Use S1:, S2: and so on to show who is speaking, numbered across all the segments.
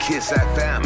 S1: Kiss FM.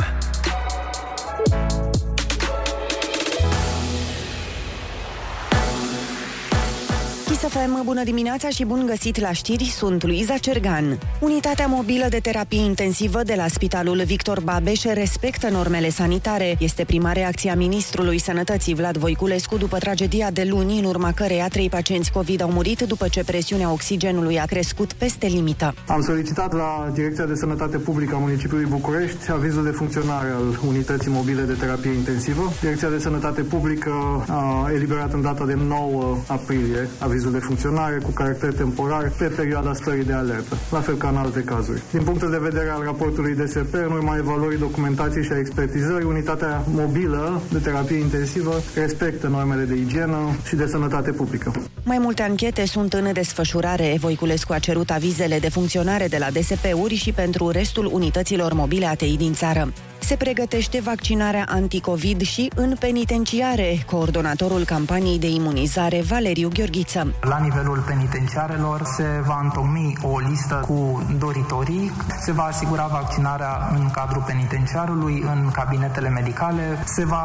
S2: Chisafem, bună dimineața și bun găsit la știri, sunt Luiza Cergan. Unitatea mobilă de terapie intensivă de la Spitalul Victor Babeș respectă normele sanitare. Este prima reacție a ministrului sănătății Vlad Voiculescu după tragedia de luni, în urma căreia trei pacienți COVID au murit după ce presiunea oxigenului a crescut peste limită.
S3: Am solicitat la Direcția de Sănătate Publică a Municipiului București avizul de funcționare al Unității Mobile de Terapie Intensivă. Direcția de Sănătate Publică a eliberat în data de 9 aprilie avizul de funcționare cu caracter temporar pe perioada stării de alertă, la fel ca în alte cazuri. Din punctul de vedere al raportului DSP, în urma evaluării documentației și a expertizării, unitatea mobilă de terapie intensivă respectă normele de igienă și de sănătate publică.
S2: Mai multe anchete sunt în desfășurare. Voiculescu a cerut avizele de funcționare de la DSP-uri și pentru restul unităților mobile ATI din țară. Se pregătește vaccinarea anticovid și în penitenciare. Coordonatorul campaniei de imunizare, Valeriu Gheorghiță.
S4: La nivelul penitenciarelor se va întocmi o listă cu doritorii, se va asigura vaccinarea în cadrul penitenciarului, în cabinetele medicale, se va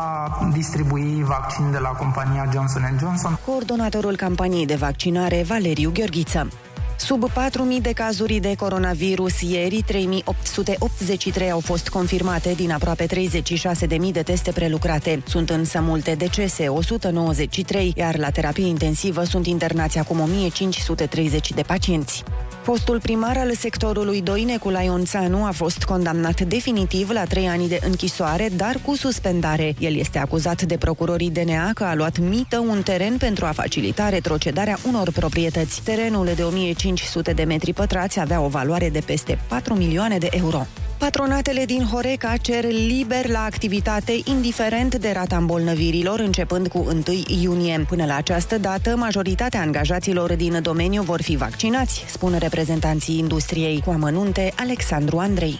S4: distribui vaccin de la compania Johnson Johnson.
S2: Coordonatorul campaniei de vaccinare, Valeriu Gheorghiță. Sub 4.000 de cazuri de coronavirus ieri, 3.883 au fost confirmate din aproape 36.000 de teste prelucrate. Sunt însă multe decese, 193, iar la terapie intensivă sunt internați acum 1.530 de pacienți. Fostul primar al sectorului 2, Neculai Onțanu, a fost condamnat definitiv la 3 ani de închisoare, dar cu suspendare. El este acuzat de procurorii DNA că a luat mită un teren pentru a facilita retrocedarea unor proprietăți. Terenul de 1500 500 de metri pătrați avea o valoare de peste 4 milioane de euro. Patronatele din Horeca cer liber la activitate, indiferent de rata îmbolnăvirilor, începând cu 1 iunie. Până la această dată, majoritatea angajaților din domeniu vor fi vaccinați, spun reprezentanții industriei. Cu amănunte, Alexandru Andrei.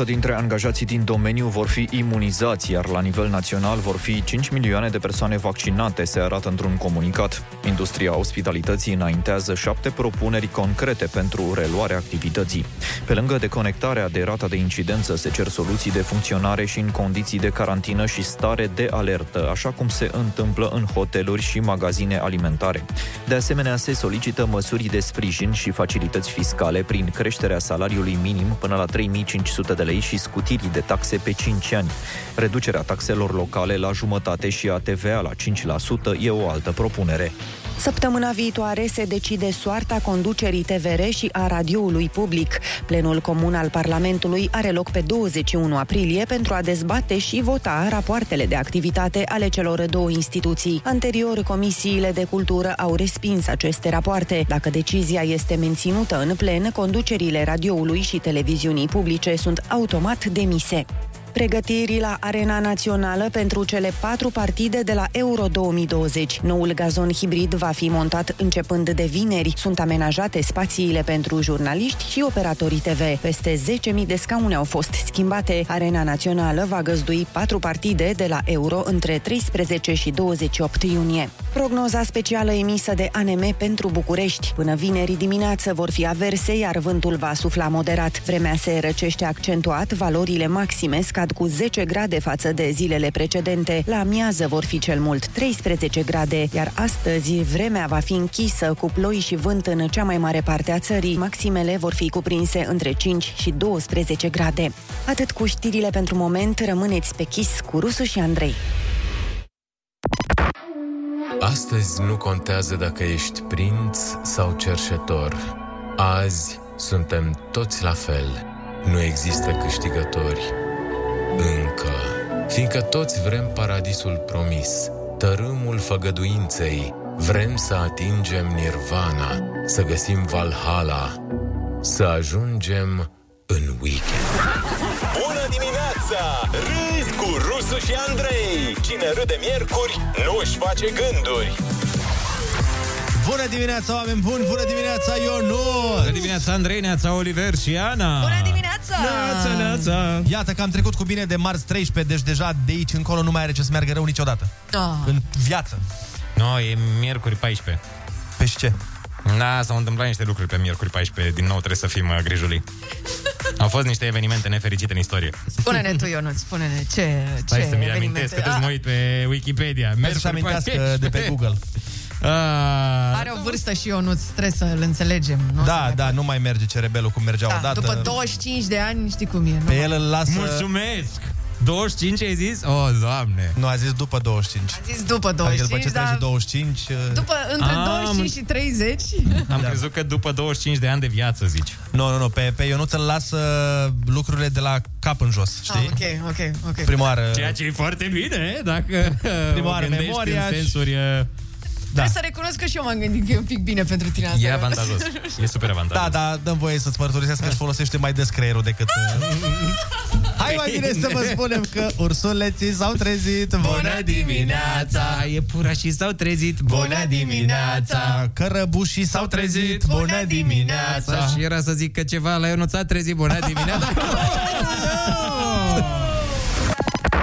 S5: 90% dintre angajații din domeniu vor fi imunizați, iar la nivel național vor fi 5 milioane de persoane vaccinate, se arată într-un comunicat. Industria ospitalității înaintează șapte propuneri concrete pentru reluarea activității. Pe lângă deconectarea de rata de incidență, se cer soluții de funcționare și în condiții de carantină și stare de alertă, așa cum se întâmplă în hoteluri și magazine alimentare. De asemenea, se solicită măsuri de sprijin și facilități fiscale prin creșterea salariului minim până la 3 3500 de lei și scutirii de taxe pe 5 ani. Reducerea taxelor locale la jumătate și a TVA la 5% e o altă propunere.
S2: Săptămâna viitoare se decide soarta conducerii TVR și a radioului public. Plenul comun al Parlamentului are loc pe 21 aprilie pentru a dezbate și vota rapoartele de activitate ale celor două instituții. Anterior, comisiile de cultură au respins aceste rapoarte. Dacă decizia este menținută în plen, conducerile radioului și televiziunii publice sunt automat demise. Pregătiri la Arena Națională pentru cele patru partide de la Euro 2020. Noul gazon hibrid va fi montat începând de vineri. Sunt amenajate spațiile pentru jurnaliști și operatorii TV. Peste 10.000 de scaune au fost schimbate. Arena Națională va găzdui patru partide de la Euro între 13 și 28 iunie. Prognoza specială emisă de ANM pentru București. Până vineri dimineață vor fi averse, iar vântul va sufla moderat. Vremea se răcește accentuat, valorile maxime scad scad cu 10 grade față de zilele precedente. La amiază vor fi cel mult 13 grade, iar astăzi vremea va fi închisă cu ploi și vânt în cea mai mare parte a țării. Maximele vor fi cuprinse între 5 și 12 grade. Atât cu știrile pentru moment, rămâneți pe chis cu Rusu și Andrei.
S6: Astăzi nu contează dacă ești prinț sau cerșetor. Azi suntem toți la fel. Nu există câștigători încă, fiindcă toți vrem paradisul promis, tărâmul făgăduinței, vrem să atingem nirvana, să găsim Valhalla, să ajungem în weekend.
S1: Bună dimineața! Râzi cu Rusu și Andrei! Cine râde miercuri, nu-și face gânduri!
S7: Bună dimineața, oameni buni! Bună dimineața, Ionut!
S8: Bună dimineața, Andrei, neața, Oliver și Ana!
S9: Bună dimineața!
S8: Neața, neața!
S7: Iată că am trecut cu bine de marți 13, deci deja de aici încolo nu mai are ce să meargă rău niciodată.
S9: Da.
S7: În viață.
S8: No, e miercuri 14.
S7: Pe ce?
S10: Da, s-au întâmplat niște lucruri pe miercuri 14, din nou trebuie să fim uh, grijuli. Au fost niște evenimente nefericite în istorie.
S9: Spune-ne tu, Ionut, spune-ne ce,
S10: Stai
S9: ce
S10: să mi amintesc,
S9: evenimente.
S10: că trebuie să mă uit pe păi, Wikipedia.
S7: Hai să-și amintească de pe Google.
S9: Ah, Are o vârstă și Ionut, trebuie să-l înțelegem. Nu O să
S7: Da,
S9: mai-
S7: da, nu mai merge cerebelul cum mergea
S9: da.
S7: odată.
S9: După 25 de ani, știi cum e, nu?
S7: Pe el îl lasă...
S10: Mulțumesc! 25 ai zis? O, oh, doamne!
S7: Nu, a zis după 25.
S9: Am zis după
S7: Adică
S9: 25,
S7: după ce trece
S9: dar...
S7: 25... uh,
S9: După, între
S10: Am-
S9: 25 și 30
S10: Am crezut că după 25 de ani de viață, zici.
S7: Nu, nu, nu, pe, pe Ionuț îl lasă lucrurile de la cap în jos, știi?
S9: ah, Ok, ok, ok
S7: Prima oară...
S10: Ceea ce e foarte bine, eh, dacă
S7: Prima
S10: o
S7: oară
S10: gândești
S7: memoria
S10: în
S7: și-
S10: sensuri... uh,
S7: da.
S9: Trebuie să recunosc că și eu m-am gândit că e un pic bine pentru tine asta.
S10: E avantajos. E super avantajos.
S7: Da, da, dăm voie să-ți mărturisesc că își folosește mai des creierul decât... uh, Hai mai bine să vă spunem că ursuleții s-au trezit Bună
S10: dimineața! E pura și s-au trezit.
S9: Bună dimineața!
S7: Cărăbușii s-au trezit
S9: Bună dimineața!
S10: Și era să zic că ceva la eu nu ți-a trezit. Bună dimineața!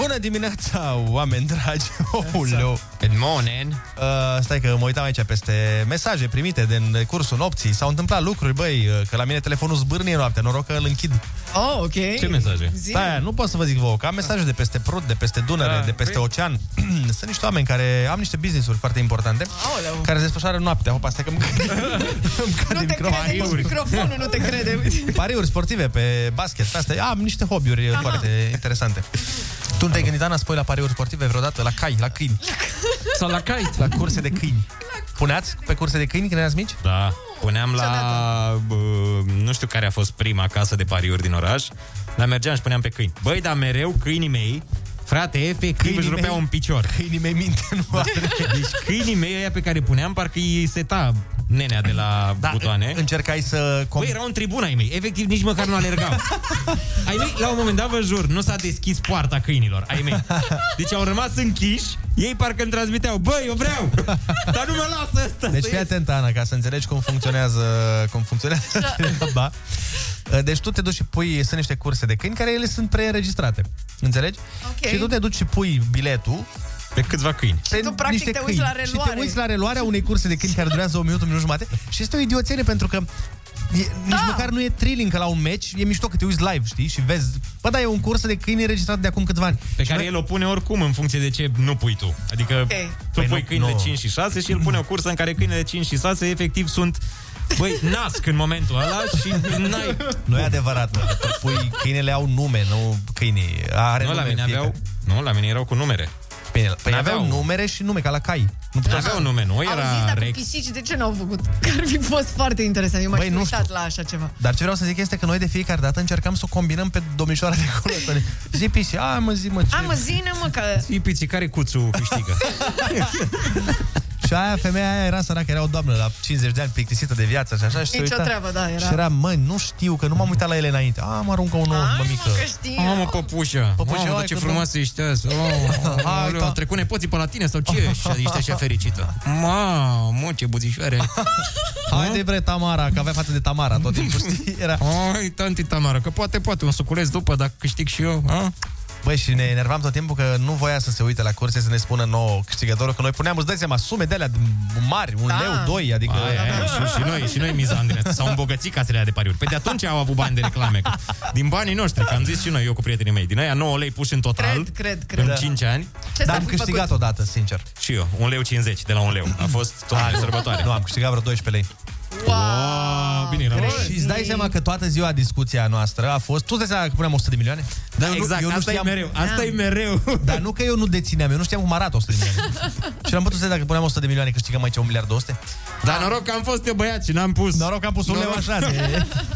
S7: Bună dimineața, oameni dragi Ouleu.
S10: Good morning!
S7: Uh, stai că mă uitam aici peste mesaje primite din cursul nopții S-au întâmplat lucruri, băi, uh, că la mine telefonul zbârnie noaptea Noroc că îl închid
S9: Oh, ok.
S10: Ce mesaje?
S9: Zi.
S7: Da, nu pot să vă zic vouă, că am mesaje de peste prut, de peste Dunăre,
S10: Da,
S7: de peste
S10: păi-
S7: ocean. Sunt niște oameni care am niște business-uri foarte importante,
S9: Aoleu.
S7: care se desfășoară noaptea. Hopa, stai că îmi cade, îmi cade
S9: Nu te
S7: microfonul.
S9: crede, nici microfonul nu te crede.
S7: Pariuri sportive pe basket, pe astea. Am niște hobby-uri foarte interesante. Tu nu te-ai gândit, Ana, să pui la pariuri sportive vreodată? La cai, la câini,
S11: Sau la cait.
S7: la curse de câini. Puneați pe curse de câini când erați mici?
S10: Da, puneam la... Bă, nu știu care a fost prima casă de pariuri din oraș, dar mergeam și puneam pe câini. Băi, dar mereu câinii mei, frate, efectiv
S7: Câinii
S10: câinii își rupeau
S7: mei?
S10: un picior.
S7: Câinii mei minte,
S12: Da.
S7: nu are.
S10: Deci câinii mei, aia pe care îi puneam, parcă îi seta nenea de la da, butoane.
S7: Încercai să... Com-
S10: Băi, erau în tribuna ai mei, efectiv nici măcar nu alergau. Ai mei, la un moment dat, vă jur, nu s-a deschis poarta câinilor, ai mei. Deci au rămas închiși, ei parcă îmi transmiteau, băi, eu vreau, dar nu mă lasă ăsta
S7: Deci
S10: să
S7: fii
S10: ies.
S7: atent, Ana, ca să înțelegi cum funcționează, cum
S9: Da.
S7: funcționează treaba. Deci tu te duci și pui, sunt niște curse de câini care ele sunt preînregistrate. Înțelegi?
S9: Ok.
S7: Și tu te duci și pui biletul
S10: Pe câțiva câini.
S7: pe
S9: tu, practic,
S7: niște
S9: te uiți
S7: câini.
S9: la
S7: Și te
S9: reluare.
S7: uiți la reluarea unei curse de câini care durează o minut, un minut jumate. Și este o idioțenie pentru că E, nici
S9: Da.
S7: măcar nu e thrilling ca la un match, e mișto că te uiți live, știi, și vezi, bă, da, e un curs de câini registrat de acum câțiva ani.
S10: Pe
S7: Și
S10: care
S7: noi-
S10: el o pune oricum în funcție de ce nu pui tu. Adică
S9: Ok.
S10: okay. tu
S7: Păi
S10: pui
S7: nu-
S10: câinile
S7: nu.
S10: 5 și 6 și el pune o cursă în care câinile 5 și 6 efectiv sunt Băi, nasc în momentul ăla și n-ai...
S7: Nu e adevărat, mă, că pui, câinele au nume, nu câinii. Are
S10: Nu, la
S7: nume
S10: mine
S7: fiecare.
S10: aveau... Nu, la mine erau cu numere.
S7: Bine, păi
S10: N-aveau.
S7: aveau numere și nume, ca la cai. Nu puteau să...
S10: Aveau nume, nu?
S9: Era Auziți,
S10: Era
S9: dar cu
S10: Rex.
S9: pisici, de ce n-au făcut? Că ar fi fost foarte interesant. Eu m-aș
S7: Băi,
S9: fi
S7: nu
S9: uitat
S7: știu.
S9: la așa ceva.
S7: Dar ce vreau să zic este că noi de fiecare dată încercam să o combinăm pe domnișoara de acolo. Să ne- Zi pisi, a mă zi mă ce...
S9: A, mă, zine, mă, că...
S10: Și piții care cuțu câștigă.
S7: Și aia, femeia aia era săracă, era o doamnă la 50 de ani, plictisită de viață și așa. Și se
S9: Nicio
S7: uita.
S9: treabă, da, era.
S7: Și era, mă, nu știu, că nu m-am uitat la ele înainte. A, mă aruncă un ou,
S9: Hai,
S7: mă mică.
S9: mă, că știi.
S10: Mamă, păpușă!
S7: Păpușă,
S10: Mamă,
S7: hai
S10: dar ce
S7: că
S10: frumoasă ești azi! Oh,
S7: Hai,
S10: oh,
S7: da.
S10: au trecut nepoții pe la tine sau ce? Și ești așa fericită. Mamă, ce buțișoare!
S7: Haide, bre, Tamara, că avea față de Tamara tot timpul, știi? Era...
S10: Ai, tanti Tamara, că poate, poate, un suculez după, dacă câștig și eu. A?
S7: Băi, și ne enervam tot timpul că nu voia să se uite la curse să ne spună nouă câștigătorul, că noi puneam, îți dai seama, sume de alea mari, un
S9: Da.
S7: leu, doi, adică...
S10: Aia, aia, și, și, noi, și noi mizam din asta. S-au îmbogățit casele alea de pariuri. Păi de atunci au avut bani de reclame. Că- Din banii noștri, că am zis și noi, eu cu prietenii mei. Din aia 9 lei puși în total.
S9: Cred, cred,
S10: În
S9: cred.
S10: 5 ani.
S9: Ce
S7: Dar
S9: s-a
S7: am
S9: fi
S7: câștigat
S9: făcut?
S7: odată, sincer. Ah,
S10: Și eu, 1 leu 50 de la 1 leu. A fost tot de sărbătoare.
S7: Nu, am câștigat vreo 12 lei.
S9: Wow!
S10: Bine, eram
S9: Crezi?
S7: Și îți dai seama că toată ziua discuția noastră a fost... Tu îți dai seama că puneam 100 de milioane?
S10: Da,
S7: eu nu-
S10: exact,
S7: eu nu
S10: asta
S7: știam- Da.
S10: e mereu. Asta e mereu.
S7: Dar nu că eu nu dețineam, eu nu știam cum arată 100 de milioane. și n-am putut să dacă puneam 100 de milioane câștigăm aici 1 miliard 200.
S10: Dar Da, noroc că am fost eu băiat și n-am pus.
S7: Noroc că am pus un leu
S10: Noroc.
S7: așa.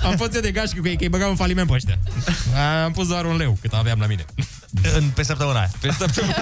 S10: Am fost eu de gașcă că îi băgam în faliment pe ăștia. Am pus doar un leu cât aveam la mine.
S7: În, pe săptămâna aia.
S10: Pe săptămână.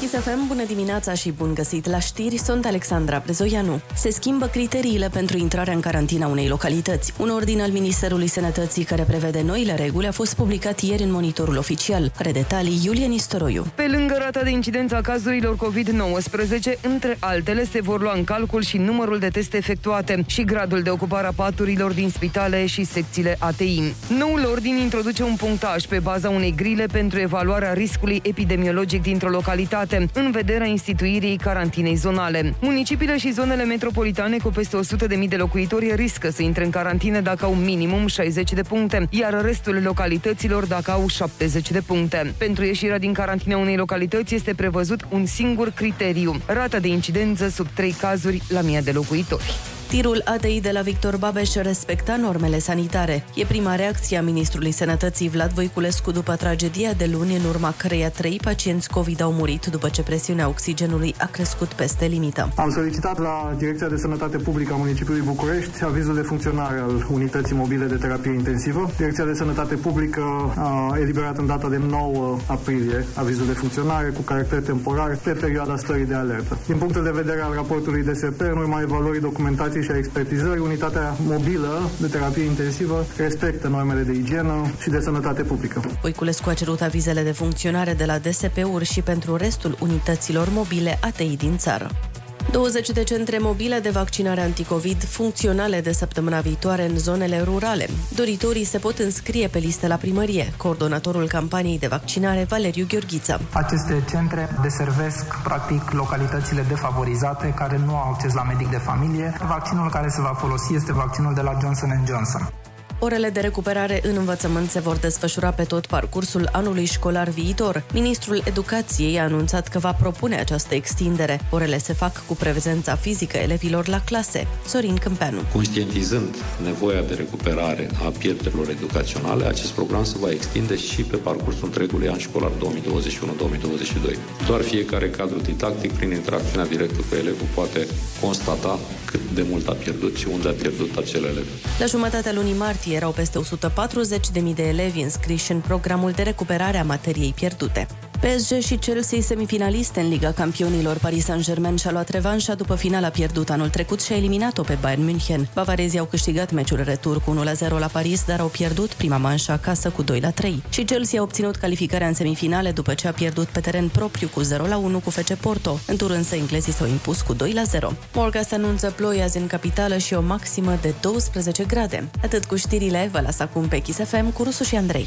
S13: Kiss SFM, bună dimineața și bun găsit la știri, sunt Alexandra Prezoianu. Se schimbă criteriile pentru intrarea în carantina unei localități. Un ordin al Ministerului Sănătății care prevede noile reguli a fost publicat ieri în monitorul oficial. Are detalii Iulian Istoroiu.
S14: Pe lângă rata de incidență a cazurilor COVID-19, între altele se vor lua în calcul și numărul de teste efectuate și gradul de ocupare a paturilor din spitale și secțiile ATI. Noul ordin introduce un punctaj pe baza unei grile pentru evaluarea riscului epidemiologic dintr-o localitate, în vederea instituirii carantinei zonale. Municipiile și zonele metropolitane cu peste 100.000 de locuitori riscă să intre în carantină dacă au minimum 60 de puncte, iar restul localităților dacă au 70 de puncte. Pentru ieșirea din carantină unei localități este prevăzut un singur criteriu, rata de incidență sub 3 cazuri la 1000 de locuitori.
S13: Tirul ATI de la Victor Babeș respecta normele sanitare. E prima reacție a ministrului sănătății Vlad Voiculescu după tragedia de luni în urma căreia trei pacienți COVID au murit după ce presiunea oxigenului a crescut peste limită.
S3: Am solicitat la Direcția de Sănătate Publică a Municipiului București avizul de funcționare al Unității Mobile de Terapie Intensivă. Direcția de Sănătate Publică a eliberat în data de 9 aprilie avizul de funcționare cu caracter temporar pe perioada stării de alertă. Din punctul de vedere al raportului DSP, în urma evaluării documentației și a expertizării, unitatea mobilă de terapie intensivă respectă normele de igienă și de sănătate publică.
S13: Voiculescu a cerut avizele de funcționare de la DSP-uri și pentru restul unităților mobile ATI din țară. 20 de centre mobile de vaccinare anticovid funcționale de săptămâna viitoare în zonele rurale. Doritorii se pot înscrie pe listă la primărie, coordonatorul campaniei de vaccinare Valeriu Gheorghiță.
S4: Aceste centre deservesc practic localitățile defavorizate care nu au acces la medic de familie. Vaccinul care se va folosi este vaccinul de la Johnson Johnson.
S13: Orele de recuperare în învățământ se vor desfășura pe tot parcursul anului școlar viitor. Ministrul Educației a anunțat că va propune această extindere. Orele se fac cu prezența fizică elevilor la clase. Sorin Câmpeanu.
S15: Conștientizând nevoia de recuperare a pierderilor educaționale, acest program se va extinde și pe parcursul întregului an școlar 2021-2022. Doar fiecare cadru didactic, prin interacțiunea directă cu elevul, poate constata cât de mult a pierdut și unde a pierdut acel elev.
S13: La jumătatea lunii martie erau peste 140.000 de elevi înscriși în programul de recuperare a materiei pierdute. PSG și Chelsea semifinaliste în Liga Campionilor. Paris Saint-Germain și-a luat revanșa după finala pierdută anul trecut și a eliminat-o pe Bayern München. Bavarezii au câștigat meciul retur cu 1-0 la Paris, dar au pierdut prima manșă acasă cu 2-3. Și Chelsea a obținut calificarea în semifinale după ce a pierdut pe teren propriu cu 0-1 cu FC Porto. În tur însă englezii s-au impus cu 2-0. Morgas anunță ploi azi în capitală și o maximă de 12 grade. Atât cu știrile, vă las acum pe Kiss FM cu Rusu și Andrei.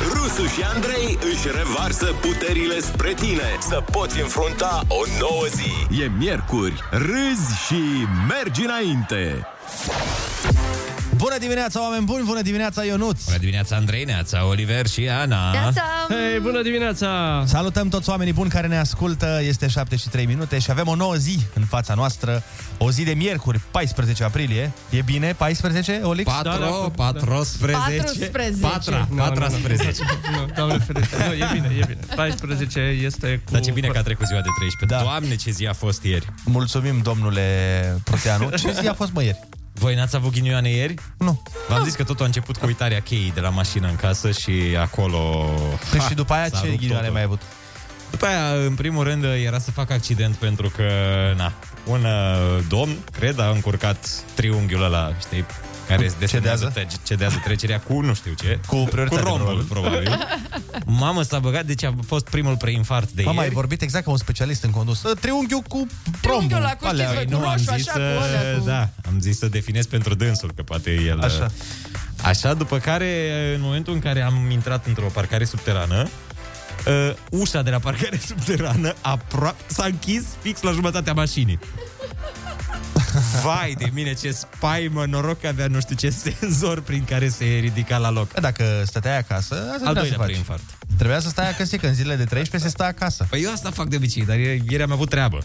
S1: Rusu și Andrei își revarsă puterile spre tine să poți înfrunta o nouă zi. E miercuri, râzi și mergi înainte.
S7: Bună dimineața, oameni buni! Bună dimineața, Ionuț! Bună
S10: dimineața, Andrei, Neața, Oliver și Ana.
S7: Hei, bună dimineața! Salutăm toți oamenii buni care ne ascultă. Este 7 și 3 minute și avem o nouă zi în fața noastră. O zi de miercuri, 14 aprilie. E bine? 14, Olix?
S10: Patro, patrosprezece.
S16: 14.
S10: Patra,
S16: Nu,
S10: patra
S16: nu, nu.
S10: sprezece.
S17: Nu, doamne ferește. Nu, e bine, e bine. 14 este cu...
S10: Dar ce bine că a trecut ziua de 13. Da. Doamne, ce zi a fost ieri.
S7: Mulțumim, domnule Proteanu. Da, Ce zi a fost, mă, ieri?
S10: Voi n-ați avut ghinioane ieri?
S7: Nu.
S10: V-am zis că totul a început cu uitarea cheii de la mașină în casă și acolo...
S7: Păi și după aia
S10: s-a
S7: ce
S10: rupt
S7: ghinioane
S10: totul.
S7: mai ai avut?
S10: După aia, în primul rând, era să fac accident pentru că, na, un uh, domn, cred, a încurcat triunghiul ăla, știi, care se cedează? cedează trecerea cu nu știu ce.
S7: Cu prioritate,
S10: Cu rombul, probabil.
S7: probabil.
S10: Mamă, s-a băgat, deci a fost primul preinfart de
S7: Mama, ai
S10: ieri.
S7: vorbit exact ca un specialist în condus. Ă, Triunghiul cu
S16: Triunghiul
S7: rombul.
S16: ăla cu știți voi,
S10: Păi
S16: cu
S10: nu, am
S16: roșu,
S10: zis
S16: așa, cu
S10: să,
S16: alea, cu...
S10: da, am zis să definez pentru dânsul, că poate el... uh,
S7: Așa.
S10: Așa, după care, în momentul în care am intrat într-o parcare subterană, uh, ușa de la parcare subterană apro- s-a închis fix la jumătatea mașinii. Vai de mine, ce spaimă, noroc că avea nu știu ce senzor prin care se ridica la loc.
S7: Dacă stăteai acasă, asta trebuia să
S10: Al doilea
S7: faci.
S10: preinfart.
S7: Trebuia să stai acasă, că în zilele de 13 se stă acasă.
S8: Păi eu asta fac de obicei, dar ieri am avut treabă.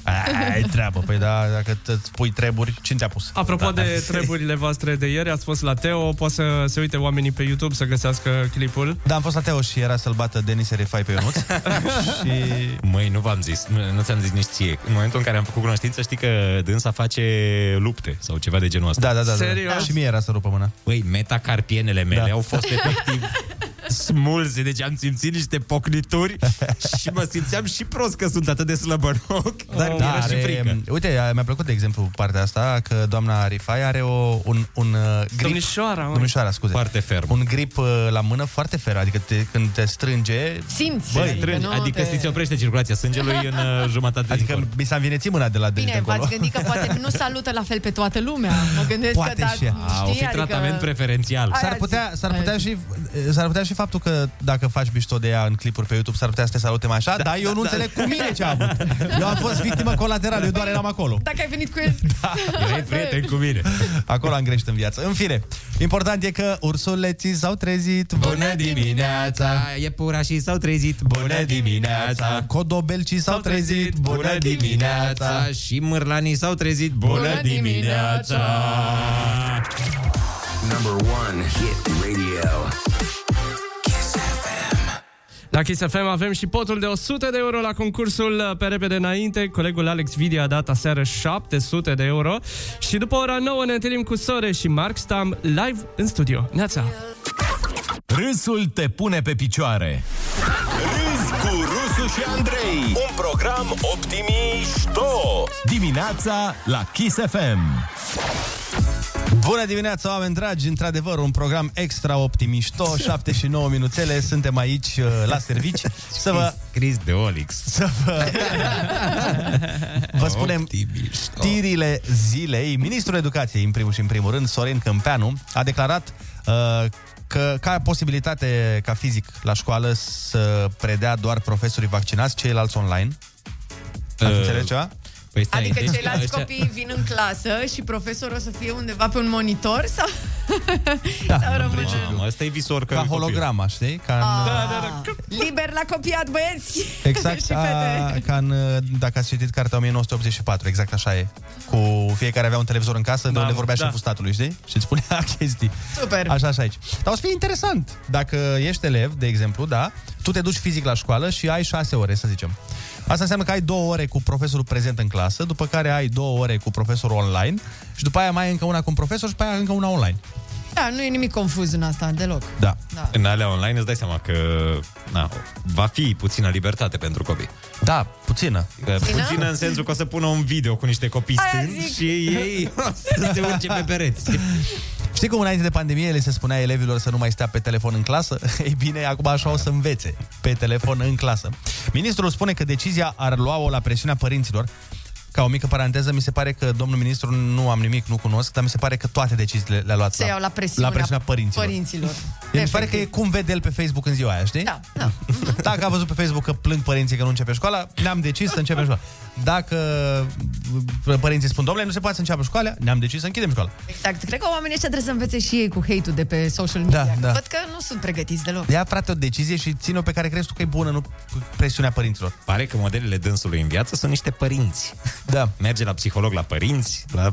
S7: Ai treabă, păi da, dacă îți pui treburi, cine te-a pus?
S17: Apropo
S7: da,
S17: de treburile voastre de ieri, ați fost la Teo, poate să se uite oamenii pe YouTube să găsească clipul.
S7: Da, am fost la Teo și era să-l bată Denis Refai pe Ionuț. și...
S10: Măi, nu v-am zis, nu, nu ți-am zis nici ție. În momentul în care am făcut cunoștință, știi că dânsa face lupte sau ceva de genul ăsta.
S7: Da, da, da, da. Și mie era să rupă mâna.
S10: Băi, metacarpienele mele da. au fost efectiv smulze, deci am simțit niște pocnituri și mă simțeam și prost că sunt atât de slăbănoc, dar oh, era și frică.
S7: eh, Uite, a- mi-a plăcut, de exemplu, partea asta, că doamna Rifai are o, un, un uh, grip...
S17: Domnișoara, mă.
S7: Domnișoara, scuze. Foarte ferm. Un grip uh, la mână foarte ferm, adică te, când te strânge...
S9: Simți,
S7: Băi,
S9: adică
S7: strângi,
S9: nu
S10: Adică
S9: te-
S10: ți se oprește circulația sângelui în uh, jumătate Adică
S7: mi s-a învinețit mâna de la
S9: Bine, v-ați gândit că poate nu salută la fel pe toată lumea. Mă gândesc
S7: Poate
S9: că da,
S7: și ea.
S9: știi,
S10: A, o fi
S9: adică...
S10: tratament preferențial.
S7: S-ar putea, s-ar, putea și, s-ar putea și faptul că dacă faci mișto de ea în clipuri pe YouTube, s-ar putea să te salute mai așa, da, dar eu
S9: da,
S7: nu
S9: da.
S7: înțeleg cu mine ce a avut. Eu am fost victimă colaterală, eu doar eram acolo.
S9: Dacă ai venit cu el... Da,
S7: Erai prieten
S10: cu mine.
S7: Acolo am greșit în viață. În fine, important e că ursuleții s-au trezit.
S8: Bună dimineața! Iepurașii s-au trezit, bună dimineața!
S7: Codobelcii s-au trezit,
S8: bună dimineața! Și mârlanii s-au trezit, bună dimineața!
S18: Number one hit radio.
S17: La Kiss FM avem și potul de 100 de euro la concursul uh, pe repede înainte. Colegul Alex Vidia a dat aseară 700 de euro și după ora 9 ne întâlnim cu Sore și Mark Stam live în studio. Neața!
S1: Râsul te pune pe picioare. Râzi cu Rusu și Andrei. Un program optimișto. Dimineața la Kiss FM.
S7: Bună dimineața, oameni dragi! Într-adevăr, un program extra optimișto, 7 și 9 minutele, suntem aici uh, la servici. Să vă...
S10: Scris de Olix.
S7: Să vă... Vă spunem știrile zilei. Ministrul Educației, în primul și în primul rând, Sorin Câmpeanu, a declarat uh, că ca posibilitate ca fizic la școală să predea doar profesorii vaccinați, ceilalți online. Ați
S10: Uh,
S7: înțeles ceva?
S10: Păi
S9: Adică ceilalți copii vin în clasă și profesorul o să fie undeva pe un monitor sau...
S7: Da,
S9: sau rămân-
S10: Mamă, ăsta e visor că
S7: Ca holograma, știi? Ca
S9: Ah,
S7: în,
S9: Liber la copiat, băieți!
S7: Exact
S9: și
S7: ca,
S9: Deci, fete.
S7: ca în, dacă ați citit cartea 1984, exact așa e. Cu fiecare avea un televizor în casă, de unde vorbea da. șeful statului, știi? Și îți spunea chestii.
S9: Super.
S7: Așa și aici. Dar o să fie interesant. Dacă ești elev, de exemplu, da, tu te duci fizic la școală și ai șase ore, să zicem. Asta înseamnă că ai două ore cu profesorul prezent în clasă, după care ai două ore cu profesorul online și după aia mai ai încă una cu un profesor și după aia încă una online.
S9: Da, nu e nimic confuz în asta, deloc.
S7: Da.
S9: Da.
S10: În alea online îți dai seama că na, va fi puțină libertate pentru copii.
S7: Da, puțină.
S9: Puțină?
S10: Puțină, puțină în sensul că o să pună un video cu niște copii
S9: Aia
S10: stând
S9: zic.
S10: și ei o să se urce pe pereți.
S7: Știi cum înainte de pandemie le se spunea elevilor să nu mai stea pe telefon în clasă? Ei bine, acum așa o să învețe pe telefon în clasă. Ministrul spune că decizia ar lua-o la presiunea părinților. Ca o mică paranteză, mi se pare că domnul ministru nu am nimic, nu cunosc, dar mi se pare că toate deciziile le-a luat
S9: Se iau la presiunea,
S7: la presiunea părinților.
S9: părinților.
S7: Deci mi se pare că e cum vede el pe Facebook în ziua aia, știi? Da,
S9: da.
S7: Dacă a văzut pe Facebook că plâng părinții că nu începe școala, ne-am decis să începem școala. Dacă uh, părinții spun, domnule, nu se poate să înceapă școala, ne-am decis să închidem școala.
S9: Exact. Cred că oamenii ăștia trebuie să învețe și ei cu hate-ul de pe social media.
S7: Da, da.
S9: Văd că nu sunt pregătiți deloc.
S7: Ia, frate, o decizie și ține-o pe care crezi tu că e bună, nu presiunea părinților.
S10: Pare că modelele dânsului în viață sunt niște părinți.
S7: Da.
S10: Merge la psiholog la părinți, la...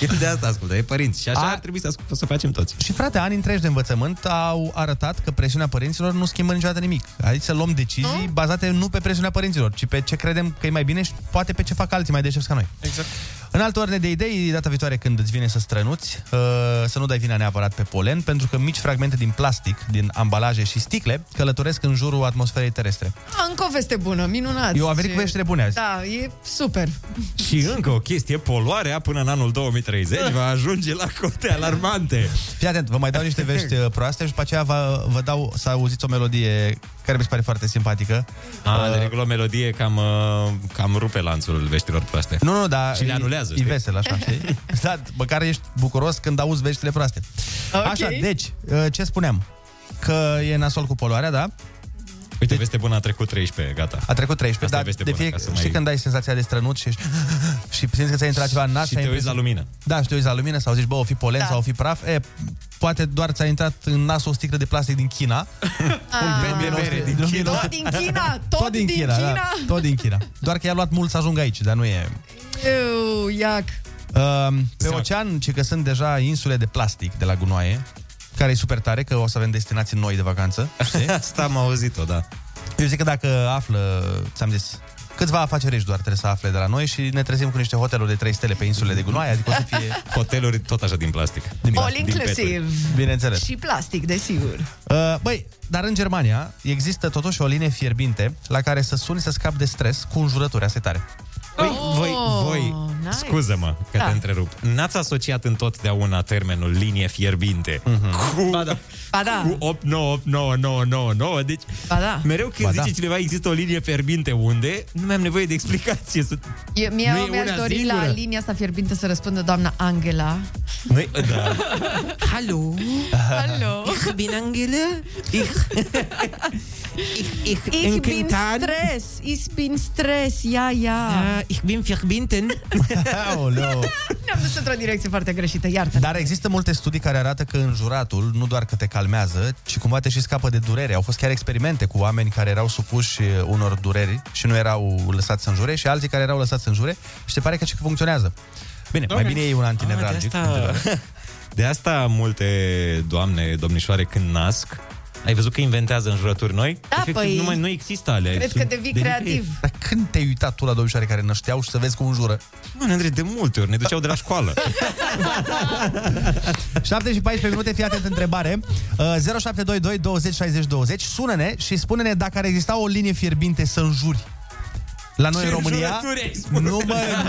S10: Eu de asta ascultă, e părinți. Și așa
S7: A-
S10: ar trebui să, ascult, să facem toți.
S7: Și frate, ani întregi de învățământ au arătat că presiunea părinților nu schimbă niciodată nimic. Adică să luăm decizii nu? bazate nu pe presiunea părinților, ci pe ce credem că e mai bine și poate pe ce fac alții mai deștepți ca noi.
S17: Exact.
S7: În altă ordine de idei, data viitoare când îți vine să strănuți, uh, să nu dai vina neapărat pe polen, pentru că mici fragmente din plastic, din ambalaje și sticle călătoresc în jurul atmosferei terestre.
S9: A, încă o veste bună, minunat.
S7: Eu am venit cu veștile bune azi.
S9: Da, e super.
S10: Și încă o chestie, poluarea până în anul 2030 va ajunge la cote alarmante.
S7: Fii atent, vă mai dau niște vești uh, proaste și după aceea vă, vă dau să auziți o melodie care mi se pare foarte simpatică.
S10: A, de regulă o melodie cam, uh, cam rupe lanțul veștilor proaste.
S7: Nu, nu, dar
S10: Și le anulează,
S7: e, e
S10: știi?
S7: vesel, așa, știi? da, măcar ești bucuros când auzi veștile proaste. ă,
S10: Ok.
S7: Așa, deci, uh, ce spuneam? Că e nasol cu poluarea, da?
S10: Uite, veste bună, a trecut 13, gata.
S7: A trecut 13,
S10: Asta e
S7: dar
S10: veste
S7: de
S10: bună,
S7: fie,
S10: ca să
S7: știi
S10: mai-
S7: când ai senzația de strănut și, ești- și simți că ți-a intrat ceva în nas
S10: Și
S7: ai
S10: te uiți la
S7: impresia-
S10: lumină.
S7: Da, și te uiți la lumină sau zici, bă, o fi polen da. sau o fi praf. E, poate doar ți-a intrat în nas o sticlă de plastic din China.
S9: Ah.
S7: din China.
S9: Tot din China, tot,
S7: Tot din China, Da, tot din China. Doar că i-a luat mult să ajungă aici, dar nu e...
S9: Eu, iac.
S7: Um, pe ocean, ci că sunt deja insule de plastic de la gunoaie, care e super tare, că o să avem destinații noi de vacanță. Asta am auzit-o, da. Eu zic că dacă află, ți-am zis, câțiva afacerești doar trebuie să afle de la noi și ne trezim cu niște hoteluri de 3 stele pe insule de gunoaie, adică o să fie... Hoteluri tot așa din plastic. Din
S9: All inclusive.
S7: Bineînțeles.
S9: Și plastic, desigur.
S7: Uh, Băi, dar în Germania există totuși o linie fierbinte la care să suni să scapi de stres cu înjurături, asta e tare.
S10: Păi, voi, voi,
S9: Oh, nice.
S10: scuză-mă că
S9: Da.
S10: te întrerup. N-ați asociat întotdeauna termenul linie fierbinte cu... Ba da.
S9: Ba da.
S10: Cu 899999, deci
S9: Ba da.
S10: mereu când
S9: Ba
S10: zice
S9: da.
S10: cineva există o linie fierbinte unde, nu mi-am nevoie de explicație. Sunt-
S9: Eu, mie,
S10: Nu e
S9: mi-aș
S10: una
S9: dori
S10: singură.
S9: la linia asta fierbinte să răspundă doamna Angela.
S10: Noi, da.
S9: Hallo. Hallo. Ich bin Angela. Ich, ich, ich, ich bin
S10: encantat.
S9: Stress. Ich bin Stress. Ja, ja.
S10: Ah, ich bin fierbinte.
S7: Aoleu.
S9: Ne-am dus într-o direcție foarte greșită, iartă.
S7: Dar există multe studii care arată că înjuratul nu doar că te calmează, ci cumva te și scapă de durere. Au fost chiar experimente cu oameni care erau supuși eh, unor dureri și nu erau lăsați să înjure și alții care erau lăsați să înjure și se pare că și că funcționează. Bine, okay.
S10: Ok.
S7: mai bine e un antinevralgic.
S10: Ah, de asta- De asta multe doamne, domnișoare, când nasc, ai văzut că inventează înjurături noi?
S9: Da,
S10: Efectiv,
S9: păi.
S10: nu, mai, nu există alea.
S9: Cred că
S10: Sunt
S9: devii
S10: de
S9: creativ.
S7: Dar când te-ai uitat tu la domnișoare care nășteau și să vezi cum înjură?
S10: Mă, Andrei, de multe ori ne duceau de la școală.
S7: 7 și 14 minute, fii atent întrebare. Uh, 0722 20 60 20. Sună-ne și spune-ne dacă ar exista o linie fierbinte să înjuri. La noi
S10: Ce
S7: în România...
S10: înjurături ai spus?
S7: Nu, mă,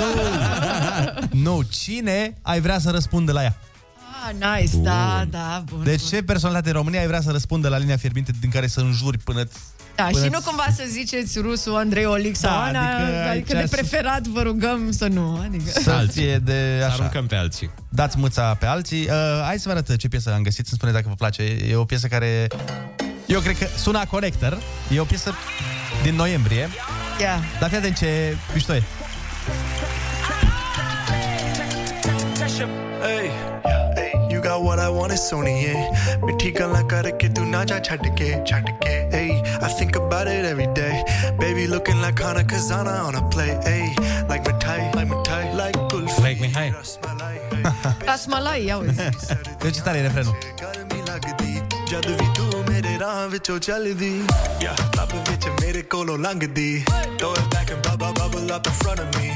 S7: nu! Nu, cine ai vrea să răspundă la ea?
S9: Ah, nice, da, da, bun.
S7: Deci
S9: bun.
S7: ce personalitate în România ai vrea să răspundă la linia fierbinte din care să înjuri până...
S9: Da,
S7: până
S9: și nu cumva să ziceți rusul Andrei Olic sau
S7: Da,
S9: Ana,
S7: adică
S9: adică,
S7: ai
S9: adică de
S7: ceas-
S9: preferat vă rugăm să nu, adică...
S7: Să fie de așa.
S10: Aruncăm pe alții.
S7: Dați mâța pe alții. Uh, hai să vă arăt ce piesă am găsit, să-mi spuneți dacă vă place. E o piesă care... Eu cred că sună a Connector. E o piesă din noiembrie.
S9: Yeah.
S7: Dar fii atent ce mișto e.
S19: Hey, hey, you got what I want, it's Sony, yeah. मिठी गल्ला करके तू ना जा छट के छट के hey, I think about it every day. Baby looking like Hana Kazana on a play. Hey, like mithai, like mithai, like kulfi.
S10: Like Mihai.
S9: Rasmalai, ia uite.
S7: Eu ce tare e refrenul.
S19: ਜਦ ਵੀ ਤੂੰ ਮੇਰੇ ਰਾਹ ਵਿੱਚੋਂ ਚੱਲਦੀ ਯਾ ਲੱਭ ਵਿੱਚ ਮੇਰੇ ਕੋਲੋਂ ਲੰਘਦੀ throw it back and bubble bubble up in front of me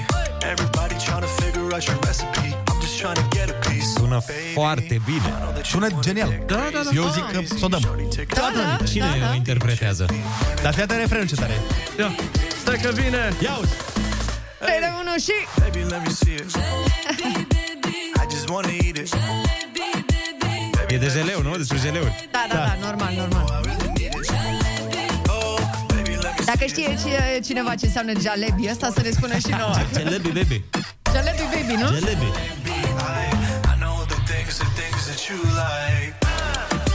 S19: everybody trying to figure out your recipe i'm just trying to get a piece
S10: Sună foarte bine.
S7: Sună genial.
S10: Da, da, da.
S7: Eu zic că s-o dăm.
S9: Da, da,
S10: Cine
S9: da, da.
S10: o interpretează?
S7: Dar fii atent refrenul ce tare e.
S17: Ia, stai că vine!
S7: Ia uite!
S9: Trei la unu și...
S19: Baby, let me see it. I just wanna eat it.
S10: E de jeleu, nu? Despre jeleuri.
S9: Da, da, da, normal, normal. Dacă știe ci- cineva ce înseamnă jalebi ăsta, să ne spună și nouă.
S10: Jalebi, baby.
S9: Jalebi baby, nu?
S10: Jalebi.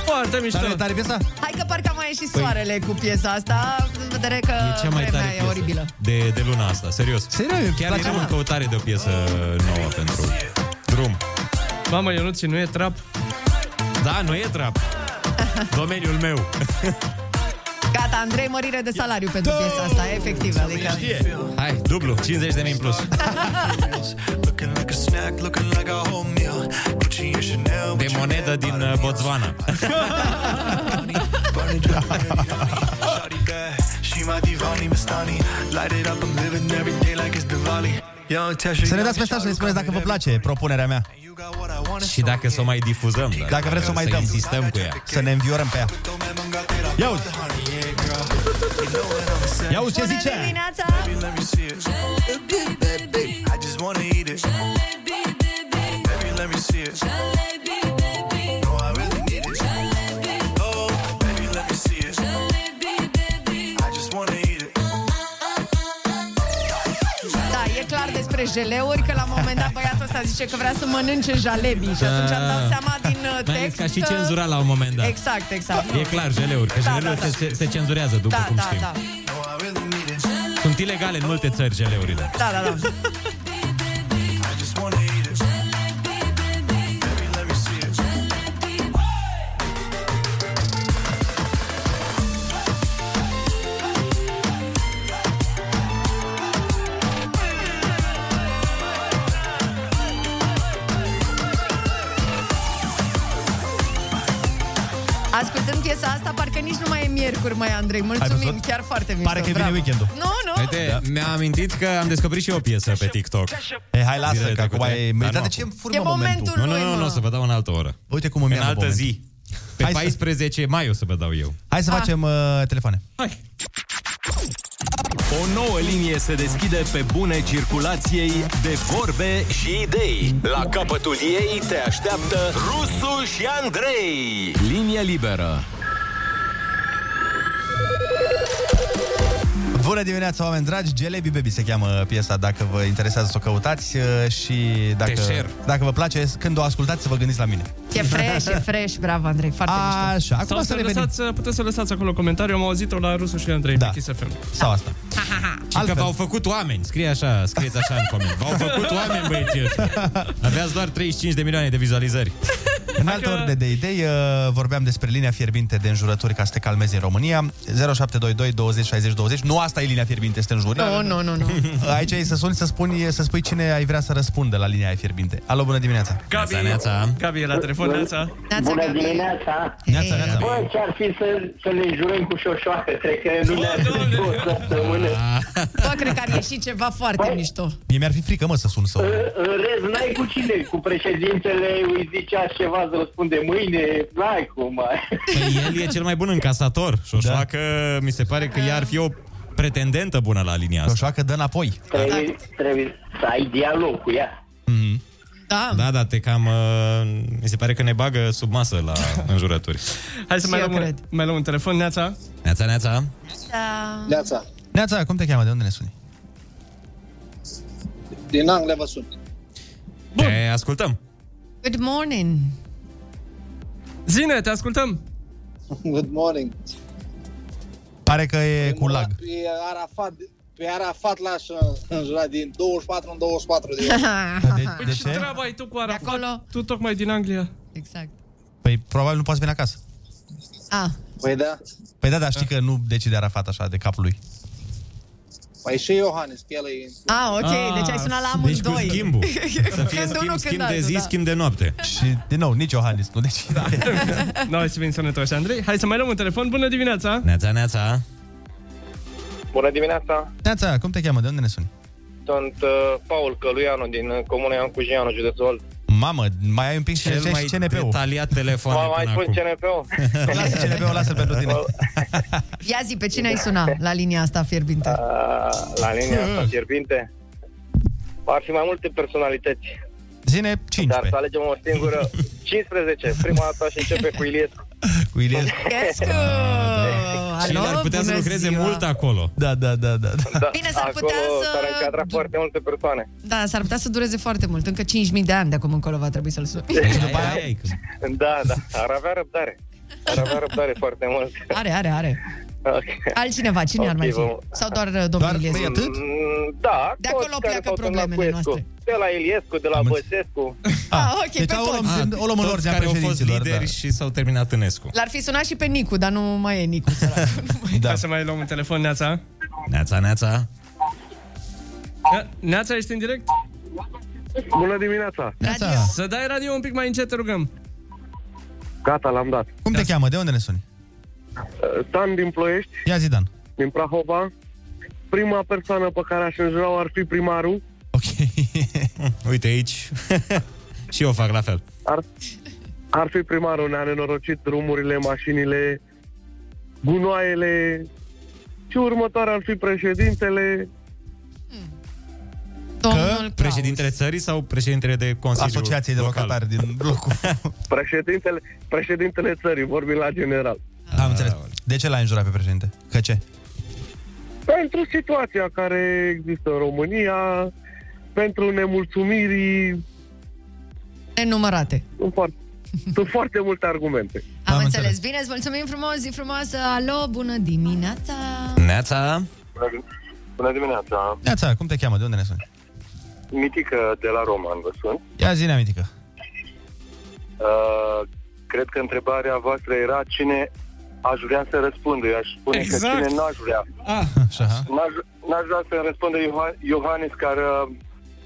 S17: Foarte mișto.
S7: Dar e tare piesa?
S9: Hai că parcă am mai ieșit soarele cu piesa asta, având în vedere că
S10: Păi- E cea mai
S9: vremea
S10: tare
S9: e
S10: piesă
S9: oribilă.
S10: de, de luna asta, serios.
S7: Serios,
S10: Chiar
S17: place
S10: eram
S17: mult.
S10: în căutare de o piesă nouă pentru drum.
S17: Mamă, Ionuț, și nu e trap?
S10: Da, nu e trap. Domeniul meu.
S9: Gata, Andrei, mărire de salariu pentru piesa asta, efectiv. Adică...
S10: Hai, dublu, 50 de mii în plus.
S19: Looking like a snack, looking like a whole meal. Gucci and Chanel.
S10: De monedă din uh, Botswana.
S19: Shawty bad, she my divani Mastani. Light it up, I'm living every day like it's Diwali. Young Tesha,
S7: Să ne dați mesaj să ne spuneți dacă vă place propunerea mea.
S10: Și dacă să o mai difuzăm.
S7: Dacă vreți să o mai dăm.
S10: insistăm cu ea.
S7: Să ne înviorăm pe ea. Ia uite! Ia uite ce
S9: Bună
S7: zice!
S9: dimineața!
S19: Baby, let me see it. I just wanna eat it. Baby, let me see it. No, I really need it. Oh, baby, let me see it. I just wanna eat it.
S9: Da, e clar despre jeleuri, că la un moment dat băiatul ăsta zice că vrea să mănânce jalebi și atunci am dat seama din uh,
S10: Da. Mai ales
S9: text
S10: că a și
S9: că-
S10: cenzurat la un moment dat.
S9: Exact, exact.
S10: E clar, jeleuri, că
S9: Da,
S10: jeleurile
S9: da, da.
S10: Se, se cenzurează, după
S9: Da,
S10: cum
S9: da,
S10: știm.
S9: da.
S10: Sunt ilegale în multe țări geleurile.
S9: Da, da, da. Ascultând piesa asta, parcă nici nu mai e miercuri, mai Andrei. Mulțumim,
S10: văzut?
S9: chiar foarte mișto. bravo. Nu, nu.
S10: Uite, da. mi-a amintit că am descoperit și eu o piesă pe TikTok.
S7: E, hai, lasă,
S10: Zilele
S7: că acum
S10: trecute.
S7: e- Dar
S10: nu
S7: de
S10: acum.
S7: ce îmi furmă
S9: E momentul
S10: Nu, nu,
S9: lui,
S10: nu,
S9: mă.
S10: nu, o să vă dau în altă oră.
S7: Uite cum îmi ia
S10: În altă
S7: momentul.
S10: zi. Pe
S7: Hai să-
S10: 14 mai o să vă dau eu.
S7: Hai să
S10: Ah.
S7: facem uh, telefoane.
S1: O nouă linie se deschide pe bune circulației de vorbe și idei. La capătul ei te așteaptă Rusu și Andrei. Linie liberă.
S7: Bună dimineața, oameni dragi! Jelebi Baby se cheamă piesa, dacă vă interesează să o căutați uh, și dacă,
S20: share.
S7: dacă vă place, când o ascultați, să vă gândiți la mine.
S9: E fresh, e fresh, bravo, Andrei, foarte mișto.
S7: Așa,
S17: Sau să lăsați, puteți să lăsați acolo comentariu, am auzit-o la Rusu și Andrei da. pe Kiss FM.
S7: Sau asta.
S10: Și că v-au făcut oameni, scrie așa, scrieți așa în coment. V-au făcut oameni, băieții ăștia. Aveați doar 35 de milioane de vizualizări.
S7: În alte ori de idei, uh, vorbeam despre linia fierbinte de înjurături ca să te calmezi în România. 0722 20 60 20. Nu asta e linia fierbinte, să te înjuri.
S9: Nu, nu, nu, nu.
S7: Aici e să suni, să, spuni, să spui cine ai vrea să răspundă la linia aia fierbinte. Alo, bună dimineața!
S17: Gabi, Gabi e la telefon, Neața.
S21: Bună dimineața!
S7: Neața, neața.
S21: Bă, ce ar fi să, să le înjurăm cu șoșoacă? Cred că nu ne-ar fi o săptămână.
S9: Bă, cred că ar ieși ceva foarte mișto.
S7: Mie mi-ar fi frică, mă, să sun sau...
S21: Păi- În- În rest, n-ai cu cine, cu președintele, îi zicea ceva să răspunde mâine, n-ai cum mai.
S10: Păi el e cel mai bun încasator. Șoșoacă, da. mi se pare că ea ar fi o pretendentă bună la linia asta.
S7: Șoșoacă dă înapoi.
S21: Trebuie, trebuie să ai dialog cu ea.
S9: Da.
S10: Da, da, te cam... uh, Mi se pare că ne bagă sub masă la
S7: Da.
S10: înjurături.
S17: Hai să mai luăm, un, mai luăm un telefon, Neața.
S10: Neața, neața.
S9: Da.
S8: Neața.
S7: Neața, cum te cheamă? De unde ne suni?
S8: Din Anglia vă sunt.
S10: Bun. Te ascultăm.
S9: Good morning.
S17: Zine, te ascultăm.
S8: Good morning.
S7: Pare că e cu lag.
S8: Pe Arafat, pe Arafat l-aș uh, înjura din 24 în 24 de ore.
S9: Ah.
S17: Păi ce treabă ai tu cu Arafat? Tu tocmai din Anglia.
S9: Exact.
S7: Păi probabil nu poți veni acasă.
S9: Ah.
S8: Păi da.
S7: Păi da, dar știi că nu decide Arafat așa de capul lui.
S8: Păi și Iohannis, pe el e...
S9: Ah, ok, deci ai sunat la amândoi.
S7: deci cu schimbul.
S9: Să fie Când schimb, unul, schimb când de altul, zi, da. schimb
S7: de noapte. Și, din nou, nici Iohannis nu decide.
S17: Nu, hai Da. să venim sănătoși, Andrei. Hai să mai luăm un telefon. Bună dimineața!
S10: Neața, neața.
S22: Bună
S7: Da.
S22: dimineața,
S7: Neața, cum te cheamă? De unde ne suni?
S22: sunt uh, Paul Căluianu din uh, Comuna Ian Cujianu, județul Olt.
S7: Mamă, mai ai un pic
S10: Cel
S7: și
S10: mai
S7: CNP-ul.
S10: detaliat telefon
S22: M-am mai spus CNP-ul?
S7: Lasă CNP-ul, lasă-l pentru tine.
S9: Ia zi, pe cine ai sunat la linia asta fierbinte?
S22: Uh, la linia
S7: Mm.
S22: asta fierbinte. Ar fi mai multe personalități.
S7: Zine 15.
S22: Dar să alegem o singură. 15. Prima dată și începe cu Iliescu.
S7: Cu Iliescu.
S9: Iliescu!
S10: Și el ar putea să lucreze mult acolo.
S7: Da, da, da, da.
S22: Da,
S9: Bine, s-ar
S22: acolo
S9: putea să-
S22: s-ar încadra foarte multe persoane.
S9: Da, s-ar putea să dureze foarte mult. Încă 5.000 de ani de acum încolo va trebui să-l suni.
S22: Deci Da, da, ar avea răbdare. Ar avea răbdare foarte mult.
S9: Are, are, are.
S22: Okay.
S9: Altcineva, cine ar mai
S22: Ok,
S9: fi?
S22: vom-
S9: Sau doar uh, domnul Iliescu?
S22: Mm, Da, de acolo pleacă problemele noastre. De la Iliescu, de la Băsescu.
S9: Ah, ok, pe toți.
S7: deci o luăm în
S10: Toți
S7: ordinea
S10: care au fost
S7: președinților,
S10: lideri
S7: da.
S10: și s-au terminat în Escu.
S9: L-ar fi sunat și pe Nicu, dar nu mai e Nicu. sărac.
S7: Da.
S17: Hai să mai luăm un telefon, Neața.
S10: Neața, neața.
S17: Ne- Neața, ești în direct?
S22: Bună dimineața!
S7: Neața.
S17: Să dai radio un pic mai încet, te rugăm.
S22: Gata, l-am dat.
S7: Cum te cheamă? De unde ne suni?
S22: Uh, Dan din Ploiești,
S7: Ia zi, Dan.
S22: din Prahova. Prima persoană pe care aș înjura ar fi primarul.
S10: Uite aici. și eu fac la fel.
S22: Ar, ar fi primarul, ne-a nenorocit drumurile, mașinile, gunoaiele. Și următoarea ar fi președintele.
S10: Domnul președintele țării sau președintele de Consiliu
S7: Asociației de locatari din blocul.
S22: Președintele, președintele țării, vorbim la general.
S7: Am înțeles. De ce l-ai înjurat pe președinte? Că ce?
S22: Pentru situația care există în România,
S21: pentru nemulțumiri
S9: Nenumărate.
S21: sunt foarte, sunt foarte multe argumente.
S9: Am, Am înțeles. Bine, îți mulțumim frumos, zi frumoasă. Alo, bună dimineața.
S7: Neața.
S23: Bună dimineața.
S7: Neața, cum te cheamă? De unde ne suni?
S23: Mitică de la Roman vă sunt.
S7: Ia zi amitică.
S23: Uh, cred că întrebarea voastră era cine aș vrea să răspundă. Eu aș spune
S24: Exact.
S23: că cine n-aș vrea.
S24: Ah.
S23: N-aș, n-aș vrea să răspundă Ioha- Iohannis, care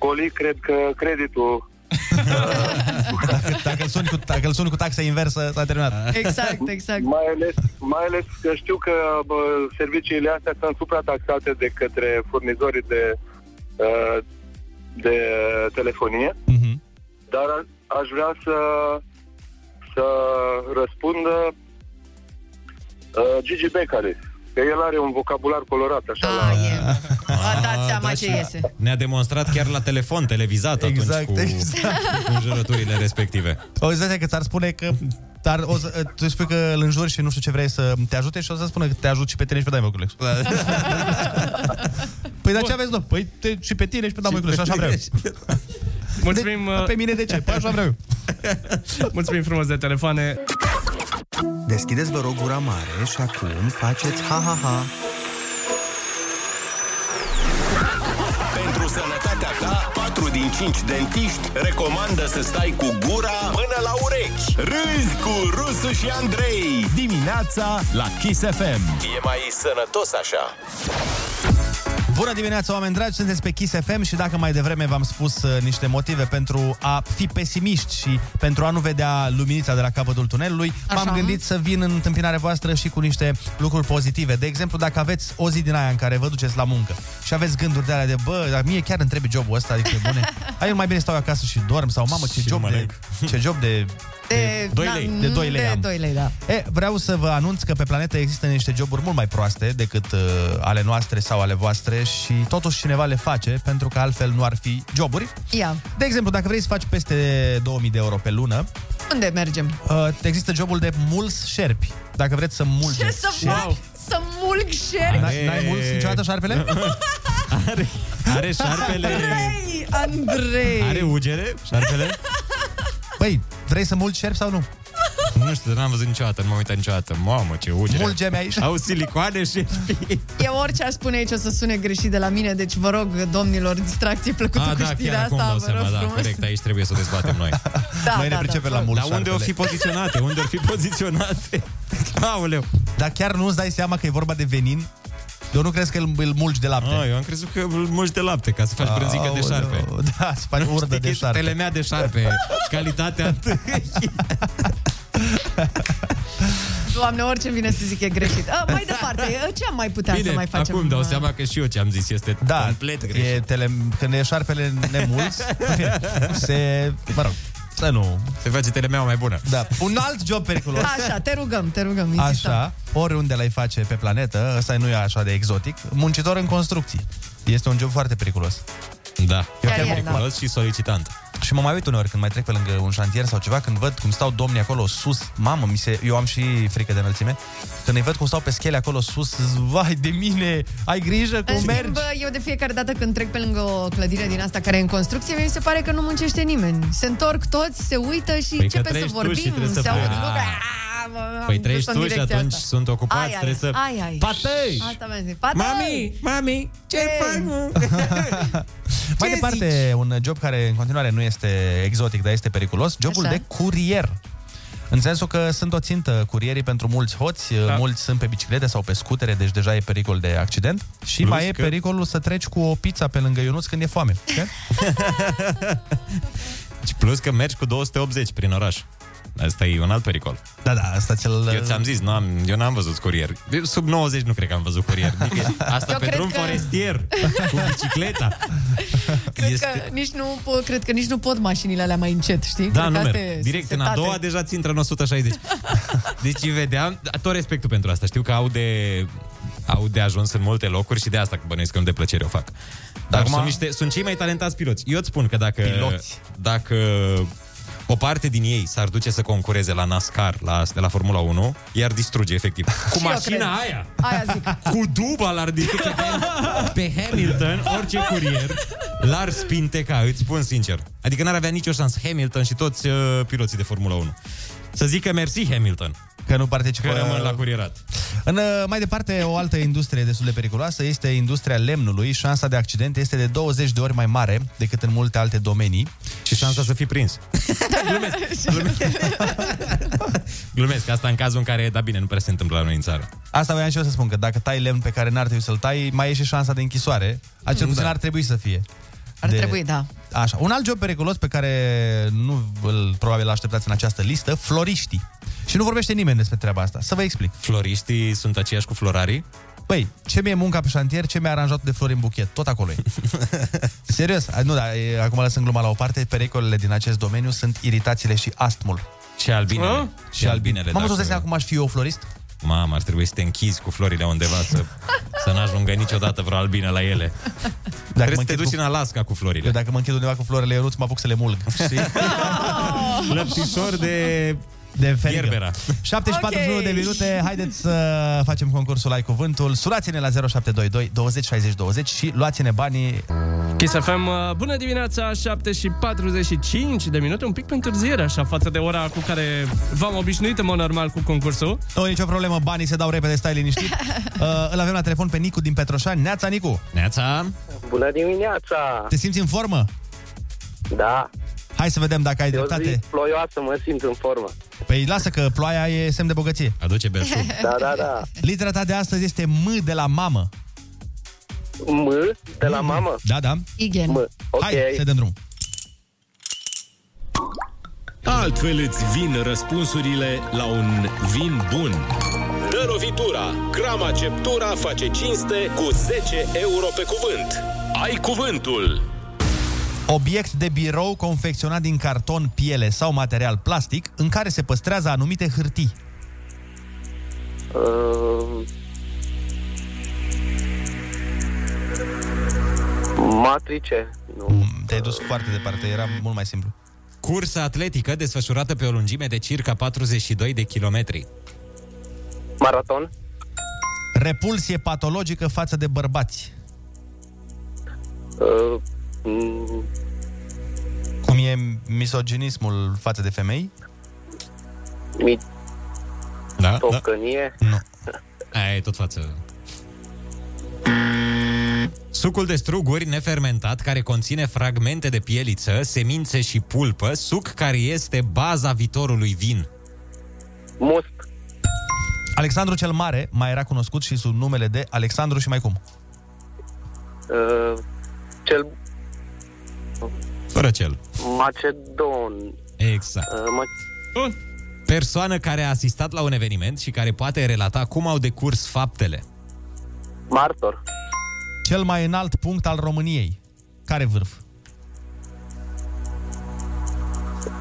S23: goli, cred că creditul.
S7: Dacă, dacă, îl suni cu, dacă îl suni cu taxa inversă, s-a terminat.
S9: exact.
S23: Mai ales, mai ales că știu că bă, serviciile astea sunt suprataxate de către furnizorii de, uh, de telefonie, mm-hmm. dar a- aș vrea să, să răspundă uh, Gigi Becali, că el are un vocabular colorat,
S9: Da,
S23: așa. la...
S9: Vă dați seama ce iese.
S10: Ah, Ne-a demonstrat chiar la telefon, televizat
S7: Exact,
S10: atunci cu cu înjurăturile respective.
S7: O zi că ți-ar spune că dar o să, tu spui că îl înjuri și nu știu ce vrei să te ajute și o să spună că te ajut și pe tine și pe Dai Moiculex. păi dar ce aveți, nu? Păi te, și pe tine și pe Dai Moiculex, așa vreau.
S17: Mulțumim... De,
S7: pe mine de ce? Păi așa vreau.
S17: Mulțumim frumos de telefoane.
S25: Deschideți, vă rog, gura mare și acum faceți ha-ha-ha.
S1: Pentru sănătatea ta, 4 din 5 dentiști recomandă să stai cu gura până la urechi. Râzi cu Rusu și Andrei. Dimineața la Kiss FM. E mai sănătos așa.
S7: Bună dimineața, oameni dragi, sunteți pe Kiss FM și dacă mai devreme v-am spus uh, niște motive pentru a fi pesimiști și pentru a nu vedea luminița de la capătul tunelului,
S26: Așa.
S7: m-am gândit să vin în întâmpinarea voastră și cu niște lucruri pozitive. De exemplu, dacă aveți o zi din aia în care vă duceți la muncă și aveți gânduri de alea de, bă, dar mie chiar îmi trebuie jobul ăsta, adică e bune, hai eu mai bine stau eu acasă și dorm sau, mamă, ce job de, ce job de
S9: De,
S7: doi lei. De doi lei
S9: De
S7: am.
S9: 2 lei, da.
S7: E, vreau să vă anunț că pe planetă există niște joburi mult mai proaste decât uh, ale noastre sau ale voastre și totuși cineva le face pentru că altfel nu ar fi joburi.
S9: Ia,
S7: De exemplu, dacă vrei să faci peste 2000 de euro pe lună,
S9: unde mergem?
S7: uh, există jobul de muls șerpi. Dacă vreți să mulgeți
S9: Ce să
S7: șerpi.
S9: fac? Să mulg șerpi?
S7: N-ai n-ai muls niciodată șarpele?
S10: Are, are
S9: Andrei! Andrei!
S10: ugere șarpele?
S7: Băi, vrei să mulgi șerpi sau nu?
S10: Nu știu, n-am văzut niciodată, nu m-am uitat niciodată. Mamă, ce ugere.
S7: Mulge mi aici.
S10: Au silicoane șerpi.
S9: Eu orice aș spune aici o să sune greșit de la mine, deci vă rog, domnilor, distracție plăcută
S10: A,
S9: cu
S10: da,
S9: știrea
S10: chiar acum
S9: asta,
S10: dau
S9: vă rog
S10: seama, da,
S9: frumos.
S10: corect, aici trebuie să o dezbatem noi.
S9: Da, Noi ne da,
S7: pricepem da. la mult
S10: Dar unde o fi
S7: șarpele.
S10: poziționate? Unde o fi poziționate?
S7: Aoleu. Dar chiar nu-ți dai seama că e vorba de venin? Eu nu crezi că îl, îl mulgi de lapte.
S10: Ah, eu am crezut că îl mulgi de lapte ca să faci brânzică de
S7: Aoleu.
S10: șarpe.
S7: Da, să faci urdă de șarpe.
S10: Telemea de șarpe. Calitatea
S9: Doamne, orice vine să zic e greșit. A, mai departe, ce am mai putea să mai facem?
S10: acum dau seama că și eu ce am zis este da, complet greșit.
S7: E tele, când e șarpele nemulți, în fine, se... Mă rog, să nu...
S10: Se face telemea mai bună.
S7: Da. Un alt job periculos.
S9: Așa, da. te rugăm, te rugăm, insistăm.
S7: Așa, oriunde l-ai face pe planetă, ăsta nu e așa de exotic, muncitor în construcții. Este un job foarte periculos.
S10: Da,
S7: Eu
S10: e
S7: chiar
S10: periculos și solicitant.
S7: Și mă mai uit uneori când mai trec pe lângă un șantier sau ceva, când văd cum stau domnii acolo sus, mamă, mi se, eu am și frică de înălțime, când îi văd cum stau pe schele acolo sus, zi, vai de mine, ai grijă cum
S9: În schimb,
S7: mergi.
S9: eu de fiecare dată când trec pe lângă o clădire din asta care e în construcție, mi se pare că nu muncește nimeni. Se întorc toți, se uită și
S10: Păi că
S9: începe să
S10: trăiești tu și
S9: vorbim,
S10: trebuie să
S9: se aud
S10: faci.
S9: lucruri. "Ah, mă, am
S10: Păi
S9: dus-o
S10: treci
S9: în
S10: tu și
S9: direcția
S10: atunci
S9: asta."
S10: sunt ocupați,
S9: ai, ai,
S10: trebuie să...
S9: Ai, ai.
S10: Patăi!
S9: Asta mi-am zis. Patăi!
S10: Mami, mami, ce faci, mă?
S7: Mai departe, un job care în continuare nu este exotic, dar este periculos, jobul
S10: Așa.
S7: de curier. În sensul că sunt o țintă curierii pentru mulți hoți, da. mulți sunt pe biciclete sau pe scutere, deci deja e pericol de accident. Și
S10: Plus
S7: mai e
S10: că-
S7: pericolul să treci cu o pizza pe lângă Ionuț când e foame.
S10: Și Plus că mergi cu 280 prin oraș. Asta e un alt pericol.
S7: Da, da, asta ți-l...
S10: Eu ți-am zis, n-am, eu n-am văzut curier. Eu Sub 90 nu cred că am văzut curier. Adică Asta
S9: Eu
S10: pe
S9: cred
S10: drum
S9: că-
S10: forestier, cu bicicleta.
S9: Cred că nici nu, po- cred că nici nu pot mașinile alea mai încet, știi?
S10: Da,
S9: cred
S10: nu
S9: că astea
S10: merg.
S9: sunt
S10: Direct în a
S9: setate.
S10: doua deja ți intră în 160. Deci îi vedeam, tot respectul pentru asta. Știu că au de, au de ajuns în multe locuri și de asta bănuiesc că nu de plăcere o fac. Dar
S7: Acum-
S10: sunt, niște, sunt cei mai talentați piloți. Eu îți spun că dacă...
S7: Piloți.
S10: Dacă O parte din ei s-ar duce să concureze la NASCAR, la, de la Formula 1, iar distruge, efectiv. Cu
S8: Și eu
S10: mașina
S8: cred.
S10: aia.
S9: Aia zic.
S10: Cu duba l-ar distruge pe, pe Hamilton, orice curier, l-ar spinteca, îți spun sincer. Adică n-ar avea nicio șansă Hamilton și toți uh, piloții de Formula 1. Să zică mersi Hamilton.
S7: Că nu participă...
S10: Că rămân la curierat.
S7: În, uh, mai departe, o altă industrie destul de periculoasă este industria lemnului. Șansa de accident este de 20 de ori mai mare decât în multe alte domenii.
S10: Și șansa să fii prins. Glumesc, asta în cazul în care, da bine, nu prea se întâmplă la noi în țară.
S7: Asta voiam și eu să spun, că dacă tai lemn pe care n-ar trebui să-l tai, mai e și șansa de închisoare. A, cel
S9: Mm,
S7: puțin
S9: da.
S7: ar trebui să fie.
S9: Ar
S7: De-
S9: trebui, da.
S7: Așa. Un alt job periculos pe care nu îl probabil așteptați în această listă, floriștii. Și nu vorbește nimeni despre treaba asta. Să vă explic.
S10: Floriștii sunt aceiași cu florarii?
S7: Păi, ce mi-e munca pe șantier, ce mi-a aranjat de flori în buchet, tot acolo e. Serios, A, nu, da, e, acum lăsând gluma la o parte, pericolele din acest domeniu sunt iritațiile și astmul.
S10: Și albinele.
S7: Ah?
S10: Și albinele. da.
S7: M-am
S10: dacă-
S7: dacă... acum aș fi eu florist?
S10: Mamă, ar trebui să te închizi cu florile undeva să, să n-ajungă niciodată vreo albină la ele. Dacă Trebuie să te duci în Alaska cu florile.
S7: Eu dacă mă închid undeva cu florile, eu nu mă apuc să le mulg. știi?
S10: Lăptișor de...
S7: De ferigă.
S10: Fierbera.
S7: 741
S10: Ok.
S7: okay. de minute, haideți să facem concursul Ai Cuvântul. Sunați-ne la 0722 20 60 20 și luați-ne banii.
S17: Kiss uh,
S7: FM,
S17: Bună dimineața, 7 și 45 de minute, un pic pe întârziere, așa, față de ora cu care v-am obișnuit în mod normal cu concursul.
S7: Nu, nicio problemă, banii se dau repede, stai liniștit. Uh, îl avem la telefon pe Nicu din Petroșani. Neața, Nicu!
S10: Neața!
S21: Bună dimineața!
S7: Te simți în formă?
S21: Da,
S7: Hai să vedem dacă ai
S21: eu
S7: dreptate.
S21: zic ploioasă, mă simt în formă.
S7: Păi lasă că ploaia e semn de bogăție.
S10: Aduce
S21: belșug. Da, da, da.
S7: Litera ta de astăzi este M de la mamă.
S21: M de la mamă?
S7: Da, da.
S9: Igen.
S21: M. Ok.
S7: Hai, să dăm drumul.
S2: Altfel îți vin răspunsurile la un vin bun. Dă lovitura! Crama Ceptura face cinste cu 10 euro pe cuvânt. Ai cuvântul!
S7: Obiect de birou confecționat din carton, piele sau material plastic în care se păstrează anumite hârtii.
S21: Uh, matrice. Nu.
S7: Mm, Te-ai dus foarte departe, era mult mai simplu.
S10: Cursa atletică desfășurată pe o lungime de circa 42 de kilometri.
S21: Maraton?
S7: Repulsie patologică față de bărbați.
S21: Uh, m-
S7: Cum e misoginismul față de femei?
S21: mi-
S10: Da,
S21: Tocănie?
S10: Aia e tot față. Sucul de struguri nefermentat care conține fragmente de pieliță, semințe și pulpă, suc care este baza viitorului vin.
S21: Must.
S7: Alexandru cel Mare mai era cunoscut și sub numele de Alexandru și mai cum.
S21: Uh, cel
S10: Fără cel.
S21: Macedon.
S10: Exact.
S22: Eh,
S21: Uh, ma-
S10: Persoană care a asistat la un eveniment și care poate relata cum au decurs faptele.
S21: martor.
S7: Cel mai înalt punct al României. Care vârf?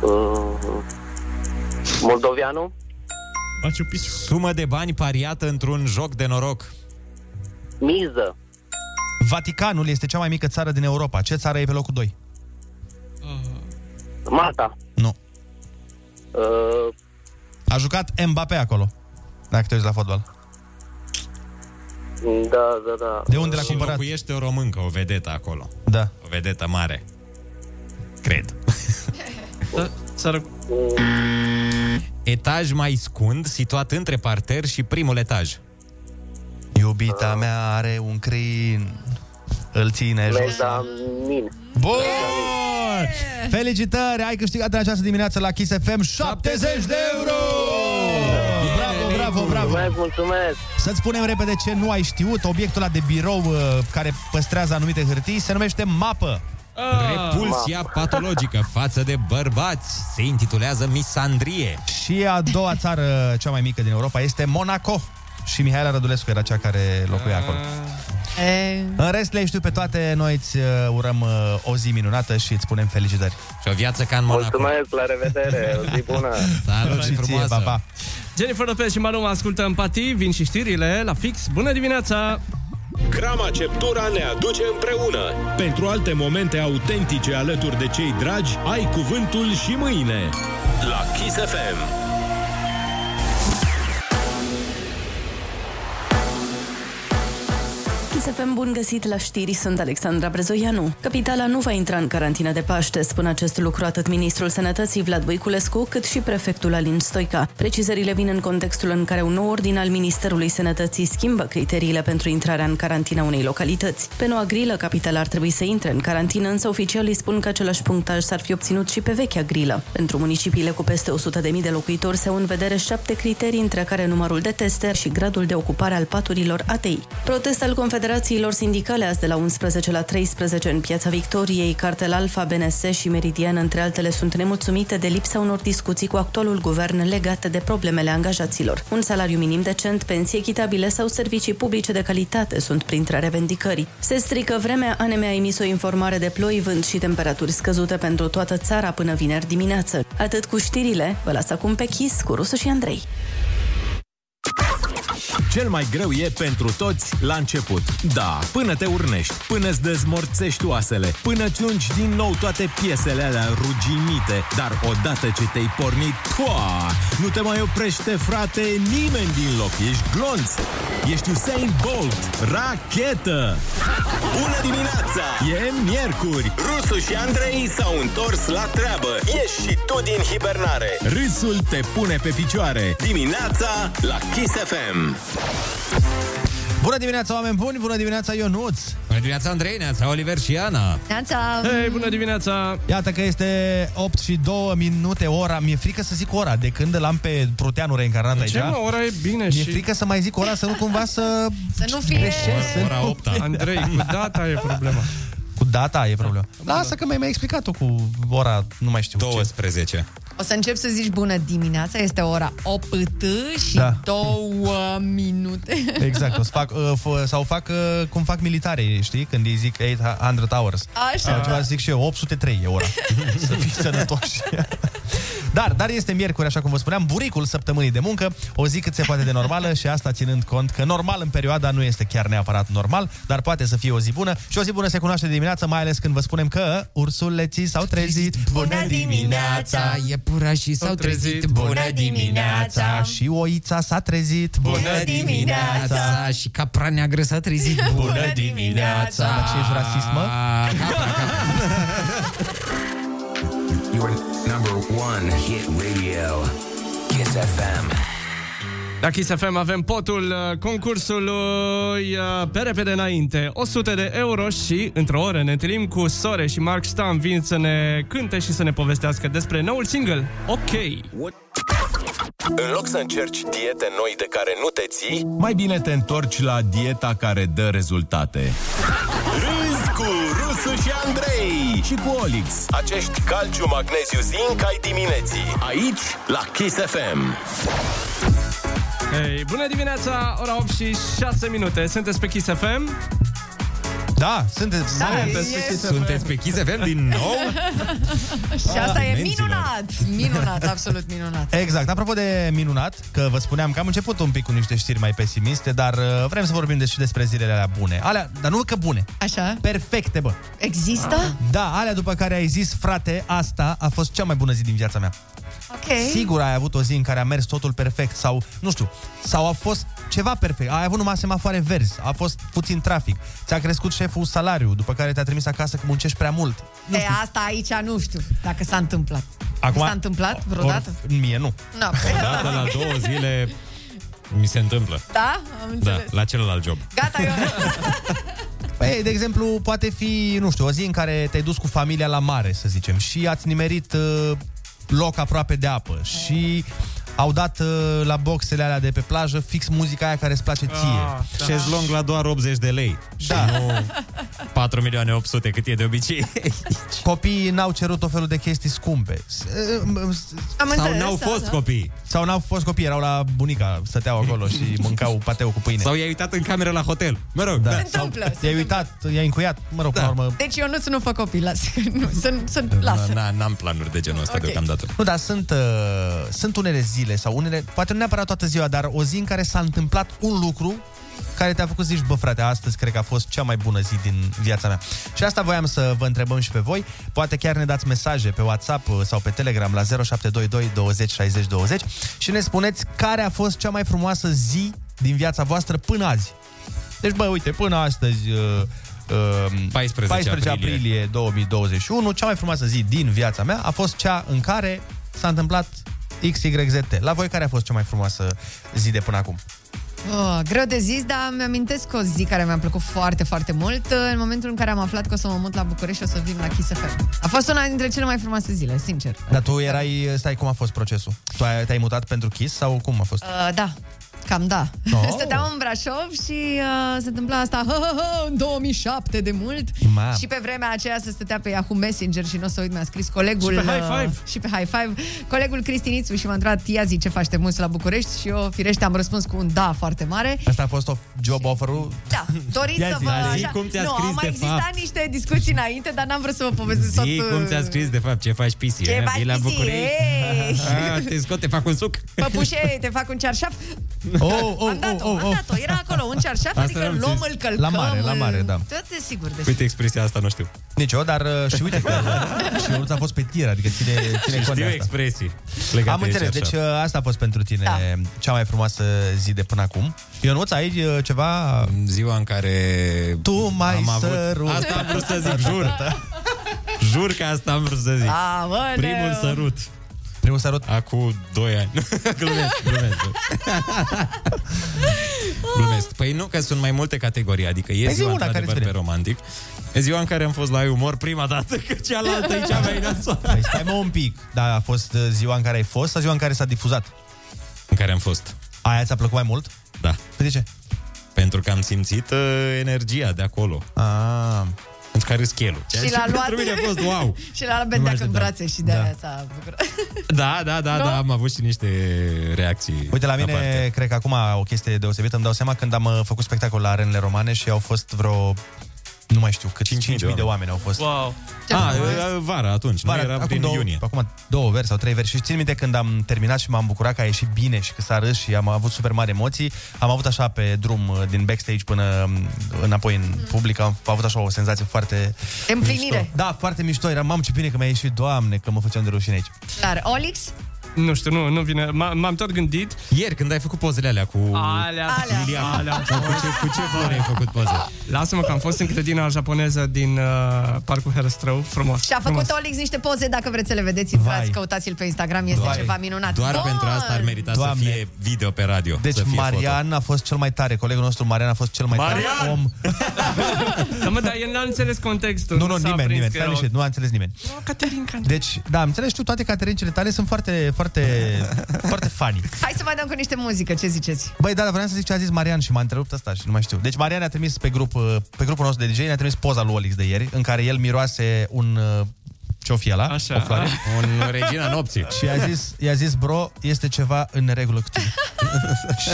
S21: Uh, moldovianu?
S10: Sumă de bani pariată într-un joc de noroc.
S21: Miză.
S7: Vaticanul este cea mai mică țară din Europa. Ce țară e pe locul 2?
S21: Uh. Mata.
S7: Nu.
S21: Uh,
S7: A jucat Mbappé acolo, dacă te uiți la fotbal.
S21: da, da, da.
S7: De unde l-a
S10: Și
S7: cumpărat?
S10: locuiește o româncă, o vedetă acolo.
S7: Da.
S10: O vedetă mare. Cred.
S17: Țară...
S10: Mm. Etaj mai scund, situat între parter și primul etaj.
S7: Iubita mea are un crin, îl ține jos.
S21: Mezamin.
S7: Bun! Felicitări! Ai câștigat în această dimineață la Kiss FM 70 de euro! Bravo, bravo, bravo!
S21: Mulțumesc, mulțumesc.
S7: Să-ți spunem repede ce nu ai știut. Obiectul ăla de birou uh, care păstrează anumite hârtii se numește mapă.
S10: Repulsia patologică față de bărbați se intitulează misandrie.
S7: Și a doua țară cea mai mică din Europa este Monaco. Și Mihaela Rădulescu era cea care locuia acolo.
S9: E...
S7: În rest le știu pe toate, noi îți uh, urăm uh, o zi minunată și îți spunem felicitări.
S10: Și o viață ca în Monaco.
S21: Mulțumesc, la revedere. O zi bună.
S10: Salut și Da, frumoasă.
S7: pa, pa.
S17: Jennifer Lopez și Maluma ascultă în patii, vin și știrile la fix. Bună dimineața!
S2: Grama Ceptura ne aduce împreună. Pentru alte momente autentice alături de cei dragi, ai cuvântul și mâine. La Kiss FM.
S13: KSFM, bun găsit la știri, sunt Alexandra Brezoianu. Capitala nu va intra în carantină de Paște, spun acest lucru atât ministrul sănătății Vlad Voiculescu, cât și prefectul Alin Stoica. Precizările vin în contextul în care un nou ordin al Ministerului Sănătății schimbă criteriile pentru intrarea în carantina unei localități. Pe noua grilă, capitala ar trebui să intre în carantină, însă oficialii spun că același punctaj s-ar fi obținut și pe vechea grilă. Pentru municipiile cu peste 100.000 de locuitori se au în vedere șapte criterii, între care numărul de teste și gradul de ocupare al paturilor ATI. Protest al Confederației Federațiilor sindicale azi de la 11 la 13 în Piața Victoriei, Cartel Alfa, BNS și Meridian, între altele, sunt nemulțumite de lipsa unor discuții cu actualul guvern legate de problemele angajaților. Un salariu minim decent, pensii echitabile sau servicii publice de calitate sunt printre revendicări. Se strică vremea, ANM a emis o informare de ploi, vânt și temperaturi scăzute pentru toată țara până vineri dimineață. Atât cu știrile, vă las acum pe Chis cu Rusu și Andrei.
S1: Cel mai greu e pentru toți la început. Da, până te urnești, până îți dezmorțești oasele, până ți ungi din nou toate piesele alea ruginite. Dar odată ce te-ai pornit, poa, nu te mai oprește, frate, nimeni din loc. Ești glonț, ești Usain Bolt, rachetă!
S2: Bună dimineața!
S1: E miercuri!
S2: Rusu și Andrei s-au întors la treabă. Ieși și tu din hibernare.
S1: Râsul te pune pe picioare.
S2: Dimineața la Kiss FM.
S7: Bună dimineața, oameni buni! Bună dimineața, Ionuț! Bună dimineața, Andrei, neața, Oliver și Ana!
S9: Neața!
S17: Hei, bună dimineața!
S7: Iată că este 8 și 2 minute ora. Mi-e frică să zic ora, de când l-am pe Proteanu reincarnat aici.
S17: Ce mă, ora e bine
S7: Mi-e
S17: și...
S7: frică să mai zic ora, să nu cumva să...
S9: Să nu fie...
S7: greșesc.
S17: Ora 8 Andrei, cu data e problema. Da.
S7: Cu data e problema. Lasă că mi-ai mai explicat-o cu ora, nu mai știu 12. Ce.
S9: O să încep să zici bună dimineața, este ora 8 și
S7: Da.
S9: da. 2 minute.
S7: Exact, o să fac, uh, f- sau fac uh, cum fac militarii, știi? Când îi zic 800 hours.
S9: Așa.
S7: Sau ceva zic și eu, 803 e ora. să fii sănătoși. Dar, dar este miercuri, așa cum vă spuneam, buricul săptămânii de muncă, o zi cât se poate de normală și asta ținând cont că normal în perioada nu este chiar neapărat normal, dar poate să fie o zi bună și o zi bună se cunoaște dimineața, mai ales când vă spunem că ursuleții s-au trezit.
S5: Iepurașii s-au trezit Bună dimineața
S7: Și oița s-a trezit
S5: Bună dimineața Și capra neagră s-a trezit Bună dimineața
S7: Dar ce ești rasist, mă?
S18: Your number one hit radio, Kiss FM.
S17: La Kiss FM avem potul uh, concursului uh, pe repede înainte. 100 de euro și într-o oră ne întâlnim cu Sore și Mark Stam vin să ne cânte și să ne povestească despre noul single. Ok!
S2: În loc să încerci diete noi de care nu te ții,
S1: Mai bine te întorci la dieta care dă rezultate.
S2: râzi cu Rusu și Andrei
S1: și cu Olix.
S2: Acești calciu, magneziu, zinc ai dimineții. Aici, la Kiss FM.
S17: Hei, bună dimineața, ora 8 și 6 minute. Sunteți pe Kiss FM?
S7: Da, sunteți,
S9: Da,
S17: sunteți,
S9: e-
S17: pe Kiss
S10: Sunteți pe Kiss FM din nou?
S9: și asta
S7: Ah,
S9: e
S7: menților.
S9: minunat. Minunat, absolut minunat.
S7: Exact. Apropo de minunat, că vă spuneam că am început un pic cu niște știri mai pesimiste, dar uh, vrem să vorbim de- și despre zilele alea bune. Alea, dar nu că bune.
S9: Așa.
S7: Perfecte, bă.
S9: Există?
S7: Da, alea după care ai zis, frate, asta a fost cea mai bună zi din viața mea.
S9: Ok.
S7: Sigur ai avut o zi în care a mers totul perfect sau, nu știu, sau a fost ceva perfect. Ai avut numai semafoare verzi, a fost puțin trafic, ți-a crescut șeful salariu, după care te-a trimis acasă că muncești prea mult.
S9: E, asta aici nu știu dacă s-a întâmplat.
S7: Acum-
S9: s-a întâmplat vreodată?
S7: Or, mie nu.
S9: Nu.
S10: Odată la două zile mi se întâmplă.
S9: Da? Am
S10: Da,
S9: înțeles.
S10: la celălalt job.
S9: Gata, eu
S7: Păi, de exemplu, poate fi, nu știu, o zi în care te-ai dus cu familia la mare, să zicem, și ați nimerit uh, loc aproape de apă și au dat uh, la boxele alea de pe plajă fix muzica aia care îți place
S9: Ah,
S7: ție.
S10: Da. Șezlong la doar 80 de lei.
S7: Da.
S10: Și nu 4 milioane 800 cât e de obicei.
S7: Copiii n-au cerut o felul de chestii scumpe. S-
S9: Am
S10: Sau
S9: înțeles,
S10: n-au
S9: da,
S10: fost
S9: da.
S10: copii.
S7: Sau n-au fost copii, erau la bunica, stăteau acolo și mâncau pateu cu pâine.
S10: Sau i-ai uitat în cameră la hotel. Mă rog,
S7: da.
S10: Se
S9: întâmplă, se
S7: i-ai uitat, i-ai încuiat, mă rog, da. până la urmă.
S9: Deci eu nu să nu fac copii, lasă. că Nu, să, să, lasă.
S10: Da. Na, na, n-am planuri de genul ăsta
S9: Ok.
S10: okay. deocamdată.
S7: Nu, dar sunt, uh, sunt unele zile zile sau unele, poate nu neapărat toată ziua, dar o zi în care s-a întâmplat un lucru care te-a făcut să zici, bă frate, astăzi cred că a fost cea mai bună zi din viața mea. Și asta voiam să vă întrebăm și pe voi. Poate chiar ne dați mesaje pe WhatsApp uh, sau pe Telegram la 0722 20 60 20 și ne spuneți care a fost cea mai frumoasă zi din viața voastră până azi. Deci, bă, uite, până astăzi, uh, uh,
S10: 14
S7: 14 aprilie. aprilie 2021, cea mai frumoasă zi din viața mea a fost cea în care s-a întâmplat XYZT. La voi care a fost cea mai frumoasă zi de până acum?
S9: Oh, greu de zis, dar mi-amintesc o zi care mi-a plăcut foarte, foarte mult uh, în momentul în care am aflat că o să mă mut la București și o să vin la Kiss FM. A fost una dintre cele mai frumoase zile, sincer.
S7: Dar tu erai, stai, cum a fost procesul? Tu ai, te-ai mutat pentru Kiss sau cum a fost?
S9: Uh, da, cam da.
S7: Oh.
S9: Oh. Stăteam în Brașov și uh, se întâmpla asta hă, hă, hă, în 2007 de mult
S7: Ma.
S9: și pe vremea aceea se stătea pe Yahoo Messenger și nu o să uit, mi-a scris colegul
S6: Și pe high five.
S9: uh, și pe high five colegul Cristinițu și m-a întrebat Ia zi, ce faci, te muți la București? Și eu, firește, am răspuns cu un da foarte mare
S7: Asta a fost o job offer-ul?
S9: Da, doriți
S7: Ia
S9: să
S7: zi,
S9: vă...
S7: zi
S9: Așa...
S10: cum ți-a
S9: nu,
S10: scris
S9: au mai
S10: de
S9: existat
S10: fapt.
S9: niște discuții înainte, dar n-am vrut să vă povestesc tot... uh,
S10: Zi cum ți-a scris, de fapt, ce faci PC?
S9: Ce
S10: eh?
S9: faci,
S10: Vii la
S9: PC,
S10: București?
S9: ei!
S10: Ah, te scot, te fac un suc.
S9: Păpușe, te fac un cearșaf?
S10: Oh, oh,
S9: am dat-o,
S10: oh, oh,
S9: am
S10: oh.
S9: dat-o. Era acolo un cearșaf,
S10: Asta
S9: adică
S10: n-am
S9: îl luăm,
S10: zis.
S9: îl călcăm.
S10: La mare, la
S9: îl-
S10: mare, da.
S9: Tot e sigur. Deci.
S10: Uite expresia asta, nu știu.
S7: Nici eu, dar uh, și uite că uh, și Ionuț a fost pe tir, adică ține, ține
S10: Și
S7: cont de
S10: știu
S7: asta.
S10: expresii legate
S7: Am
S10: de
S7: înțeles,
S10: cearșaf.
S7: deci uh, asta a fost pentru tine da. cea mai frumoasă zi de până acum. Ionuț, ai uh, ceva...
S10: Ziua în care...
S7: Tu mai
S10: Am avut-
S7: sărut.
S10: Asta am vrut să zic, jur. Jur că asta am vrut să zic.
S9: Aoleu.
S10: Primul sărut.
S7: Primul sărut?
S10: Acum 2 ani. glumesc, glumesc. glumesc. Păi nu, că sunt mai multe categorii. Adică e
S7: Păi zi
S10: ziua,
S7: una care
S10: într-adevăr,
S7: îți
S10: pe romantic. E ziua în care am fost la umor prima dată, că cealaltă e cea mai nasoală.
S7: Păi stai mă un pic, dar a fost uh, ziua în care ai fost sau ziua în care s-a difuzat?
S10: În care am fost.
S7: Aia ți-a plăcut mai mult?
S10: Da.
S7: Păi de ce?
S10: Pentru că am simțit uh, energia de acolo.
S7: Ah.
S10: Pentru care schelul.
S9: Și l-a luat...
S10: Pentru mine a fost wow.
S9: și l-a luat
S10: Nu mă
S9: Bendeac în
S10: așteptam.
S9: brațe și de aia s-a bucurat.
S10: Da, da, da,
S9: Nu?
S10: da, am avut și niște reacții.
S7: Uite, la mine,
S10: aparte.
S7: cred că acum o chestie deosebită. Îmi dau seama când am uh, făcut spectacol la arenele romane și au fost vreo... Nu mai știu, cât 5.000 de oameni, de oameni au fost.
S17: Wow.
S10: Ah, era vara atunci, nu? Era prin
S7: două,
S10: iunie.
S7: Acum două veri sau trei veri. Și țin minte când am terminat și m-am bucurat că a ieșit bine și că s-a râs și am avut super mari emoții. Am avut așa pe drum uh, din backstage până um, înapoi în public. Am avut așa o senzație foarte...
S9: Împlinire.
S7: Mișto. Da, foarte mișto. Eram, mam, ce bine că mi-a ieșit, doamne, că mă făceam de rușine aici.
S9: Dar Olix?
S17: Nu știu, nu, nu vine. M- m-am tot gândit.
S10: Ieri, când ai făcut pozele alea cu...
S17: Alea.
S9: Alea.
S17: Liliana. Alea.
S10: Sau cu ce, cu ce flori ai făcut poze?
S17: Lasă-mă că am fost în grădina japoneză din uh, Parcul Herăstrău. Frumos.
S9: Și a făcut Olix niște poze, dacă vreți să le vedeți, intrați, căutați-l pe Instagram, este
S7: Vai.
S9: ceva minunat.
S10: Doar
S9: Bun.
S10: pentru asta ar merita
S7: Doamne.
S10: să fie video pe radio.
S7: Deci
S10: să fie
S7: Marian a fost cel mai tare, colegul nostru Marian a fost cel mai tare
S17: Marian!
S7: om.
S17: Da, mă, dar el n-a înțeles contextul.
S7: Nu, nu,
S17: s-a
S7: nimeni,
S17: prins
S7: nimeni,
S17: că
S7: stai
S17: era o-
S7: liniștit, nu a înțeles nimeni.
S17: Nu, Caterin Can-
S7: Deci, da, am înțeles, știu, toate caterinele tale sunt foarte, foarte, foarte funny.
S9: Hai să mai dăm cu niște muzică, ce ziceți?
S7: Băi, da, dar vreau să zic ce a zis Marian și m-a întrerupt asta și nu mai știu. Deci Marian ne-a trimis pe, grup, uh, pe grupul nostru de DJ, ne-a trimis poza lui Olix de ieri, în care el miroase un uh, ce o fie ăla,
S10: Așa.
S7: o floare.
S10: Un regina nopții.
S7: Și i-a zis, i-a zis, bro, este ceva în regulă cu tine.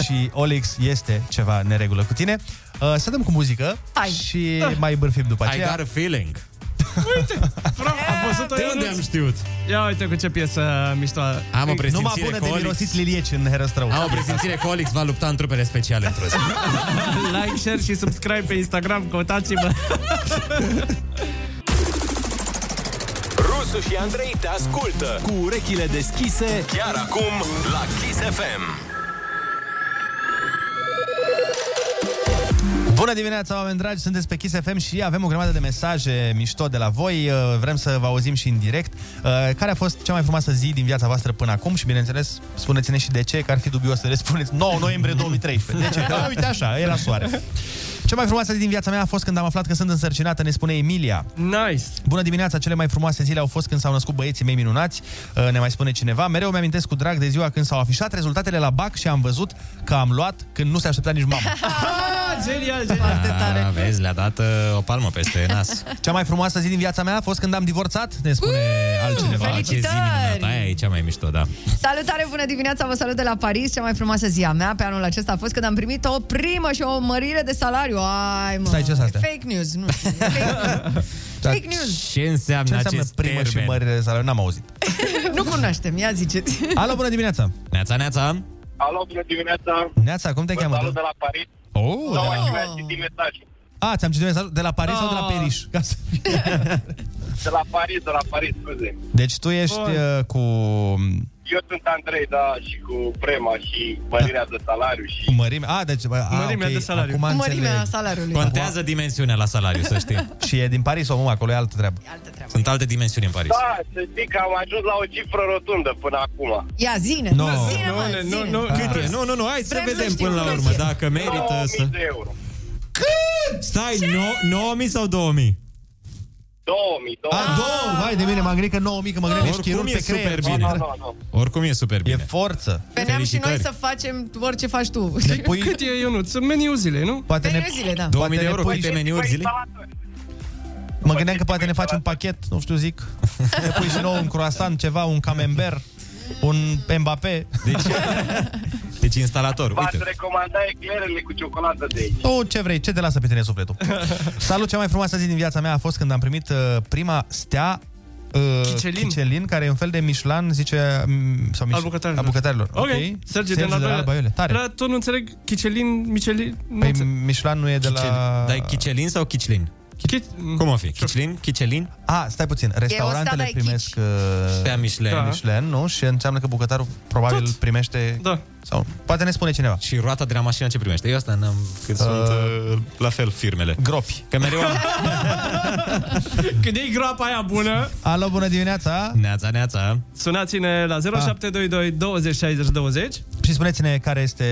S7: și Olix este ceva în regulă cu tine. Uh, să dăm cu muzică Hai. și mai bârfim după
S10: I
S7: aceea.
S10: got a feeling.
S17: Am văzut-o
S10: De unde am știut?
S17: Ia uite cu ce piesă uh, mișto.
S10: Am o presimțire
S7: Numai bună
S10: că
S7: de
S10: Olix-
S7: mirosit lilieci în herăstrău.
S10: Am o presimțire că Olix va lupta în trupele speciale într-o zi.
S17: Like, share și subscribe pe Instagram, căutați-mă.
S2: Rusu și Andrei te ascultă cu urechile deschise chiar acum la Kiss FM.
S7: Bună dimineața, oameni dragi! Sunteți pe Kiss FM și avem o grămadă de mesaje mișto de la voi. Uh, Vrem să vă auzim și în direct. Uh, Care a fost cea mai frumoasă zi din viața voastră până acum? Și, bineînțeles, spuneți-ne și de ce, că ar fi dubios să le spuneți 9 noiembrie 2013. De ce? Că, uite așa, era soare. Cea mai frumoasă zi din viața mea a fost când am aflat că sunt însărcinată, ne spune Emilia.
S17: Nice!
S7: Bună dimineața, cele mai frumoase zile au fost când s-au născut băieții mei minunați, uh, ne mai spune cineva. Mereu mi-amintesc cu drag de ziua când s-au afișat rezultatele la BAC și am văzut că am luat când nu se aștepta nici mama.
S17: Genial, genial.
S10: Ah, vezi, le-a dat uh, o palmă peste nas.
S7: Cea mai frumoasă zi din viața mea a fost când am divorțat, ne spune uh, altcineva.
S10: Ceva, ce zi minunată, aia e cea mai mișto, da.
S9: Salutare, bună dimineața, vă salut de la Paris. Cea mai frumoasă zi a mea pe anul acesta a fost când am primit o primă și o mărire de salariu. Ai, mă.
S7: Stai, ce-s astea?
S9: Fake news, nu știu. Fake news. Fake news.
S10: Ce înseamnă,
S7: Ce înseamnă
S10: acest
S7: primă
S10: termen?
S7: și mărire de salariu? N-am auzit.
S9: nu Nu cunoaștem, ia ziceți.
S7: Alo, bună dimineața!
S10: Neața, neața!
S22: Alo, bună dimineața!
S7: Neața, cum te cheamă?
S22: Salut de la Paris.
S7: Oh,
S22: Sau
S7: da.
S22: aici mi-a citit mesajul.
S7: A, ți-am citit mesajul de la Paris sau de la
S22: Ah.
S7: Periș? Ca să-
S22: De la Paris, de la Paris, scuze.
S7: Deci tu ești
S22: Bun.
S7: uh, cu...
S22: Eu sunt Andrei, da, și cu prema și mărirea de salariu și...
S7: cu mărime. A, deci... A,
S22: Mărimea
S7: ok,
S22: de salariu.
S7: Acum
S9: Mărimea
S7: înțeleg.
S9: salariului.
S10: Contează dimensiunea la salariu, să știi.
S7: Și e din Paris sau nu, acolo e altă treabă.
S10: Sunt alte dimensiuni în Paris.
S22: Da, să știi că am ajuns la o cifră rotundă până acum.
S9: Ia, zine,
S10: Nu.
S9: mă, zine,
S10: Nu,
S9: mă,
S10: nu,
S9: zine.
S10: nu, cât e? Nu, nu, nu, hai să
S9: Vrem
S10: vedem
S9: știm
S10: până la
S9: cât
S10: urmă,
S9: e.
S10: dacă merită
S22: 9.000
S10: să-
S22: de euro.
S10: Cât? Stai, no- 9000 sau 2000?
S22: 2000, 2000.
S7: A, două, vai de mine, m-am gândit că 9000, că mă gândeam ești chirurg
S10: Oricum e
S7: pe creier.
S10: super bine.
S7: Da, da, da.
S10: Oricum e super bine. E
S7: forță. Păi,
S9: Veneam și noi să facem orice faci tu.
S7: Deci,
S17: Ne pui... Cât e, Ionut? Sunt meniu zile, nu?
S7: Poate
S9: Meniu zile, da.
S10: 2000 de euro, câte meniuri zile?
S7: Mă gândeam că poate ne faci un pachet, nu știu, zic. Ne pui și nou un croissant, ceva, un camembert, un Mbappé.
S10: Deci, deci instalator,
S22: V-aș recomanda eclerele cu ciocolată de aici.
S7: Tu ce vrei, ce te lasă pe tine sufletul. Salut, cea mai frumoasă zi din viața mea a fost când am primit uh, prima stea uh,
S17: Chicelin.
S7: Chicelin, care e un fel de Michelin, zice, mm, sau Michelin, al bucătarilor. Al bucătarilor.
S17: Ok, Sergiu, de la,
S7: Alba Iulia. Tare.
S17: Dar tot nu înțeleg, Chicelin, Michelin... nu
S7: Păi
S17: înțeleg.
S7: Michelin nu e de la...
S10: Dai Chicelin sau Chiclin? Cum o fi? Chiclin? Chichelin?
S7: A, stai puțin. Restaurantele
S10: dai
S7: primesc uh,
S10: Stea Michelin.
S7: Da.
S10: Da.
S7: Michelin, nu? Și înseamnă că bucătarul probabil
S10: Tot.
S7: primește...
S17: Da.
S7: Sau poate ne spune cineva.
S10: Și roata de la mașină ce primește? Eu asta n-am... Cât uh, sunt uh, la fel firmele.
S7: Gropi.
S10: Că mereu am...
S17: Când e groapa aia bună...
S7: Alo, bună dimineața!
S10: Neața, neața!
S17: Sunați-ne la 0722 20 60 20.
S7: Și spuneți-ne care, este,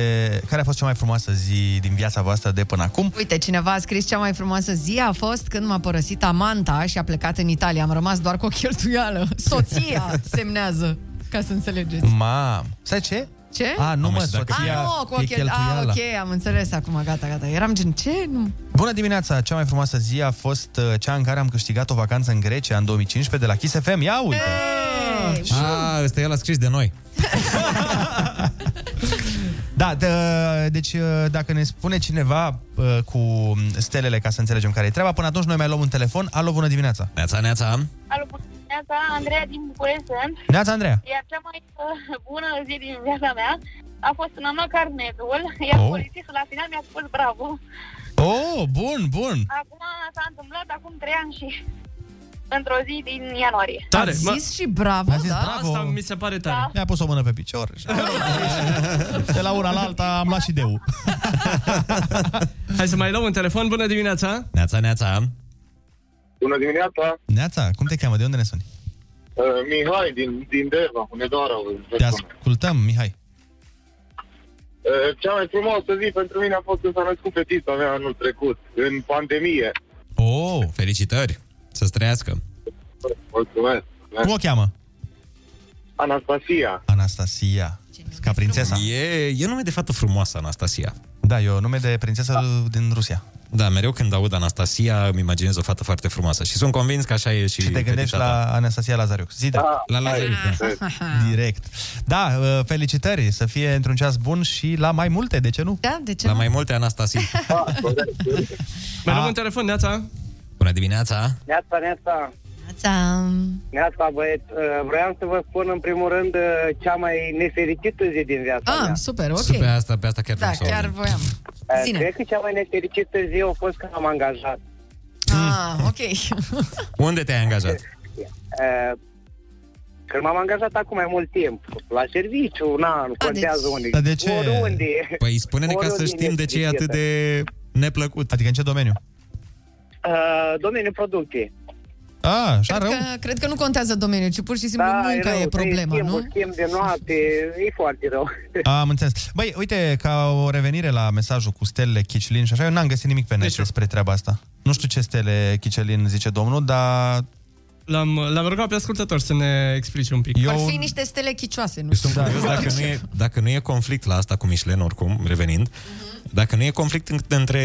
S7: care a fost cea mai frumoasă zi din viața voastră de până acum.
S9: Uite, cineva a scris cea mai frumoasă zi a fost când m-a părăsit amanta și a plecat în Italia. Am rămas doar cu o cheltuială. Soția semnează, ca să înțelegeți.
S7: Mam! Mm. Stai ce?
S9: Ce?
S7: A, nu
S9: Mamă,
S7: mă,
S9: și dacă-
S7: soția
S9: A, nu, cu o
S7: e
S9: chel... A,
S7: cheltuiala.
S9: ok, am înțeles acum, gata, gata. Eram gen, ce? Nu.
S7: Bună dimineața! Cea mai frumoasă zi a fost uh, cea în care am câștigat o vacanță în Grecia în 2015 de la Kiss FM. Ia uite!
S10: Ah, ăsta e la scris de noi.
S7: Da, de, deci uh, dacă ne spune cineva uh, cu stelele ca să înțelegem care e treaba, până atunci noi mai luăm un telefon. Alo, bună dimineața!
S10: Neața, neața!
S6: Alo, bună dimineața, Andreea din București sunt.
S7: Neața, Andreea.
S6: Iar cea mai uh, bună zi din viața mea a fost când am luat carnetul, iar
S7: Oh.
S6: oh. polițistul la final mi-a spus bravo.
S7: Oh, bun, bun!
S6: Acum s-a întâmplat, acum trei ani și într-o zi din ianuarie.
S17: Tare,
S9: Ați
S17: mă-
S9: zis și bravo, da?
S17: Asta mi se pare tare.
S7: Mi-a pus o mână pe picior. și- de la una la alta am luat și deu.
S17: Hai să mai luăm un telefon. Bună dimineața!
S10: Neața, neața!
S22: Bună dimineața,
S7: Neața, cum te cheamă? De unde ne suni?
S22: uh, Mihai din, din Deva, Hunedoara. vă
S7: Te
S22: spun.
S7: ascultăm, Mihai.
S22: Uh, Cea mai frumoasă zi pentru mine a fost când s-a născut fetița mea anul trecut, în pandemie.
S7: Oh!
S10: Felicitări! Să-ți trăiască!
S22: Mulțumesc.
S7: Cum o cheamă?
S22: Anastasia.
S7: Anastasia. Ca prințesa.
S10: E, e nume de fată frumoasă, Anastasia.
S7: Da, e o nume de prințesă din Rusia.
S10: Da, mereu când aud Anastasia, îmi imaginez o fată foarte frumoasă. Și sunt convins că așa e și...
S7: Și te gândești la Anastasia Lazariuc. Zi
S22: da.
S10: La Lazariuc,
S7: da. Direct. Da, uh, felicitări să fie într-un ceas bun și la mai multe, de ce nu?
S9: Da, de ce
S10: La mai multe Anastasia.
S22: Ah.
S17: Mai luăm un telefon, Neața.
S10: Bună dimineața!
S22: Neața, neața.
S9: Neața.
S22: Neața, băieți. Uh, Vreau să vă spun în primul rând uh, cea mai nefericită zi din viața
S9: Ah,
S22: mea.
S9: super, ok.
S10: Pe asta, pe asta chiar
S9: Da,
S10: vreau să
S9: chiar
S10: chiar...
S9: voiam.
S22: Uh,
S9: Zine.
S22: Cred că cea mai nefericită zi a fost când am angajat. deci- Eh,
S9: Ah, ok.
S10: Unde te-ai angajat?
S22: Uh, Că m-am angajat acum mai mult timp. La serviciu, na,
S9: Ah,
S22: nu contează
S9: deci-
S22: unde.
S7: Dar de ce?
S22: Oriunde.
S10: Păi spune-ne ca să
S22: Oriunde
S10: știm de ce e atât
S22: nefericită.
S10: de neplăcut.
S7: Adică în ce domeniu?
S22: Uh, domeniul producției.
S7: Ah, așa
S9: Cred
S7: rău?
S9: că, cred că nu contează domeniul, ci pur și simplu munca e problema,
S22: schimb,
S9: nu?
S22: schimb de noapte, e foarte rău.
S7: Am înțeles. Băi, uite, ca o revenire la mesajul cu stelele Chiclin și așa, eu n-am găsit nimic pe net despre treaba asta. Nu știu ce stele Chiclin zice domnul, dar...
S17: L-am, l-am rugat pe ascultător să ne explice un pic.
S9: Ar fi niște stele chicioase, nu Da.
S7: Da.
S10: Eu sunt curios dacă nu, e, dacă nu e conflict la asta cu Michelin, oricum, revenind,
S7: Mhm.
S10: dacă nu e conflict în- între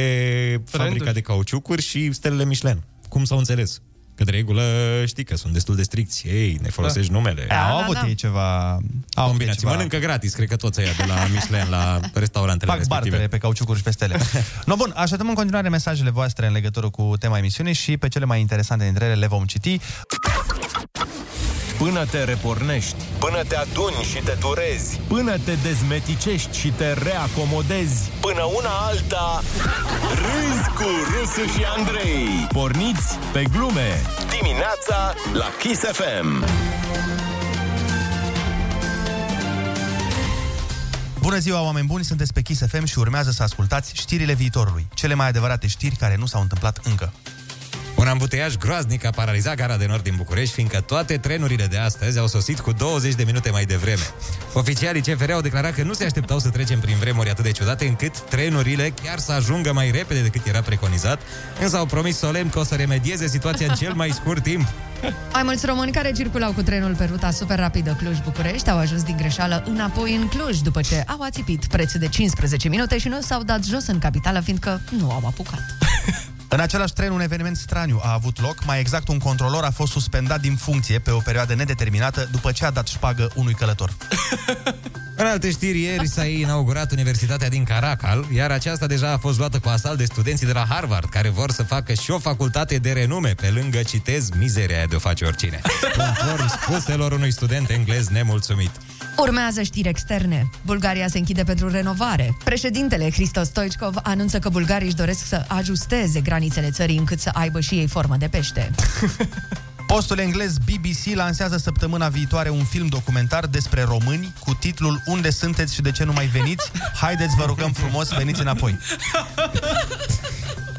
S10: fabrica de cauciucuri și stelele Michelin. Cum s-au înțeles? Că de regulă știi că sunt destul de stricți. Ei, ne folosești numele.
S7: Da, au da, avut da. ei ceva... Au
S10: Combinații. Ceva... Mănâncă gratis, cred că toți aia de la Michelin, la restaurantele
S7: Fac bartele pe cauciucuri și pe stele. No, bun, așteptăm în continuare mesajele voastre în legătură cu tema emisiunii și pe cele mai interesante dintre ele le vom citi.
S1: Până te repornești, până te aduni și te durezi, până te dezmeticești și te reacomodezi, până una alta, râzi cu Rusu și Andrei. Porniți pe glume dimineața la Kiss FM.
S7: Bună ziua, oameni buni! Sunteți pe Kiss FM și urmează să ascultați știrile viitorului. Cele mai adevărate știri care nu s-au întâmplat încă.
S10: Un ambuteiaj groaznic a paralizat gara de nord din București, fiindcă toate trenurile de astăzi au sosit cu 20 de minute mai devreme. Oficialii CFR au declarat că nu se așteptau să trecem prin vremuri atât de ciudate, încât trenurile chiar să ajungă mai repede decât era preconizat, însă au promis solemn că o să remedieze situația în cel mai scurt timp.
S9: Mai mulți români care circulau cu trenul pe ruta super rapidă Cluj-București au ajuns din greșeală înapoi în Cluj după ce au ațipit preț de 15 minute și nu s-au dat jos în capitală fiindcă nu au apucat.
S7: În același tren, un eveniment straniu a avut loc. Mai exact, un controlor a fost suspendat din funcție pe o perioadă nedeterminată după ce a dat șpagă unui călător.
S10: În alte știri, ieri s-a inaugurat Universitatea din Caracal, iar aceasta deja a fost luată cu asalt de studenții de la Harvard, care vor să facă și o facultate de renume, pe lângă, citez, mizeria aia de o face oricine. Conform spuselor unui student englez nemulțumit.
S9: Urmează știri externe. Bulgaria se închide pentru renovare. Președintele Hristos Stoicov anunță că bulgarii își doresc să ajusteze granițele țării încât să aibă și ei formă de pește.
S7: Postul englez BBC lansează săptămâna viitoare un film documentar despre români cu titlul Unde sunteți și de ce nu mai veniți? Haideți, vă rugăm frumos, veniți înapoi.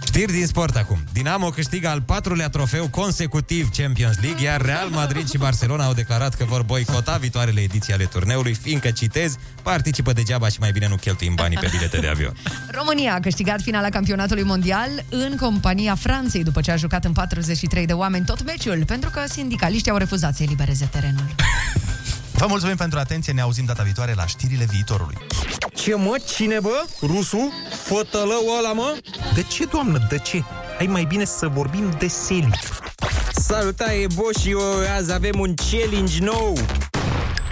S10: Știri din sport acum. Dinamo câștigă al patrulea trofeu consecutiv Champions League, iar Real Madrid și Barcelona au declarat că vor boicota viitoarele ediții ale turneului, fiindcă, citez, participă degeaba și mai bine nu cheltuim banii pe bilete de avion.
S9: România a câștigat finala campionatului mondial în compania Franței după ce a jucat în 43 de oameni tot meciul, pentru că sindicaliștii au refuzat să elibereze terenul.
S7: Vă mulțumim pentru atenție, ne auzim data viitoare la știrile viitorului.
S3: Ce mă? Cine bă? Rusu? Fătălău ăla mă? De ce, doamnă, de ce? Hai mai bine să vorbim de seli. Salutare, Bo și eu, azi avem un challenge nou.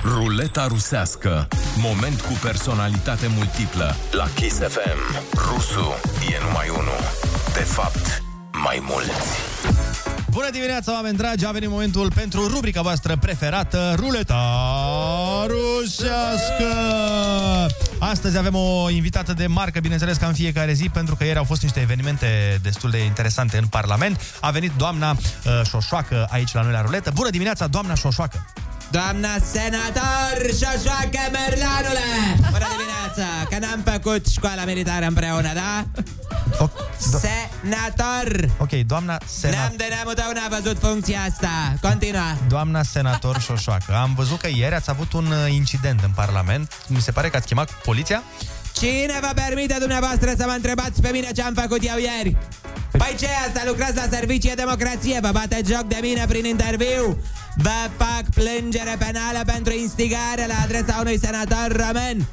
S1: Ruleta rusească. Moment cu personalitate multiplă la Kiss FM. Rusu e numai unul. De fapt, mai mulți.
S7: Bună dimineața, oameni dragi! A venit momentul pentru rubrica voastră preferată, Ruleta Rusească! Astăzi avem o invitată de marcă, bineînțeles, ca în fiecare zi, pentru că ieri au fost niște evenimente destul de interesante în Parlament. A venit doamna uh, Șoșoacă aici la noi la ruletă. Bună dimineața, doamna Șoșoacă!
S12: Doamna senator Șoșoacă Merlanule! Bună dimineața! Că n-am făcut școala militară împreună, da? Senator!
S7: Ok, doamna
S12: N-am
S7: senator.
S12: de neamul tău, n-a văzut funcția asta. Continua.
S7: Doamna senator Șoșoacă, am văzut că ieri ați avut un uh, incident în Parlament. Mi se pare că ați chemat poliția?
S12: Cine vă permite dumneavoastră să mă întrebați pe mine ce am făcut eu ieri? Păi ce e asta? Lucrați la servicii de democrație, vă bate joc de mine prin interviu? Vă fac plângere penală pentru instigare la adresa unui senator român?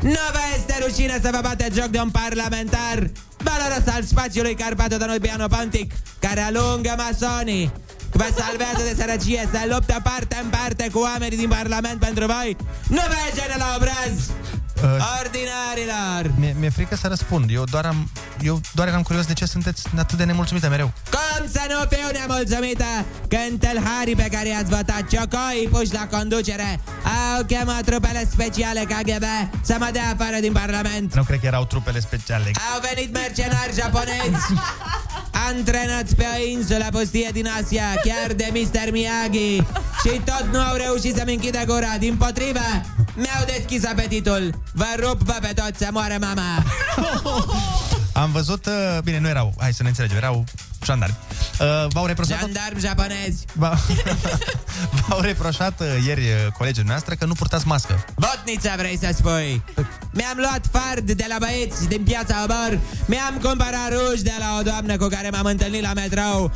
S12: Nu vă este rușine să vă bate joc de un parlamentar? Valoros al spațiului Carpato-Danubiano-Pantic, care alungă masonii, Vă salvează de sărăcie, se luptă parte în parte cu oamenii din Parlament pentru voi. Nu vă gene la obraz! Ordinarilor!
S7: Uh, Mi-e, mi-e frică să răspund. Eu doar, am, eu doar eram curios de ce sunteți atât de nemulțumite mereu.
S12: Cum să nu fiu nemulțumită când tâlharii pe care i-ați votat ciocoii puși la conducere au chemat trupele speciale KGB să mă dea afară din Parlament?
S7: Nu cred că erau trupele speciale.
S12: Au venit mercenari japonezi antrenați pe o insulă pustie din Asia, chiar de Mr. Miyagi. Și tot nu au reușit să-mi închidă gura. Din potrivă, mi-au deschis apetitul. Vă rup, vă pe toți să moară mama.
S7: Am văzut... uh, Bine, nu erau, hai să ne înțelegem, erau jandarmi. Uh, V-au reproșat...
S12: Jandarmi japonezi.
S7: Va- V-au reproșat uh, ieri uh, colegii noastre că nu purtați mască.
S12: Botnița vrei să spui Mi-am luat fard de la băieți din piața Obor Mi-am cumpărat ruj de la o doamnă cu care m-am întâlnit la metrou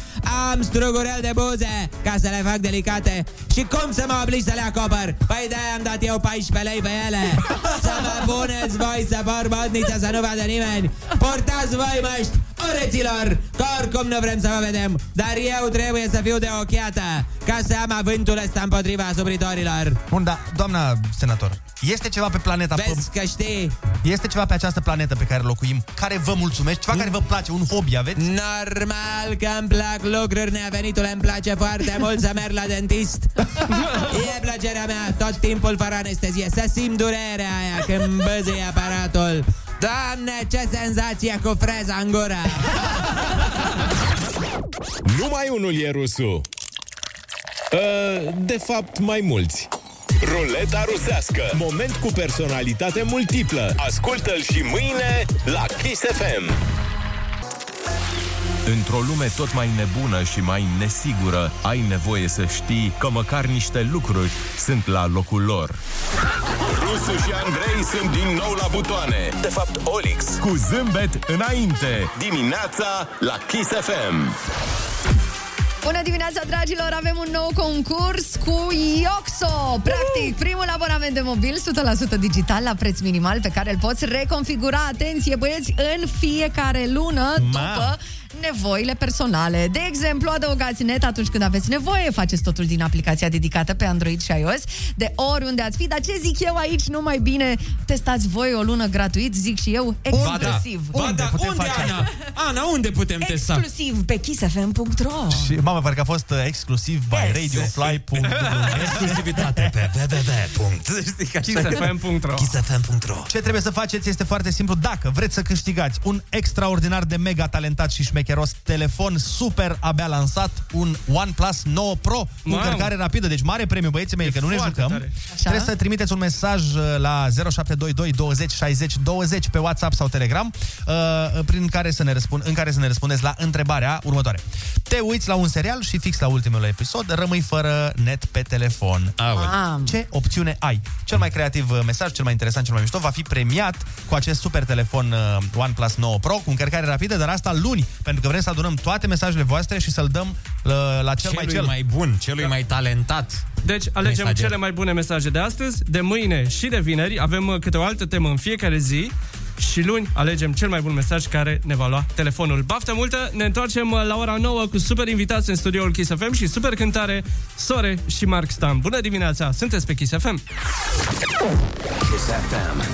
S12: Am strugurel de buze ca să le fac delicate Și cum să mă oblig să le acopăr? Păi de am dat eu 14 lei pe ele Să mă puneți voi să por botnița să nu vadă nimeni Purtați voi măști urâților, că oricum nu vrem să vă vedem, dar eu trebuie să fiu de ochiată, ca să am avântul ăsta împotriva asupritorilor.
S7: Bun, da, doamna senator, este ceva pe planeta... Vezi
S12: că știi!
S7: Este ceva pe această planetă pe care locuim, care vă mulțumește, ceva care vă place, un hobby aveți?
S12: Normal că îmi plac lucruri nevenitule, îmi place foarte mult să merg la dentist. E plăcerea mea tot timpul fără anestezie, să simt durerea aia când băzâi aparatul. Doamne, ce senzație cu freza în gură!
S2: Numai unul e rusu. Uh, De fapt, mai mulți. Ruleta rusească. Moment cu personalitate multiplă. Ascultă-l și mâine la Kiss FM.
S1: Într-o lume tot mai nebună și mai nesigură, ai nevoie să știi că măcar niște lucruri sunt la locul lor.
S2: Rusu și Andrei sunt din nou la butoane. De fapt, Olix.
S1: Cu zâmbet înainte, dimineața la Kiss FM.
S9: Bună dimineața, dragilor! Avem un nou concurs cu Ioxo! Practic, primul abonament de mobil 100% digital la preț minimal pe care îl poți reconfigura, atenție băieți, în fiecare lună după nevoile personale. De exemplu, adăugați net atunci când aveți nevoie, faceți totul din aplicația dedicată pe Android și iOS, de oriunde ați fi, dar ce zic eu aici, nu mai bine testați voi o lună gratuit, zic și eu, exclusiv.
S8: Ba da, ba da, unde, Ana? Ana, unde putem testa?
S9: Exclusiv pe kissfm.ro
S7: Și, mamă, parcă a fost uh, exclusiv by
S9: Yes.
S7: radiofly.ro
S10: Exclusivitate pe
S7: www.kissfm.ro Ce trebuie să faceți este foarte simplu. Dacă vreți să câștigați un extraordinar de mega talentat și șmecheros telefon super abia lansat, un OnePlus 9 Pro cu
S2: Mamă.
S7: încărcare rapidă, deci mare premiu, băieții mei,
S2: E
S7: că nu ne
S2: foarte
S7: jucăm.
S2: tare. Așa.
S7: Trebuie să trimiteți un mesaj uh, la 0722 20 60 20 pe WhatsApp sau Telegram uh, prin care să ne răspund, în care să ne răspundeți la întrebarea următoare. Te uiți la un serial și fix la ultimul episod rămâi fără net pe telefon.
S9: Mamă.
S7: Ce opțiune ai? Cel mai creativ uh, mesaj, cel mai interesant, cel mai mișto va fi premiat cu acest super telefon uh, OnePlus 9 Pro cu încărcare rapidă, dar asta luni, pentru că vrem să adunăm toate mesajele voastre și să-l dăm uh, la cel mai cel
S10: bun, celui mai talentat.
S17: Da. Deci alegem
S10: Mesager.
S17: cele mai bune mesaje de astăzi, de mâine și de vineri. Avem uh, câte o altă temă în fiecare zi și luni alegem cel mai bun mesaj care ne va lua telefonul. Baftă multă, ne întoarcem uh, la ora 9 cu super invitați în studioul Kiss FM și super cântare Sore și Mark Stam. Bună dimineața, sunteți pe Kiss FM!
S18: Kiss FM.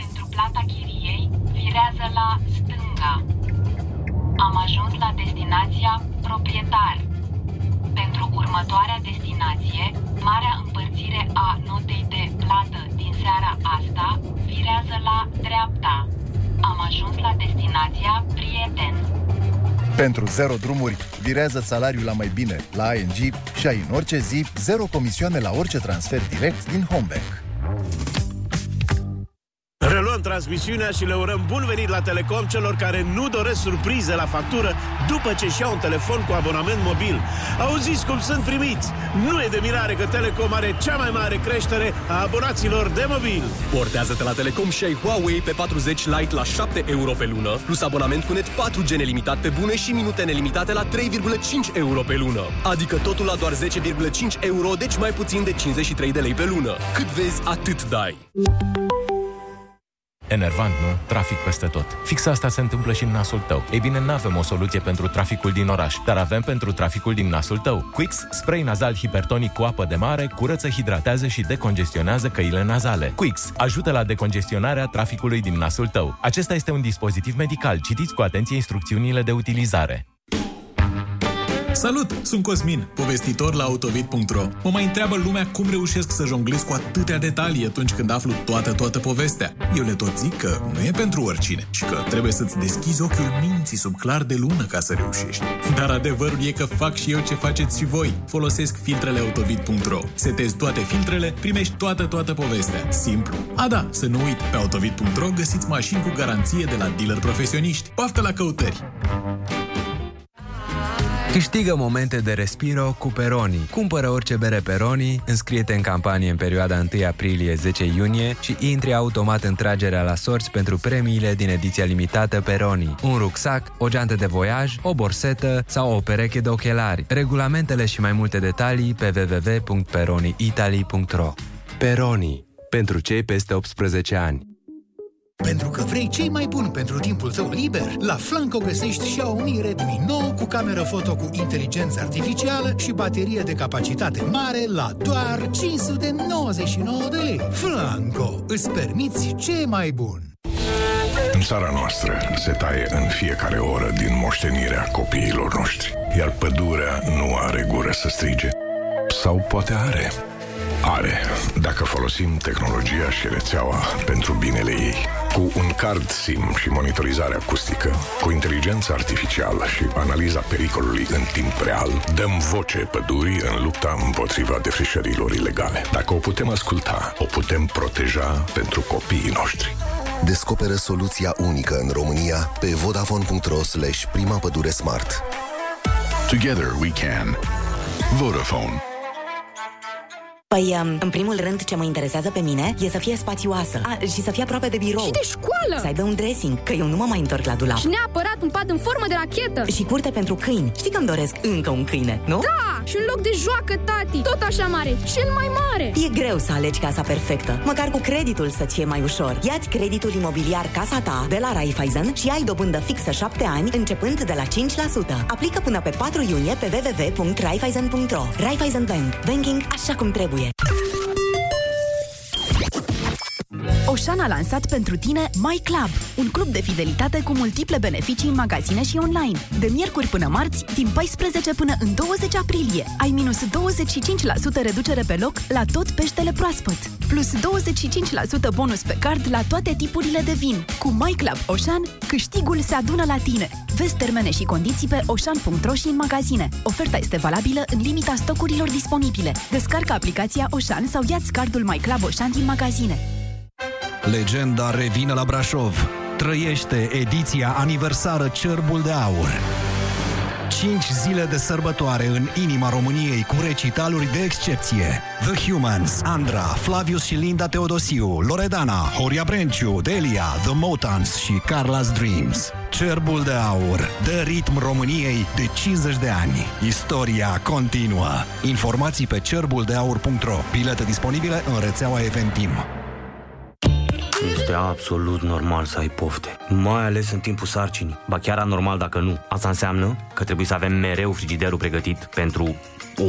S4: Pentru plata chiriei, virează la stânga. Am ajuns la destinația proprietar. Pentru următoarea destinație, marea împărțire a notei de plată din seara asta, virează la dreapta. Am ajuns la destinația prieten.
S14: Pentru zero drumuri, virează salariul la mai bine la ING și ai în orice zi zero comisioane la orice transfer direct din Homebank.
S15: Reluăm transmisiunea și le urăm bun venit la Telecom celor care nu doresc surprize la factură după ce și-au un telefon cu abonament mobil. Auziți cum sunt primiți! Nu e de mirare că Telecom are cea mai mare creștere a abonaților de mobil.
S24: Portează-te la Telecom și ai Huawei pe 40 Lite la 7 euro pe lună, plus abonament cu net 4G nelimitat pe bune și minute nelimitate la 3,5 euro pe lună. Adică totul la doar 10,5 euro, deci mai puțin de 53 de lei pe lună. Cât vezi, atât dai.
S26: Enervant, nu? Trafic peste tot. Fix asta se întâmplă și în nasul tău. Ei bine, nu avem o soluție pentru traficul din oraș, dar avem pentru traficul din nasul tău. Quix, spray nazal hipertonic cu apă de mare, curăță, hidratează și decongestionează căile nazale. Quix ajută la decongestionarea traficului din nasul tău. Acesta este un dispozitiv medical. Citiți cu atenție instrucțiunile de utilizare.
S27: Salut, sunt Cosmin, povestitor la autovit.ro. Mă mai întreabă lumea cum reușesc să jonglez cu atâtea detalii atunci când aflu toată, toată povestea. Eu le tot zic că nu e pentru oricine și că trebuie să-ți deschizi ochiul minții sub clar de lună ca să reușești. Dar adevărul e că fac și eu ce faceți și voi. Folosesc filtrele autovit.ro. Setezi toate filtrele, primești toată, toată povestea. Simplu. A da, să nu uit, pe autovit.ro găsiți mașini cu garanție de la dealer profesioniști. Poftă la căutări!
S28: Câștigă momente de respiro cu Peroni. Cumpără orice bere Peroni, înscrie-te în campanie în perioada 1 aprilie-10 iunie și intri automat în tragerea la sorți pentru premiile din ediția limitată Peroni. Un rucsac, o geantă de voiaj, o borsetă sau o pereche de ochelari. Regulamentele și mai multe detalii pe www.peroniitaly.ro Peroni. Pentru cei peste 18 ani.
S29: Pentru că vrei cei mai buni pentru timpul tău liber, la Flanco găsești Xiaomi Redmi 9 cu cameră foto cu inteligență artificială și baterie de capacitate mare la doar 599 de lei. Flanco, îți permiți ce mai bun!
S30: În țara noastră se taie în fiecare oră din moștenirea copiilor noștri, iar pădurea nu are gură să strige. Sau poate are. Are, dacă folosim tehnologia și rețeaua pentru binele ei. Cu un card SIM și monitorizare acustică, cu inteligență artificială și analiza pericolului în timp real, dăm voce pădurii în lupta împotriva defrișărilor ilegale. Dacă o putem asculta, o putem proteja pentru copiii noștri.
S31: Descoperă soluția unică în România pe vodafone.ro slash prima pădure smart.
S30: Together we can. Vodafone.
S32: Păi, um, în primul rând, ce mă interesează pe mine e să fie spațioasă A, și să fie aproape de birou.
S21: Și de școală!
S32: Să aibă un dressing, că eu nu mă mai întorc la dulap.
S21: Și neapărat un pad în formă de rachetă!
S32: Și curte pentru câini. Știi că îmi doresc încă un câine, nu?
S21: Da! Și un loc de joacă, tati! Tot așa
S8: da.
S21: mare! Cel mai mare!
S32: E greu să alegi casa perfectă. Măcar cu creditul să-ți fie mai ușor. Iați creditul imobiliar Casa Ta de la Raiffeisen și ai dobândă fixă 7 ani, începând de la 5%. Aplică până pe 4 iunie pe www.raiffeisen.ro Raiffeisen Bank. Banking așa cum trebuie.
S23: Oșan a lansat pentru tine My Club, un club de fidelitate cu multiple beneficii în magazine și online. De miercuri până marți, din 14 până în 20 aprilie, ai minus 25% reducere pe loc la tot peștele proaspăt, plus 25% bonus pe card la toate tipurile de vin. Cu My Club Oșan, câștigul se adună la tine. Vezi termene și condiții pe oșan.ro și în magazine. Oferta este valabilă în limita stocurilor disponibile. Descarcă aplicația Oșan sau ia-ți cardul My Club Oșan din magazine.
S25: Legenda revine la Brașov. Trăiește ediția aniversară Cerbul de Aur. 5 zile de sărbătoare în inima României cu recitaluri de excepție. The Humans, Andra, Flavius și Linda Teodosiu, Loredana, Horia Brenciu, Delia, The Motans și Carla's Dreams. Cerbul de aur dă ritm României de 50 de ani. Istoria continuă. Informații pe cerbuldeaur.ro. Bilete disponibile în rețeaua Eventim.
S33: Este absolut normal să ai pofte, mai ales în timpul sarcinii. Ba chiar anormal dacă nu. Asta înseamnă că trebuie să avem mereu frigiderul pregătit pentru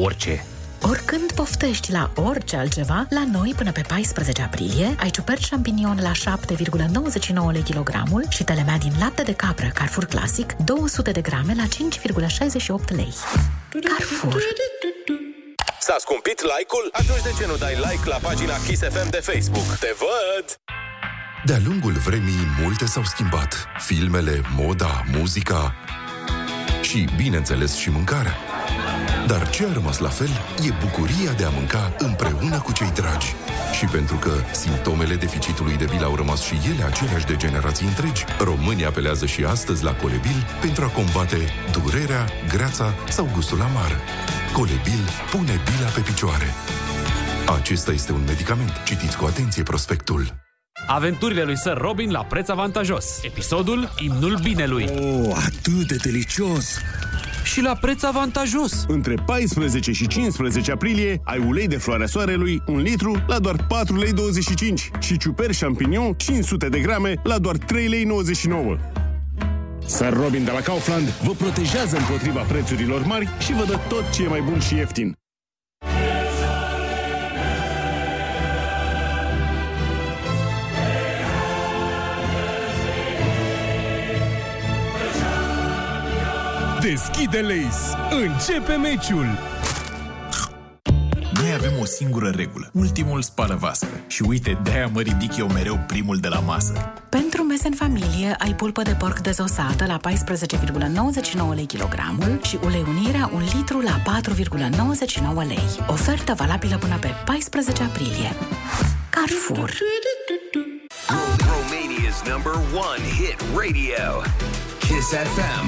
S33: orice.
S34: Oricând poftești la orice altceva, la noi până pe 14 aprilie ai ciuperci champignon la 7,99 lei kilogramul și telemea din lapte de capră Carrefour Classic 200 de grame la 5,68 lei. Carrefour.
S1: S-a scumpit like-ul? Atunci de ce nu dai like la pagina Kiss FM de Facebook? Te văd!
S30: De-a lungul vremii, multe s-au schimbat. Filmele, moda, muzica și, bineînțeles, și mâncarea. Dar ce a rămas la fel e bucuria de a mânca împreună cu cei dragi. Și pentru că simptomele deficitului de bil au rămas și ele aceleași de generații întregi, românii apelează și astăzi la Colebil pentru a combate durerea, greața sau gustul amar. Colebil pune bila pe picioare. Acesta este un medicament. Citiți cu atenție prospectul.
S10: Aventurile lui Sir Robin la preț avantajos. Episodul Imnul Binelui.
S27: Oh, atât de delicios!
S10: Și la preț avantajos!
S27: Între 14 și 15 aprilie ai ulei de floarea soarelui 1 litru la doar 4,25 lei și ciuperci champignon 500 de grame la doar 3,99 lei. Sir Robin de la Kaufland vă protejează împotriva prețurilor mari și vă dă tot ce e mai bun și ieftin.
S1: Deschide Lays! Începe meciul!
S34: Noi avem o singură regulă. Ultimul spală vasele. Și uite, de-aia mă ridic eu mereu primul de la masă.
S23: Pentru mese în familie, ai pulpă de porc dezosată la 14,99 lei kilogramul și ulei unirea 1 litru la 4,99 lei. Ofertă valabilă până pe 14 aprilie. Carrefour.
S18: Romania's number one hit radio, Kiss FM.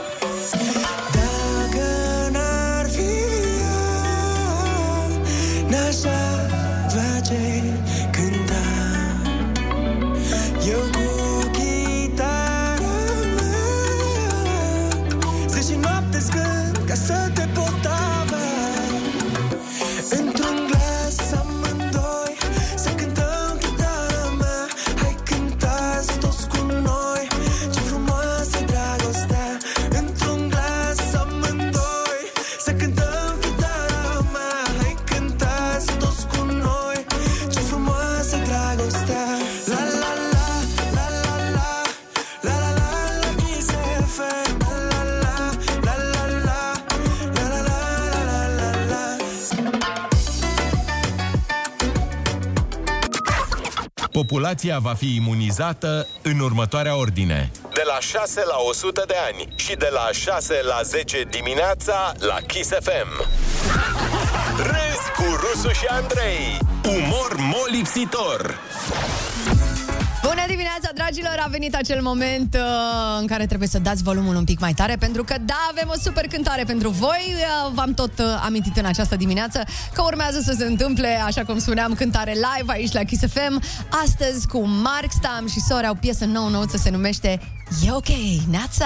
S35: Dacă n-ar fi ea, N-aș avea ce cânta Eu cu chitara mea Zi și noapte scând Ca să te pot avea Într-un glas amândoi Să cântăm chitara mea Hai cântați toți cu noi Ce frumoasă e dragostea Într-un glas amândoi Să cântăm chitara mea Hai cântați toți cu noi Ce frumoasă e dragostea La la la, la la la La la la, la Kiss FM La la la, la la la La la la, la la la la
S27: Populația va fi imunizată în următoarea ordine.
S1: De la 6 la 100 de ani și de la 6 la 10 dimineața la Kiss FM. Râzi cu Rusu și Andrei. Umor molipsitor.
S9: Bună dimineața, dragilor! A venit acel moment uh, în care trebuie să dați volumul un pic mai tare, pentru că, da, avem o super cântare pentru voi. Uh, v-am tot uh, amintit în această dimineață că urmează să se întâmple, așa cum spuneam, cântare live aici la Kiss FM. Astăzi cu Mark Stam și Sora o piesă nouă ce se numește E OK, Nața!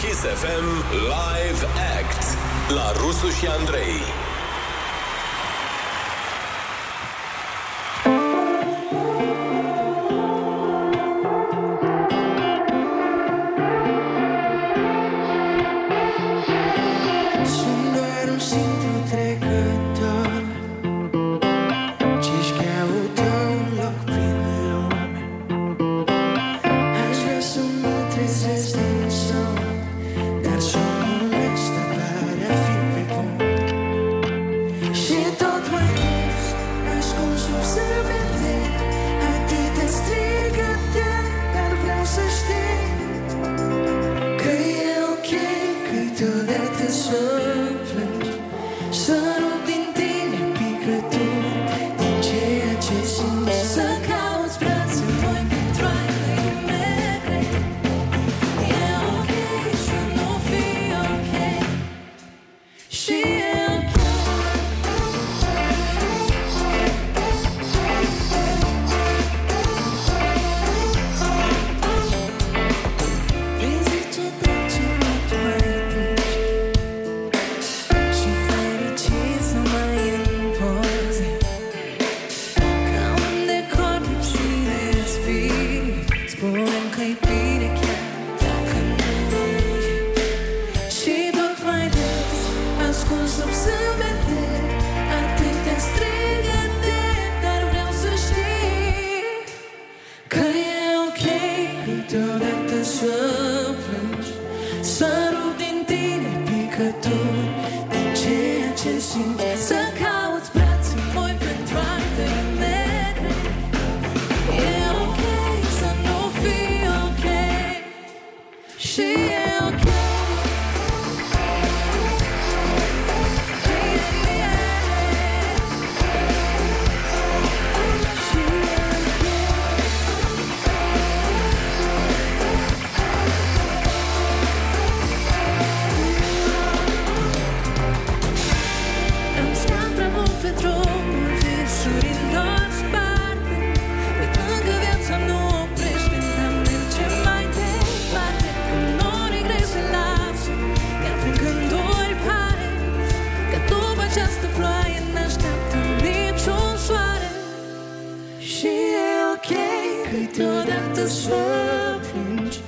S1: Kiss FM Live Act la Rusu și Andrei.
S35: Sunt doar un simplu trecător Ce-și caută un loc prin lume Aș vrea să mă trezesc din somn Dar somnul ăsta pare a fi pe punct Și tot mai dus Ascuns sub sâmbete Atâtea strigăte Dar vreau să știi Că e ok câteodată să plângi Să rup din tine picături Din ceea ce simți Să cauți brațe voi pentru ale mele E ok să nu fii ok Și e ok Prin zice trece mult mai treci și fericit să mai în poze Ca un decor lipsit de spirit Spune-mi că-i bine chiar dacă nu e Și tot mai des ascuns sub zâmbete Atâtea strigăte Dar vreau să știi Că e ok câteodată să plângi Să rup din tine picături Din ceea ce simți Să cauți brațe moi pentru alte negre E ok să nu fii ok Și e ok Îmi stau prea mult pe drumul visuri în toți parte Uitând că viața nu oprește Dar merge mai departe Când norii grei se lasă Iar prin gânduri pare Că după această ploaie N-așteaptă niciun soare Și e ok Câteodată să plângi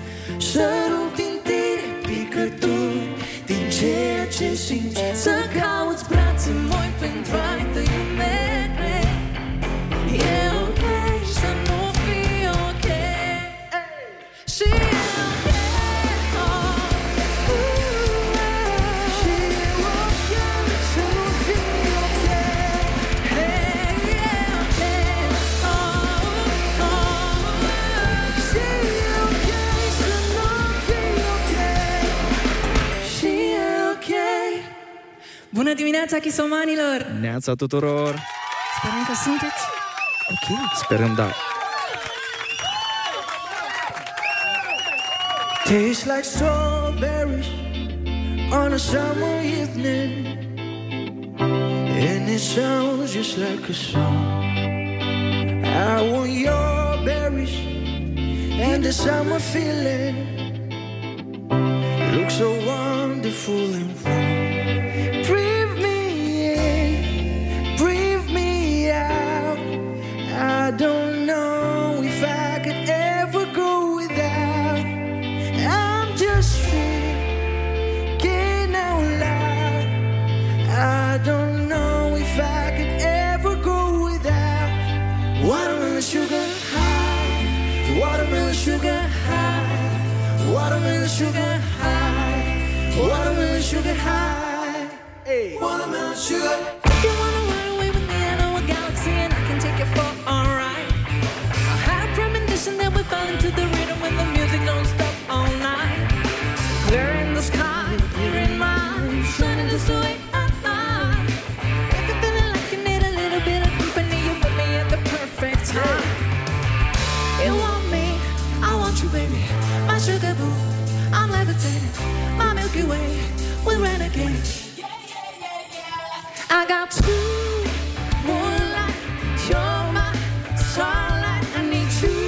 S35: Să rup din tine picături din ceea ce simți Să cauți brațe moi pentru ai tăi mele E ok să nu fii ok Și e ok Și e ok să nu fii ok Hey, e ok Oh, oh. Și e ok să nu fii ok și e ok dimineața, chisomanilor!
S36: Neața tuturor!
S35: Sperăm că sunteți
S36: Ok. Sperăm, da.
S37: Tastes like strawberries on a summer evening. And it sounds just like a song. I want your berries and the summer feeling. Looks so wonderful and warm. Breathe me in, breathe me out. I don't know if I could ever go without. I'm just thinking out loud. I don't know if I could ever go without watermelon sugar high, watermelon sugar high, watermelon sugar high, watermelon sugar high, hey. watermelon sugar.
S35: If you wanna run away with me, I know a galaxy and I can take you for a ride. I had a premonition that we fall into the rhythm when the music don't stop all night. We're in the sky, you're in mine, shining just the way I am. If you're feeling like you need a little bit of company, you put me at the perfect time. You want me, I want you, baby, my sugar boo. I'm levitating, my Milky Way, we're renegade. I got two moonlight, you're my starlight. I need you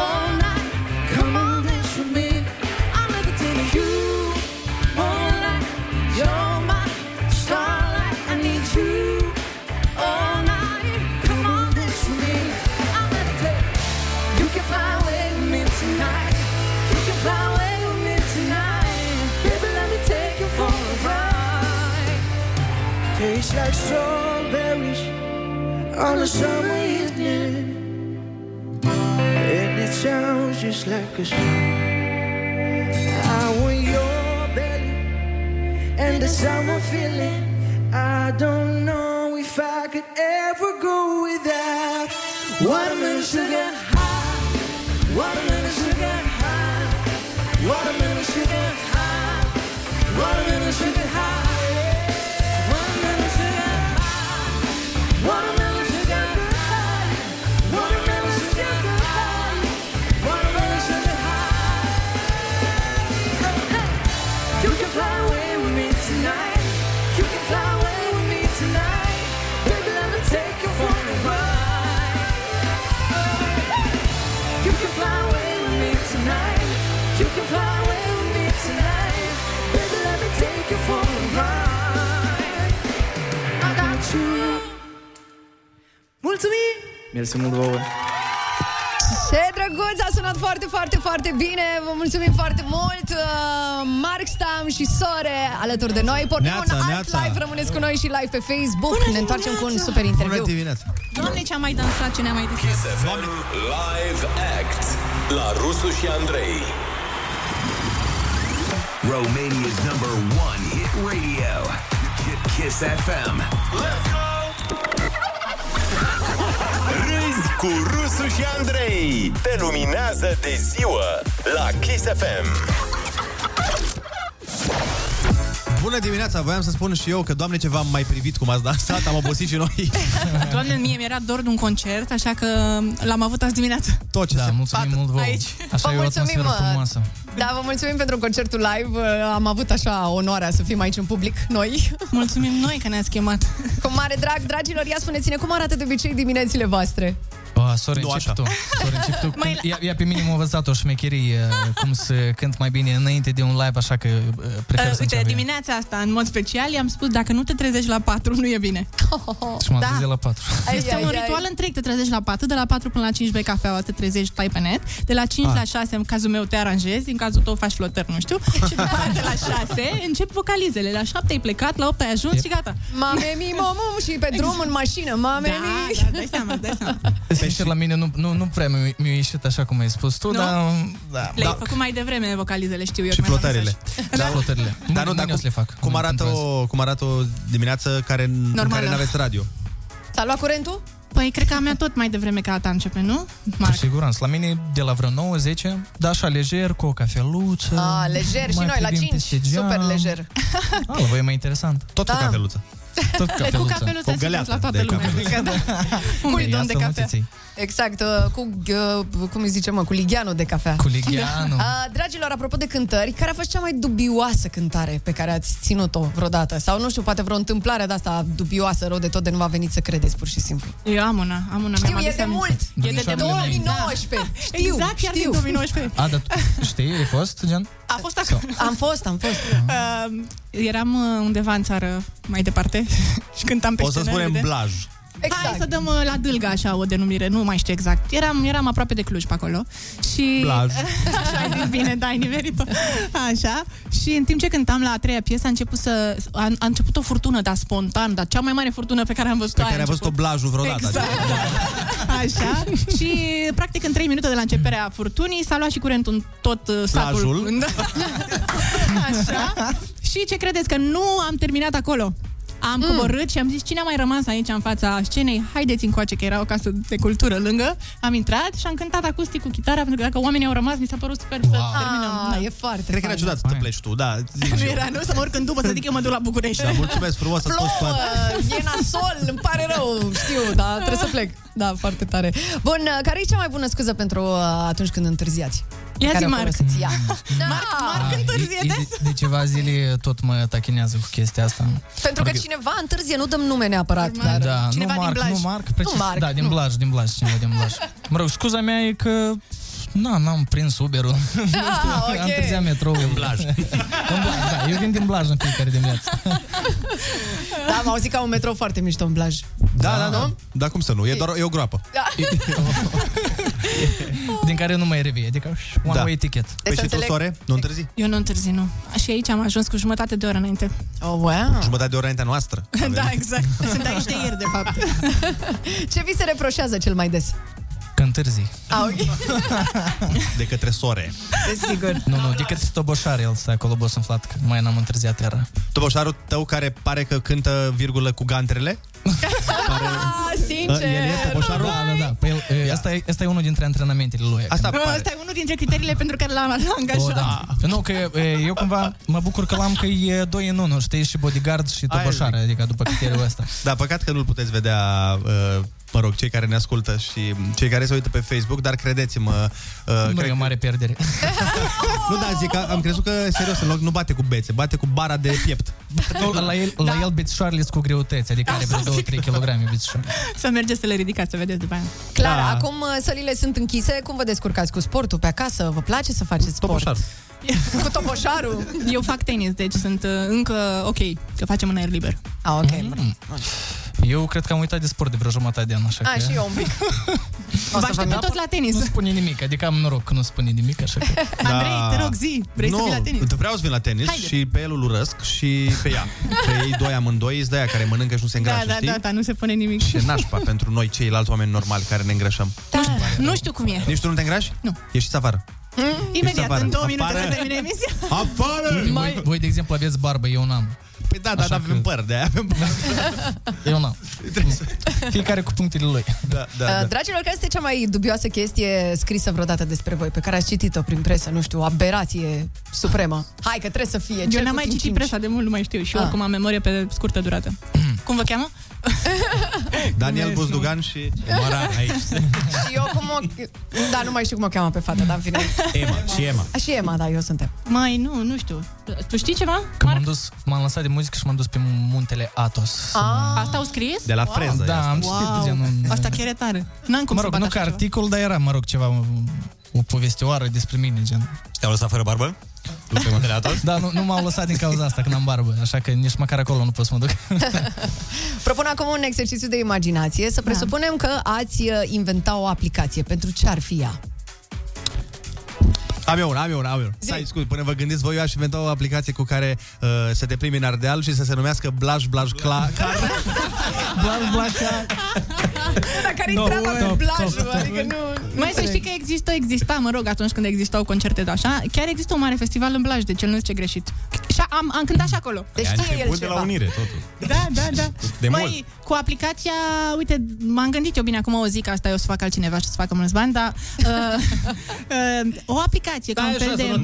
S35: all night. Come on, dance with me. I'm levitating. You moonlight, you're my starlight. I need you all night. Come on, dance with me. I'm levitating. You can fly away with me tonight. You can fly away with me tonight. Baby, let me take you for a ride.
S37: Tastes like strawberries on a summer evening. And it sounds just like a song. I want your belly and the summer feeling. I don't know if I could ever go without watermelon sugar high, watermelon sugar high, watermelon sugar high, watermelon sugar high. Watermelon sugar high, watermelon sugar high, watermelon sugar high, watermelon sugar high. You can fly away with me tonight. You can fly away with me tonight. Baby, let me take you for a ride. You can fly away with me tonight. You can fly away with me tonight. Baby, let me take you for a ride. I got you. Mulțumim!
S36: Mersi mult vouă!
S9: Ce drăguț, a sunat foarte, foarte, foarte bine Vă mulțumim foarte mult Uh, Mark Stam și Sore alături de noi Pornim
S7: Neața,
S9: un alt
S7: neața.
S9: live, rămâneți cu noi și live pe Facebook Ne întoarcem cu un super interviu
S7: Bună dimineața!
S6: Doamne, ce am mai dansat, ce ne-am mai desfăcut.
S1: Doamne. Live Act la Rusu și Andrei.
S18: Romania's number one hit radio. K- Kiss FM.
S1: Râzi cu Rusu și Andrei. Te luminează de ziua la Kiss FM.
S7: Bună dimineața! Voiam să spun și eu că, doamne, ce v-am mai privit cum ați dansat, am obosit și noi.
S6: Doamne, mie mi-era dor de un concert, așa că l-am avut azi dimineață.
S7: Tot ce da, se
S6: mulțumim mult vouă. Aici.
S9: Așa Vă e o mulțumim, atmosferă mă. frumoasă. Da, vă mulțumim pentru concertul live Uh, Am avut așa onoarea să fim aici în public, noi
S6: Mulțumim noi că ne-ați chemat
S9: Cu mare drag, dragilor, ia spuneți-ne cum arată de obicei diminețile voastre
S8: Oh, Sorin, încep tu. Sorin, încep tu. Când- Ia, ia, pe mine m-a învățat o șmecherie uh, cum să cânt mai bine înainte de un live, așa că uh, prefer
S6: Uh,
S8: să
S6: uite,
S8: încep eu.
S6: dimineața asta, în mod special, i-am spus, dacă nu te trezești la 4, nu e bine. Da.
S8: Și m-am trezit la patru.
S6: Este un ritual întreg, te trezești la 4, de la 4 până la 5 bei cafeaua, te trezești, tai pe net, de la 5
S8: Ah.
S6: la 6, în cazul meu, te aranjezi, în cazul tău faci flotări, nu știu, și după aia de la 6 încep vocalizele, la 7 ai plecat, la 8 ai ajuns și gata.
S9: Mame mi, momum și pe drum în mașină, mame
S6: da,
S9: mi.
S6: Da, dai seama, dai seama.
S8: Sincer, la mine nu, nu, nu prea mi-a mi-a ieșit așa cum ai spus tu,
S6: Nu?
S8: dar... Da,
S6: Le-ai făcut mai devreme vocalizele, știu eu.
S8: Și
S6: că mi-ai
S8: flotările.
S6: dat mesaj.
S8: Da, flotările.
S7: Dar nu, dar cum, fac. cum, arată o, cum arată o dimineață care, în
S6: Normală.
S7: care n-aveți radio?
S9: S-a luat curentul?
S6: Păi cred că a mea tot mai devreme ca a ta începe, nu?
S8: Cu siguranță. La mine de la vreo 90, da, așa lejer, cu o cafeluță.
S9: A, lejer și
S8: mai
S9: noi la
S8: privim
S9: 5.
S8: peste geam.
S9: Super lejer.
S8: A, la voi e mai interesant. Tot
S9: Da.
S8: cafeluță. Tot cu cafeluță.
S9: Cu cafeluță înțeles la toată lumea. Da. Un bidon de cafea. Exact, uh, cu, uh, cum îi zice, mă, cu ligheanul de cafea. Cu
S8: ligheanul.
S9: Dragilor, apropo de cântări, care a fost cea mai dubioasă cântare pe care ați ținut-o vreodată? Sau, nu știu, poate vreo întâmplare de-asta dubioasă, rău de tot, de nu v-a venit să credeți, pur și simplu.
S6: Eu am una, am una.
S9: Știu,
S6: mi-am
S9: e
S6: adus
S9: de
S6: aminte.
S9: mult.
S6: E de, de
S9: Domnișoarele 2019.
S6: Da.
S9: Știu,
S6: exact, chiar din
S9: știu.
S6: 2019.
S8: A, dar tu știi, ai fost, gen?
S6: A fost acum.
S9: Am fost, am fost.
S6: Uh, eram uh, undeva în țară, mai departe, și cântam pe
S7: O să
S6: scenă,
S7: spunem
S6: evident.
S7: blaj.
S6: Exact. Hai să dăm uh, la Dâlga așa o denumire, nu mai știu exact. Eram, eram aproape de Cluj pe acolo și...
S7: Blaj.
S6: așa ai zis bine, da, ai nimerit-o. Așa. Și în timp ce cântam la a treia piesă a început să... A, a început o furtună, dar spontan, dar cea mai mare furtună pe care am văzut-o
S7: Pe care a văzut-o blajul vreodată. adică- Da.
S6: Exact. Așa. Și, practic, în 3 minute de la începerea furtunii s-a luat și curentul în tot uh, satul.
S7: Plajul.
S6: Da. Așa. Și ce credeți? Că nu am terminat acolo. Am mm. coborât și am zis, cine a mai rămas aici în fața scenei? Haideți încoace, că era o casă de cultură lângă. Am intrat și am cântat acustic cu chitara, pentru că dacă oamenii au rămas, mi s-a părut super wow. să terminăm.
S9: Ah, e foarte
S7: Cred că era
S9: fain.
S7: ciudat să te pleci tu, da. zic
S6: Nu
S7: eu.
S6: era, nu? Să mă urc în după, să zic că mă duc la București.
S7: Da, mulțumesc frumos, ați fost
S9: Plouă,
S7: toate.
S9: e nasol, îmi pare rău, știu, dar trebuie să plec. Da, foarte tare. Bun, uh, care e cea mai bună scuză pentru uh, atunci când întârziați?
S6: Ia
S9: Care
S6: zi,
S9: o
S6: Marc.
S9: folosiți? Ia. Ah, Marc,
S8: A, Ah, e- e de, de ceva zile tot mă tachinează cu chestia asta.
S9: Pentru că
S8: Adică-
S9: cineva întârzie, nu dăm nume neapărat,
S6: Păi,
S9: dar
S8: da,
S9: cineva
S8: nu
S9: din
S8: Marc,
S9: Blaj.
S8: nu Marc, precis,
S9: nu Marc,
S8: da, din
S9: nu.
S8: Blaj, din Blaj, cineva din Blaj. Mă rog, scuza mea e că Na, n-am prins Uber-ul. Nu știu,
S9: Ah, ok.
S8: Am întârziat metroul. În Blaj. în Blaj, da. Eu vin din Blaj în fiecare dimineață.
S9: Da, am auzit că au un metrou foarte mișto în Blaj.
S7: Da, da, da. Dar cum să nu? E doar e o groapă.
S9: Da.
S8: din care nu mai revii. Adică one
S7: Da.
S8: way ticket.
S7: Păi și tu, Sore, nu întârzi?
S6: Eu nu întârzi, nu. Și aici am ajuns cu jumătate de oră înainte.
S9: Oh, wow.
S7: Jumătate de oră înaintea noastră.
S6: Ah. Da, exact. Sunt aici de ieri, de fapt.
S9: Ce vi se reproșează cel mai des?
S8: Că întârzi.
S9: Ah, ok.
S7: De către Sore.
S9: Desigur.
S8: Nu, nu, decât toboșare el stă acolo, boss înflat, că mai n-am întârziat iară.
S7: Toboșarul tău care pare că cântă virgulă cu gantrele? Ă,
S6: Ah,
S7: El e toboșarul?
S8: Da, da, da. Păi el, e, asta, e, asta e unul dintre antrenamentele lui.
S7: Asta
S8: Că-
S6: Asta e unul dintre criteriile pentru care l-am l-am angajat.
S8: O, da. Nu, că e, eu cumva mă bucur că l-am că e doi în unul, știi, și bodyguard și toboșare, adică după criteriul ăsta.
S7: Da, păcat că nu-l puteți vedea, uh, mă rog, cei care ne ascultă și cei care se uită pe Facebook, dar credeți-mă... Uh,
S8: Nu e o mare pierdere.
S7: Nu, da, zic, că am crezut că, serios, în loc, nu bate cu bețe, bate cu bara de piept.
S8: Nu, la el, da. la el bețișoarele sunt cu greutăți, adică are vreo 2-3 kg bețișoare.
S6: Să mergeți să le ridicați, să vedeți după aia.
S9: Clar,
S8: Da.
S9: acum uh, sălile sunt închise. Cum vă descurcați cu sportul pe acasă? Vă place să faceți sport? Cu toboșarul.
S6: Eu fac tenis, deci sunt uh, încă ok, că facem în aer liber.
S9: Ah, ok.
S8: Mhm.
S6: Mm.
S8: Eu cred că am uitat de sport de vreo jumătate de an, așa
S9: A,
S8: că...
S9: și eu un pic.
S6: Vă așteptăm tot la tenis.
S8: Nu spune nimic, adică am noroc că nu spune nimic, așa că...
S6: Andrei, te rog, zi, vrei
S7: nu,
S6: să vii la tenis?
S7: vreau să vin la tenis
S6: Haide.
S7: și pe el îl urăsc și pe ea. Pe ei doi amândoi, sunt de aia care mănâncă și nu se
S6: Da,
S7: îngrașă,
S6: da,
S7: știi?
S6: da, da, nu se pune nimic.
S7: Și e nașpa pentru noi ceilalți oameni normali care ne îngrășăm.
S6: Da. Nu știu cum e.
S7: Nici tu nu te îngrași?
S6: Nu.
S7: Ești afară.
S6: Imediat,
S7: afară.
S6: în două minute
S7: Afară.
S6: să termine emisia.
S7: Afară!
S8: Voi, voi, de exemplu, aveți barbă, eu n-am.
S7: Păi da, dar
S8: Așa
S7: avem
S8: că-
S7: păr, de aia avem păr.
S8: Eu n-am. Fiecare cu punctele lui.
S7: Da,
S9: Uh, Dragilor, care este cea mai dubioasă chestie scrisă vreodată despre voi, pe care ați citit-o prin presă? Nu știu, aberație supremă. Hai că trebuie să fie.
S6: Eu
S9: cel
S6: n-am mai
S9: puțin
S6: citit
S9: cinci.
S6: presa de mult, nu mai știu. Și
S9: Ah.
S6: eu oricum am memorie pe scurtă durată. Cum vă cheamă?
S7: Daniel Buzdugan și Mara aici.
S9: Și eu cum o... Da, nu mai știu cum o cheamă pe fata, dar în fine.
S7: Ema și Ema.
S9: A, Și Ema, da, eu suntem.
S6: Mai nu, nu știu. Tu știi ceva?
S8: Că m-am dus, m-am lansat de muzică și m-am dus pe muntele
S9: Ah.
S8: Atos.
S6: Asta au scris?
S7: De la freză.
S8: Da, am citit
S6: Wow.
S8: genul...
S6: Asta chiar e tare. N-am cum
S8: mă
S6: să
S8: rog,
S6: bat
S8: nu
S6: așa
S8: ca
S6: ceva.
S8: articol, dar era, mă rog, ceva, o, o povestioară despre mine, gen.
S7: Și te-au lăsat fără barbă? Tu pe muntele Atos?
S8: Da, nu, nu m-au lăsat din cauza asta, că n-am barbă, așa că nici măcar acolo nu pot să mă duc.
S9: Propun acum un exercițiu de imaginație.
S6: Da.
S9: Să presupunem că ați uh, inventa o aplicație. Pentru ce ar fi ea?
S7: Am eu una, am eu una, am eu una. Stai, scuze, până vă gândiți voi, eu aș inventa o aplicație cu care uh, să te primi în Ardeal și să se numească Blaj Blaj Cla... Car...
S8: Bla, bla, ca...
S9: la care
S6: No,
S9: intra pe
S6: top,
S9: plajă,
S6: top, top.
S9: adică nu... nu
S6: Mai să
S9: înțeleg.
S6: știi că există, exista, mă rog, atunci când existau concerte de așa, chiar există un mare festival în plajă, deci el nu știe greșit. Și am, am cântat și acolo.
S7: Deci știe el de la unire, totul.
S6: Da, da, da.
S7: De
S6: Mai,
S7: mult.
S6: cu aplicația, uite, m-am gândit eu bine, acum o zic asta, eu o să fac altcineva și o să facă mulți bani, dar uh, uh, o aplicație ca un fel de...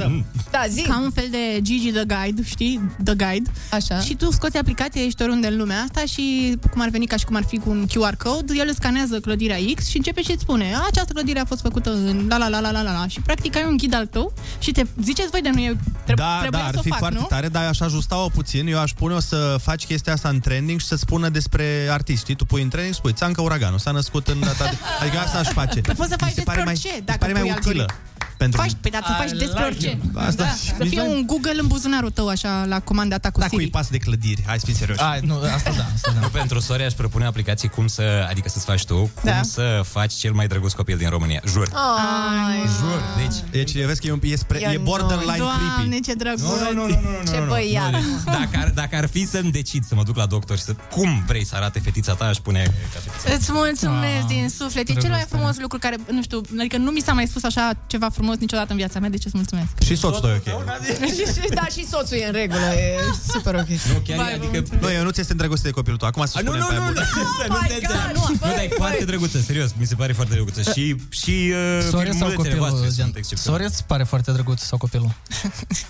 S9: Da, zi.
S6: Ca un fel de Gigi the Guide, știi? The Guide.
S9: Așa.
S6: Și tu scoți aplicația, ești oriunde în lumea asta și cum ar veni ca și cum ar fi cu un QR code, el îți scanează clădirea X și începe și îți spune această clădire a fost făcută în la la la la la la la și practic ai un ghid al tău și te ziceți voi de nu e treb-
S7: da,
S6: trebuia
S7: da, ar
S6: să o
S7: fi
S6: fac,
S7: foarte
S6: nu?
S7: tare, dar aș ajusta-o puțin. Eu aș pune-o să faci chestia asta în trending și să spună despre artiști. Știi, Tu pui în trending, spui, Țancă Uraganul s-a născut în data de... Adică asta aș face.
S6: Păi poți să
S7: Mi
S6: faci
S7: se pare
S6: despre
S7: mai,
S6: orice,
S7: mi se
S6: dacă
S7: pare mai
S6: pui
S7: utilă.
S6: algoritm.
S7: Pentru...
S6: Faci, păi da, să
S7: I
S6: faci despre
S7: like
S6: orice.
S7: him. Asta,
S6: da.
S7: și
S6: Să
S7: nici
S6: fie
S7: noi-
S6: un Google în buzunarul tău, așa, la comanda ta cu
S7: Da, cui
S6: Siri.
S7: pas de clădiri, hai să fim serioși.
S10: Ai, nu, asta da, asta da. Eu pentru sore aș propune aplicații cum să, adică să-ți faci tu, cum
S6: Da.
S10: să faci cel mai drăguț copil din România. Jur.
S9: Ai,
S7: Jur, deci... Deci, vezi că e, un, e, spre,
S9: Eu
S7: e borderline
S9: nu.
S7: creepy.
S6: Doamne, ce drăguț!
S9: Ce băiat!
S10: Dacă ar, dacă ar fi să-mi decid să mă duc la doctor și să... Cum vrei să arate fetița ta, aș pune ca fetița.
S6: Îți mulțumesc
S10: Ah,
S6: din suflet. E cel mai
S10: drăguț,
S6: frumos lucru care, nu știu, adică nu mi s-a mai spus așa ceva frumos niciodată în viața mea, deci îți mulțumesc.
S7: Și soțul tău e ok.
S9: și, și, da, și soțul e în regulă, e super ok. Nu,
S10: chiar e, adică...
S7: Nu, eu nu ți este îndrăgostit de copilul tău. Acum să spunem pe
S10: Ah, nu,
S7: aia
S10: nu,
S7: bun.
S10: nu, să nu te înțeleg.
S9: nu,
S10: Nu, dar e foarte drăguță, serios, mi se pare foarte drăguță. Și, și uh,
S8: Sore sau
S10: filmulețele voastre
S8: copilul,
S10: sunt
S8: Jean?
S10: excepționale.
S8: Sore îți pare foarte drăguț sau copilul?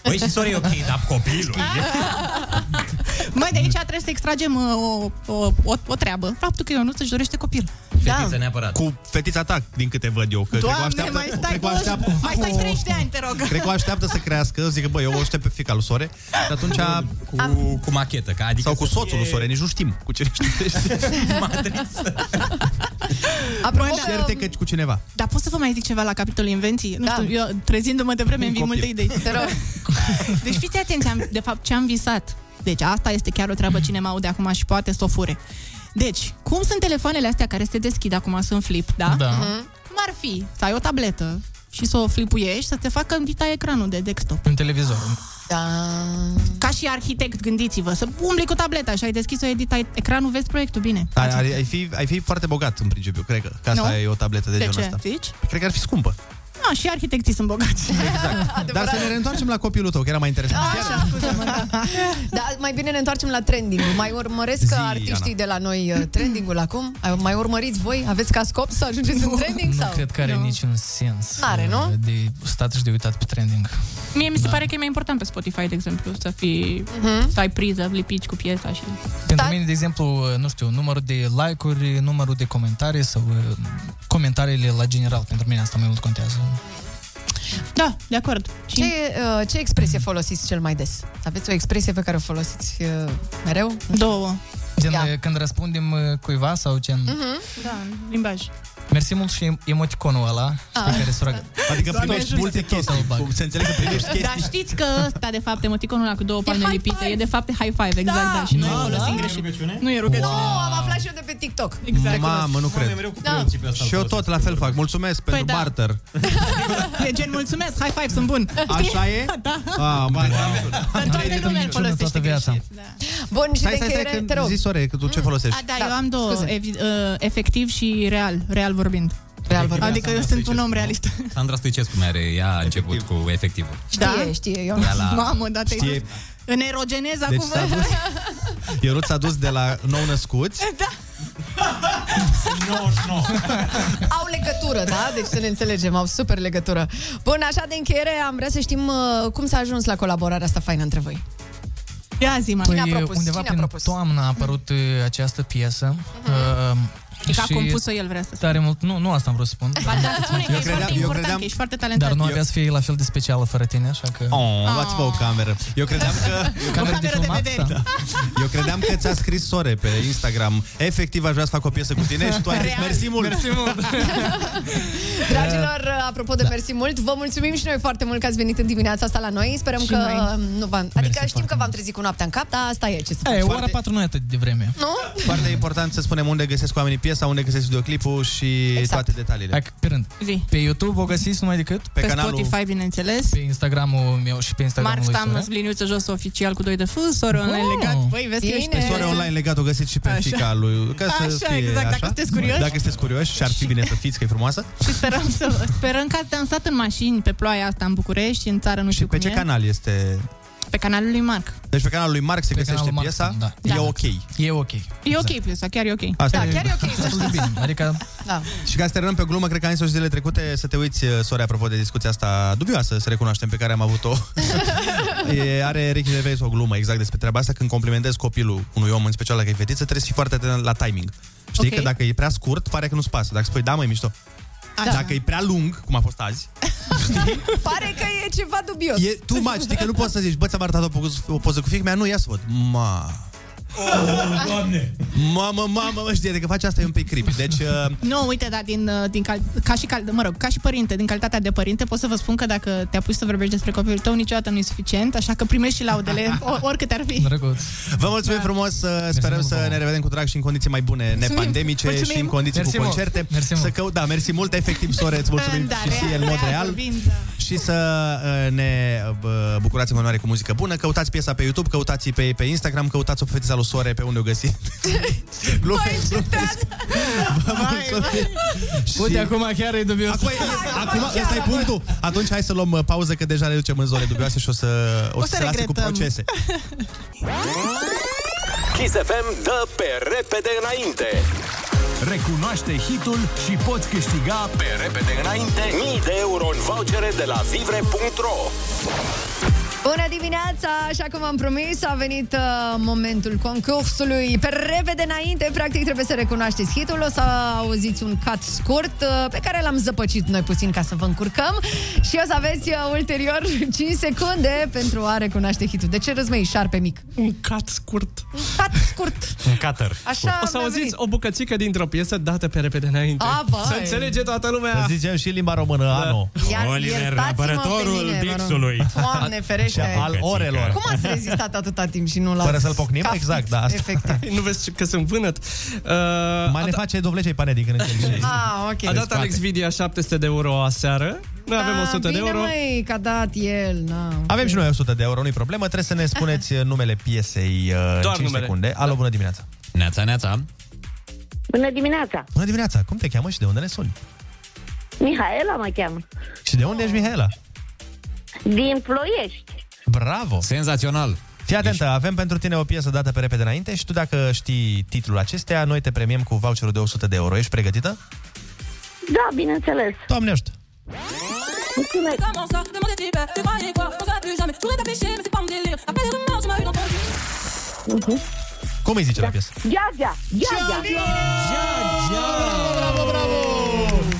S10: Băi, și sore e ok, dar copilul...
S6: Ah. Mai de aici trebuie să extragem uh, o, o, o, o treabă. Faptul că eu nu își dorește copil. Da.
S10: Fetița neapărat.
S7: Cu fetița ta, din câte văd eu. Că cred că o
S6: Doamne,
S7: așteaptă,
S6: mai stai,
S7: cred că o
S6: 20,
S7: așteaptă,
S6: mai stai 30 de ani, te rog.
S7: Cred că o așteaptă să crească, zic că, bă, eu o aștept pe fica lui sore și atunci...
S10: Cu, cu machetă, ca adică
S7: Sau cu
S10: să
S7: soțul
S10: fie-
S7: lui sore, nici nu știm cu ce știi.
S9: Apropo,
S6: da.
S7: Mă certe că cu cineva.
S6: Dar pot să vă mai zic ceva la capitolul invenții? Nu
S9: Da.
S6: știu, eu trezindu-mă de vreme îmi vin
S9: copil.
S6: multe idei.
S9: Te rog.
S6: Deci fiți atenți, am, de fapt, ce am visat. Deci asta este chiar o
S7: Mm.
S6: treabă cine mă aude acum și poate să o fure. Deci, cum sunt telefoanele astea care se deschid acum, sunt flip, da?
S8: Da.
S9: Mhm.
S6: Cum ar fi să ai o tabletă și să o flipuiești, să te facă îndita ecranul de desktop.
S8: Un televizor.
S9: Da.
S6: Ca și arhitect, gândiți-vă, să umbli cu tableta și ai deschis-o, editai ecranul, vezi proiectul, bine.
S7: Ai, ai, ai, fi, ai fi foarte bogat în principiu, cred că. Că asta
S6: Nu?
S7: e o tabletă de,
S6: De
S7: genul
S6: ce,
S7: ăsta.
S6: zici?
S7: Cred că ar fi scumpă.
S6: Ah, și arhitecții sunt bogați.
S7: Dar să ne reîntoarcem la copilul tău, că era mai interesant.
S9: Așa, scuze-mă, da. da. mai bine ne întoarcem la trending Mai urmăresc
S7: Zi,
S9: artiștii
S7: Ana.
S9: de la noi uh, trending-ul acum? Ai- Mai urmăriți voi? Aveți ca scop să ajungeți în trending?
S8: Nu
S9: sau?
S8: cred că are niciun sens.
S9: Are,
S8: uh,
S9: nu?
S8: De stat și de uitat pe trending.
S6: Mie mi se pare că e mai important pe Spotify, de exemplu, să fii, să ai priză, lipici cu piesa și...
S8: Pentru
S6: Da.
S8: mine, de exemplu, nu știu, numărul de like-uri, numărul de comentarii sau uh, comentariile la general, pentru mine asta mai mult contează.
S6: Da, de acord.
S9: Ce, uh, ce expresie folosiți cel mai des? Aveți o expresie pe care o folosiți uh, mereu?
S6: Două.
S8: Gen,
S6: Da.
S8: uh, când răspundem uh, cuiva sau gen...
S6: Mm-hmm. Da, limbaj.
S8: Mersi mult și em- emoticonul ăla
S6: Ah.
S8: pe care suragă.
S7: Adică primești multe chestii. Se înțelege că primești chestii.
S6: Dar știți că ăsta, de fapt, emoticonul ăla cu două palme lipite, e de fapt high five, exact, da. Și noi
S8: Da,
S6: îl
S9: Ah,
S6: folosim
S8: da?
S6: greșit. Nu e rugăciune.
S9: Oh, am aflat și eu de pe TikTok.
S6: Exact.
S7: Mamă, nu cred.
S9: Da. Păi
S7: Și eu tot la fel fac. Mulțumesc pentru
S6: da.
S7: barter. Ah,
S6: E gen, mulțumesc, high five, sunt bun.
S7: Așa e?
S6: Da.
S7: Ah, mă,
S6: În toată lumea îl folosește
S7: viața.
S9: Bun, și
S7: Stai,
S9: de
S7: stai,
S9: încheiere,
S7: stai,
S9: te
S7: că
S9: rog.
S7: zi, sore, că tu ce folosești?
S6: A, da, eu am două, evi- uh, efectiv și real, real vorbind.
S7: Deci,
S9: Real
S10: vorbind.
S6: Adică eu sunt un om realist.
S10: Sandra Stoicescu mai are, ea a început cu efectivul.
S6: Da.
S9: Știe, știe, eu.
S10: Ea la-
S6: Mamă, da, te-ai
S7: Știe.
S6: dus În erogenez
S7: Deci
S6: acum.
S7: s-a dus, Ionuț s-a dus de la nou născuți.
S6: Da.
S7: 99.
S9: Au legătură, da? Deci să ne înțelegem, au super legătură. Bun, așa de încheiere am vrea să știm uh, cum s-a ajuns la colaborarea asta faină între voi.
S6: Ia zi, mă. Păi,
S9: Cine a propus?
S8: Păi, undeva
S9: Cine a
S8: prin
S9: propus?
S8: toamnă a apărut uh, această piesă. Uh,
S6: Mhm. E că a compus-o el, vrea să spun.
S8: Tare mult, nu, nu asta am vrut să spun.
S6: Ba, da, spune că
S8: Eu
S6: e
S8: credeam-
S6: foarte
S8: eu
S6: important,
S8: credeam-
S6: că ești foarte talentat.
S8: Dar nu avea să fie la fel de specială fără tine, așa că...
S7: Oh, luați-vă
S6: Ah.
S7: o cameră. Eu credeam că...
S8: O cameră de filmat,
S7: Da.
S8: sau?
S7: Eu credeam că ți-a scris sore pe Instagram. Efectiv, aș vrea să fac o piesă cu tine și tu ai zis,
S9: Real.
S7: mersi mult.
S9: Mersi
S8: mult.
S9: Dragilor, uh, apropo
S6: da.
S9: de mersi mult, vă mulțumim și noi foarte mult că ați venit în dimineața asta la noi. Sperăm
S8: Și
S9: că
S8: noi.
S9: nu v-am... Adică știm că v-am trezit cu noaptea în cap, dar asta e ce se
S8: E,
S9: face.
S8: ora 4 nu e atât de vreme.
S9: Nu?
S7: Foarte important să spunem unde găsesc oamenii piesa sau unde găsești videoclipul și exact. toate detaliile.
S8: Hai, pe rând.
S6: Zi.
S8: Pe YouTube o găsiți numai decât?
S6: Pe, pe Spotify, bineînțeles.
S8: Pe Instagramul meu și pe Instagramul
S6: Marc
S8: lui
S6: Stam,
S8: Sora.
S6: liniuță jos oficial cu doi de F, soră online
S8: Oh.
S6: legat. Băi, vezi că ești
S7: Pe soare online legat o găsiți și pe
S6: Așa.
S7: fica lui. Ca să
S6: Așa,
S7: fie
S6: exact, dacă
S7: așa.
S6: sunteți curioși.
S7: Dacă sunteți curioși și ar fi bine să fiți, că e frumoasă.
S6: Și sperăm, să, sperăm că ați dansat în mașini pe ploaia asta în București și în țară, nu știu
S7: Pe
S6: cum
S7: ce
S6: e.
S7: canal este?
S6: Pe canalul lui Marc.
S7: Deci pe canalul lui Marc se
S8: Pe
S7: găsește
S8: canalul Marc,
S7: piesa.
S8: da.
S7: E ok.
S8: E ok.
S6: E ok piesa, chiar e ok.
S7: Asta
S6: da,
S7: e.
S6: chiar e ok. să
S8: Destul de
S6: știți.
S8: bine. Adică
S6: Da.
S7: Și ca să terminăm pe glumă, cred că am zis zilele trecute să te uiți, Sore, apropo de discuția asta dubioasă, să recunoaștem, pe care am avut-o. e, are Ricky Gervais o glumă exact despre treaba asta. Când complimentezi copilul unui om, în special dacă e fetiță, trebuie să fii foarte atent la timing. Știi
S6: Ok.
S7: că dacă e prea scurt, pare că nu-ți pasă. Dacă spui, da, măi, mișto.
S9: Așa.
S7: Dacă e prea lung, cum a fost azi,
S9: Pare că e ceva dubios.
S7: e tu mai știi că nu poți să zici, bă, ți-am arătat o, poz- o poză cu fiica mea, nu, ia să văd. Ma.
S6: Oh,
S7: doamne! Mamă, mamă, mă, știi, adică faci asta e un pic creepy. Deci, uh,
S6: Nu, uite, dar din, uh, din cal, ca și cal, mă rog, ca și părinte, din calitatea de părinte, pot să vă spun că dacă te apuci să vorbești despre copilul tău, niciodată nu e suficient, așa că primești și laudele, o- oricât ar fi.
S8: Drăguț.
S7: Vă mulțumim da. frumos, uh, sperăm să ne revedem cu drag și în condiții mai bune,
S6: Mulțumim.
S7: nepandemice
S6: Mulțumim.
S7: și în condiții
S8: Mersi
S7: cu
S8: mult.
S7: concerte. Mersi să căut, da, mersi mult, efectiv, sore, îți mulțumim
S6: Da,
S7: și ție în mod
S6: real
S7: real.
S6: vorbind, da.
S7: Și să uh, ne uh, bucurați în continuare cu muzică bună, căutați piesa pe YouTube, căutați pe, pe Instagram, căutați-o pe fetița lui Sore pe unde o găsiți. Glume, Vă mulțumim.
S8: Uite, acum chiar e dubios.
S7: Acum, acum ăsta e punctul. Atunci hai să luăm uh, pauză că deja ne ducem în zone dubioase și o să, o
S6: O
S7: să
S6: să
S7: se lase cu
S6: regretăm.
S7: procese.
S1: Kiss FM dă pe repede înainte.
S38: Recunoaște hitul și poți câștiga
S1: Pe repede înainte, mii de euro în vouchere de la vivre.ro
S9: Bună dimineața! Așa cum am promis, a venit uh, momentul concursului. Pe repede înainte, practic, trebuie să recunoașteți hitul. O să auziți un cut scurt uh, pe care l-am zăpăcit noi puțin ca să vă încurcăm și o să aveți uh, ulterior 5 secunde pentru a recunoaște hitul. De ce râzmei șarpe mic?
S17: Un cut scurt.
S9: Un cut scurt.
S17: Un cutter.
S9: Așa
S17: o să
S9: mi-a
S17: auziți
S9: venit.
S17: o bucățică dintr-o piesă dată pe repede înainte.
S9: A, băi.
S17: să înțelege toată lumea.
S7: Să zicem și limba română, da. Ano.
S9: Iar- iertați-mă pe mine, vă rog. Doamne ferește!
S7: Și al orelor.
S9: Cum ați rezistat atâta timp și nu l-ați...
S7: Fără să-l pocnim?
S9: Ca-
S7: Exact, da, asta.
S9: Efectiv.
S17: nu vezi că sunt vânăt. Uh,
S7: Mai ne face dovlecei pane din când în când. știi?
S9: Ah, ok.
S17: A dat Alex Vidia 700 de euro aseară. Noi avem
S9: Ah,
S17: 100 de
S9: bine,
S17: euro.
S9: măi, că a dat el, na.
S7: Avem și noi 100 de euro, nu-i problemă. Trebuie să ne spuneți uh, numele piesei uh, în
S10: Doar
S7: 5
S10: numele.
S7: secunde. Alo, bună dimineața!
S10: Neața, neața.
S21: Bună dimineața!
S7: Bună dimineața! Cum te cheamă și de unde ne suni?
S21: Mihaela mă cheamă.
S7: Și de unde ești, Mihaela?
S21: Din Ploiești.
S7: Bravo!
S10: Senzațional!
S7: Fii atentă, avem pentru tine o piesă dată pe repede înainte și tu dacă știi titlul acestea, noi te premiem cu voucherul de 100 de euro. Ești pregătită?
S21: Da, bineînțeles.
S7: Doamne ajută!
S21: Mulțumesc!
S39: Comment ça Demandez qui paie, tu croyais quoi On sera plus jamais, j'aurais tapé mais c'est pas mon délire Après les rumeurs, tu m'as eu dans ton lit
S7: Cum îi zice la piesă?
S21: Giagea! Giagea!
S9: Bravo, bravo!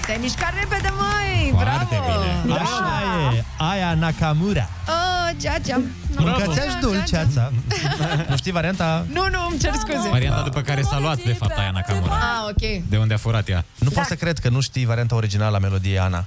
S9: Te-ai mișcat repede, măi! bravo! Da.
S7: Așa e! Aia Nakamura!
S9: Oh, Giagea! Da,
S7: Mâncați-aș dulceața! nu știi varianta?
S9: Nu, nu, îmi cer scuze.
S6: da.
S10: Varianta după care s-a luat, de fapt, aia Nakamura.
S9: Ah, ok.
S10: De unde a furat ea.
S7: Nu
S9: Da.
S7: pot să cred că nu știi varianta originală a melodiei, Ana.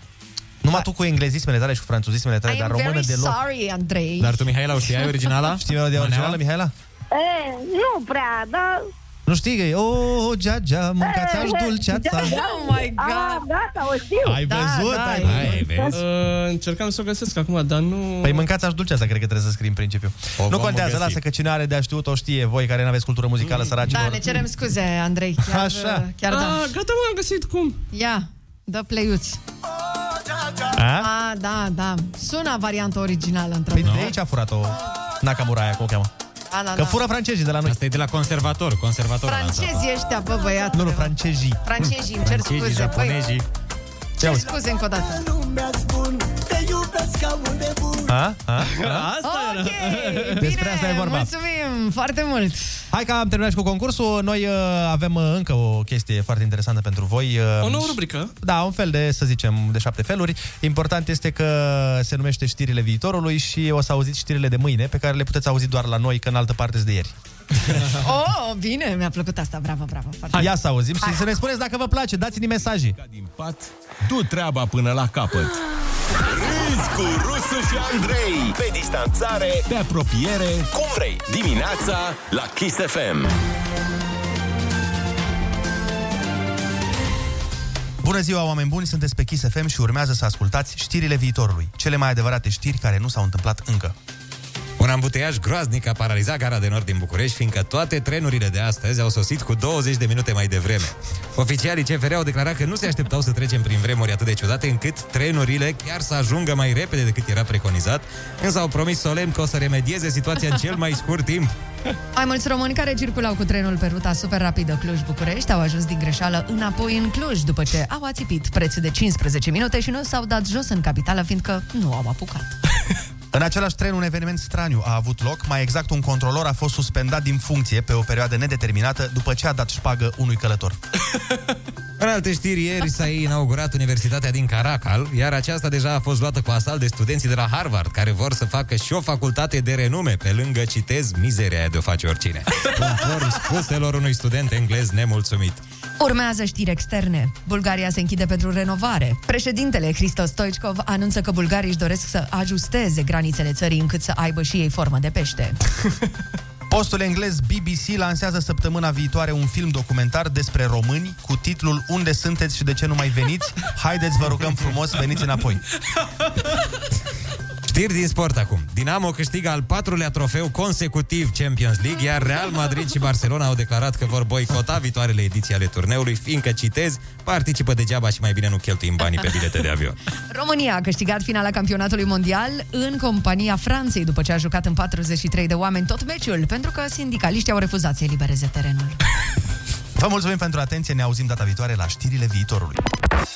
S7: Numai tu cu englezismele tale și cu franțuzismele tale,
S9: Da. I
S7: dar
S9: am
S7: română
S9: very
S7: deloc.
S9: sorry, Andrei.
S10: Dar tu, Mihaela, o știai originala?
S7: Știi melodia originală, Mihaela?
S21: E, nu prea, dar...
S7: Nu știi că e O, oh, Giagea, mâncați-aș dulceața
S9: Oh my God!
S21: Ah, gata, o știu!
S7: Ai văzut?
S21: Da,
S7: ai
S21: da,
S7: văzut?
S17: Uh, încercam să o găsesc acum, dar nu...
S7: Păi mâncați-aș dulceața, cred că trebuie să scrii în principiu. O, nu
S17: vom
S7: contează,
S17: găsi.
S7: lasă că cine are de a știut o știe, voi care nu aveți cultură
S10: Mm.
S7: muzicală,
S9: Da,
S7: săracilor.
S9: ne cerem scuze, Andrei. Chiar,
S7: Așa.
S9: Chiar da.
S17: Ah, gata, mă, am găsit cum.
S9: Ia, dă pleiuț.
S7: A?
S9: Ah, da, da. Sună varianta originală, într
S7: Păi de aici a furat-o Nakamura aia, cum o cheamă.
S9: Da, da,
S7: Că
S9: da.
S7: fură francezii de la noi. Asta e de la conservator, conservator.
S9: Francezii ăștia, bă, băiat.
S7: Nu, nu, francezii.
S9: Francezii, îmi cer
S7: Francezii,
S9: scuze. Păi,
S7: japonezii. Ce
S9: cer
S7: auzi?
S9: scuze încă o dată.
S7: A? A? A?
S9: Asta
S7: Ok,
S9: era.
S7: Da? Despre asta e vorba.
S9: Mulțumim Mm, foarte mult.
S7: Hai că am terminat și cu concursul. Noi uh, avem uh, încă o chestie foarte interesantă pentru voi. Uh,
S17: O nouă rubrică.
S7: Da, un fel de, să zicem, de șapte feluri. Important este că se numește știrile viitorului și o să auziți știrile de mâine, pe care le puteți auzi doar la noi, că în altă parte sunt de ieri.
S9: Oh, bine, mi-a plăcut asta. Bravo, bravo. Foarte
S7: Hai. Ia să auzim și
S9: Hai.
S7: să ne spuneți dacă vă place. Dați-ne mesaje.
S38: Pat, du treaba până la capăt.
S1: Râzi cu Rusu și Andrei Pe distanțare, pe apropiere Cum vrei, dimineața la Kiss FM
S7: Bună ziua, oameni buni! Sunteți pe Kiss FM și urmează să ascultați știrile viitorului. Cele mai adevărate știri care nu s-au întâmplat încă.
S10: Un ambuteiaj groaznic a paralizat gara de nord din București, fiindcă toate trenurile de astăzi au sosit cu 20 de minute mai devreme. Oficialii CFR au declarat că nu se așteptau să trecem prin vremuri atât de ciudate, încât trenurile chiar să ajungă mai repede decât era preconizat, însă au promis solemn că o să remedieze situația în cel mai scurt timp.
S9: Mai mulți români care circulau cu trenul pe ruta super rapidă Cluj-București au ajuns din greșeală înapoi în Cluj după ce au ațipit preț de 15 minute și nu s-au dat jos în capitală fiindcă nu au apucat.
S7: În același tren, un eveniment straniu a avut loc. Mai exact, un controlor a fost suspendat din funcție pe o perioadă nedeterminată după ce a dat șpagă unui călător.
S10: În alte știri, ieri s-a inaugurat Universitatea din Caracal, iar aceasta deja a fost luată cu asalt de studenții de la Harvard, care vor să facă și o facultate de renume, pe lângă, citez, mizeria aia de o face oricine. Conform spuselor unui student englez nemulțumit.
S9: Urmează știri externe. Bulgaria se închide pentru renovare. Președintele Hristos Stoicov anunță că bulgarii își doresc să ajusteze granițele țării încât să aibă și ei formă de pește.
S7: Postul englez BBC lansează săptămâna viitoare un film documentar despre români cu titlul Unde sunteți și de ce nu mai veniți? Haideți, vă rugăm frumos, veniți înapoi.
S10: Știri din sport acum. Dinamo câștigă al patrulea trofeu consecutiv Champions League, iar Real Madrid și Barcelona au declarat că vor boicota viitoarele ediții ale turneului, fiindcă, citez, participă degeaba și mai bine nu cheltuim banii pe bilete de avion.
S9: România a câștigat finala campionatului mondial în compania Franței după ce a jucat în 43 de oameni tot meciul, pentru că sindicaliștii au refuzat să elibereze terenul.
S7: Vă mulțumim pentru atenție, ne auzim data viitoare la știrile viitorului.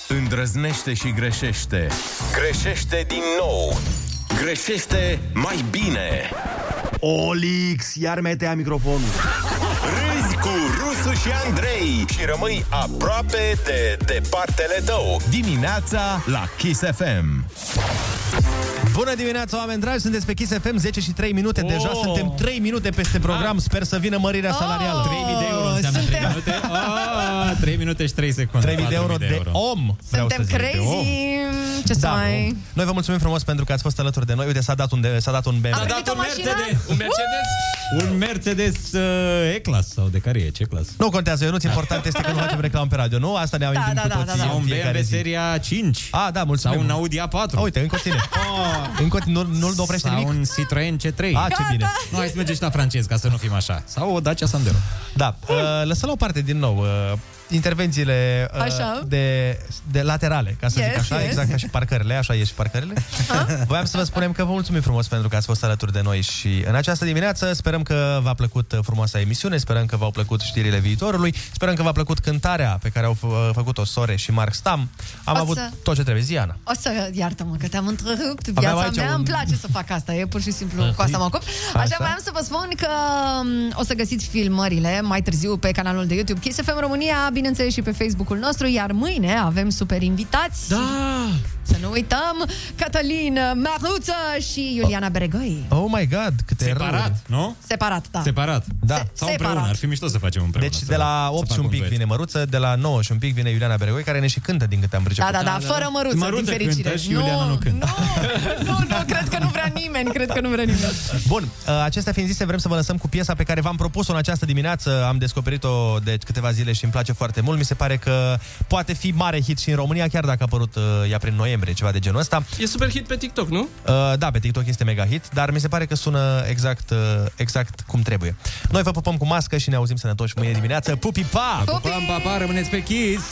S1: Îndrăznește și greșește. Greșește din nou. Greșește mai bine.
S40: Olix, iar metea microfonul.
S1: Râzi cu Rusu și Andrei și rămâi aproape de departele tău.
S7: Dimineața la Kiss FM. Bună dimineața, oameni dragi! Sunteți pe Kiss FM 10 și 3 minute. Oh. Deja suntem 3 minute peste program. Sper să vină mărirea salarială.
S10: 3.000 de euro înseamnă 3 minute. Oh, 3 minute și 3 secunde.
S7: 3.000 de euro de om.
S9: Suntem
S7: Vreau să zic, de
S9: crazy!
S7: om.
S9: Ce să
S7: Da,
S9: mai...
S7: Noi vă mulțumim frumos pentru că ați fost alături de noi. Uite, s-a dat un, de, s-a dat un BMW.
S9: A primit o mașină?
S10: Un Mercedes? Un Mercedes uh, E-Class sau de care e? Ce clas?
S7: Nu contează, eu nu important este că nu facem reclamă pe radio, nu? Asta ne amintim
S10: Da, da,
S7: cu
S10: da,
S7: toții
S10: da, da. Sau un
S7: în fiecare
S10: BMW
S7: zi.
S10: seria 5.
S7: A, da, mulțumim.
S10: Sau un Audi A4.
S7: A, uite, încă o ține. Încă nu, nu-l oprește
S10: Sau
S7: nimic.
S10: un Citroen C3.
S7: A, ce bine.
S10: Nu, hai să mergem și la francez, ca să nu fim așa. Sau o Dacia Sandero.
S7: Da, uh, lăsăm la o parte din nou uh, intervențiile uh,
S10: Așa.
S7: De, de laterale, ca să
S10: Yes,
S7: zic așa,
S10: yes.
S7: exact ca și parcările, așa e și parcările. Voiam să vă spunem că vă mulțumim frumos pentru că ați fost alături de noi și în această dimineață sperăm că v-a plăcut uh, frumoasa emisiune, sperăm că v-au plăcut știrile viitorului, sperăm că v-a plăcut cântarea pe care au fă- făcut-o Sore și Mark Stam. Am
S9: O
S7: avut
S9: să-
S7: tot ce trebuie, Ziana.
S9: O să, iartă-mă că te-am întrerupt
S7: Aveam
S9: viața
S7: aici
S9: mea,
S7: un-
S9: îmi place să fac asta, e pur și simplu
S7: Ah,
S9: cu asta
S7: zi.
S9: mă ocup.
S7: Așa.
S9: Așa, voiam să vă spun că m, o să găsiți filmările mai târziu pe canalul de YouTube Kiss FM România, bineînțeles și pe Facebook-ul nostru, iar mâine avem super invitați. Da! Să nu uităm, Cătălin Maruță și Iuliana Beregoi.
S7: Oh my god, câte
S10: Separat,
S7: râuri.
S10: nu?
S9: Separat, da.
S10: Separat.
S7: Da.
S10: Sau
S9: separat.
S10: împreună, ar fi mișto să facem împreună.
S7: Deci
S10: să-
S7: de la
S10: să
S7: 8
S10: fac
S7: și un
S10: un
S7: pic
S10: duet.
S7: vine Măruță, de la 9 și un pic vine Iuliana Beregoi, care ne și cântă din câte am priceput.
S9: Da, da, da, fără măruță, din fericire.
S7: cântă și Iuliana nu cântă.
S9: Nu, nu, cred că nu vrea nimeni, cred că nu vrea nimeni.
S7: Bun, uh, acestea fiind zise, vrem să vă lăsăm cu piesa pe care v-am propus-o în această dimineață. Am descoperit-o de câteva zile și îmi place foarte mult. Mi se pare că poate fi mare hit și în România, chiar dacă a apărut uh, ea prin noiembrie, ceva de genul ăsta.
S41: E super hit pe TikTok, nu?
S7: Uh, da, pe TikTok este mega hit, dar mi se pare că sună exact, uh, exact cum trebuie. Noi vă pupăm cu mască și ne auzim sănătoși mâine dimineață. Pupi, pa!
S10: Pam, pa, pa, rămâneți pe Kiss!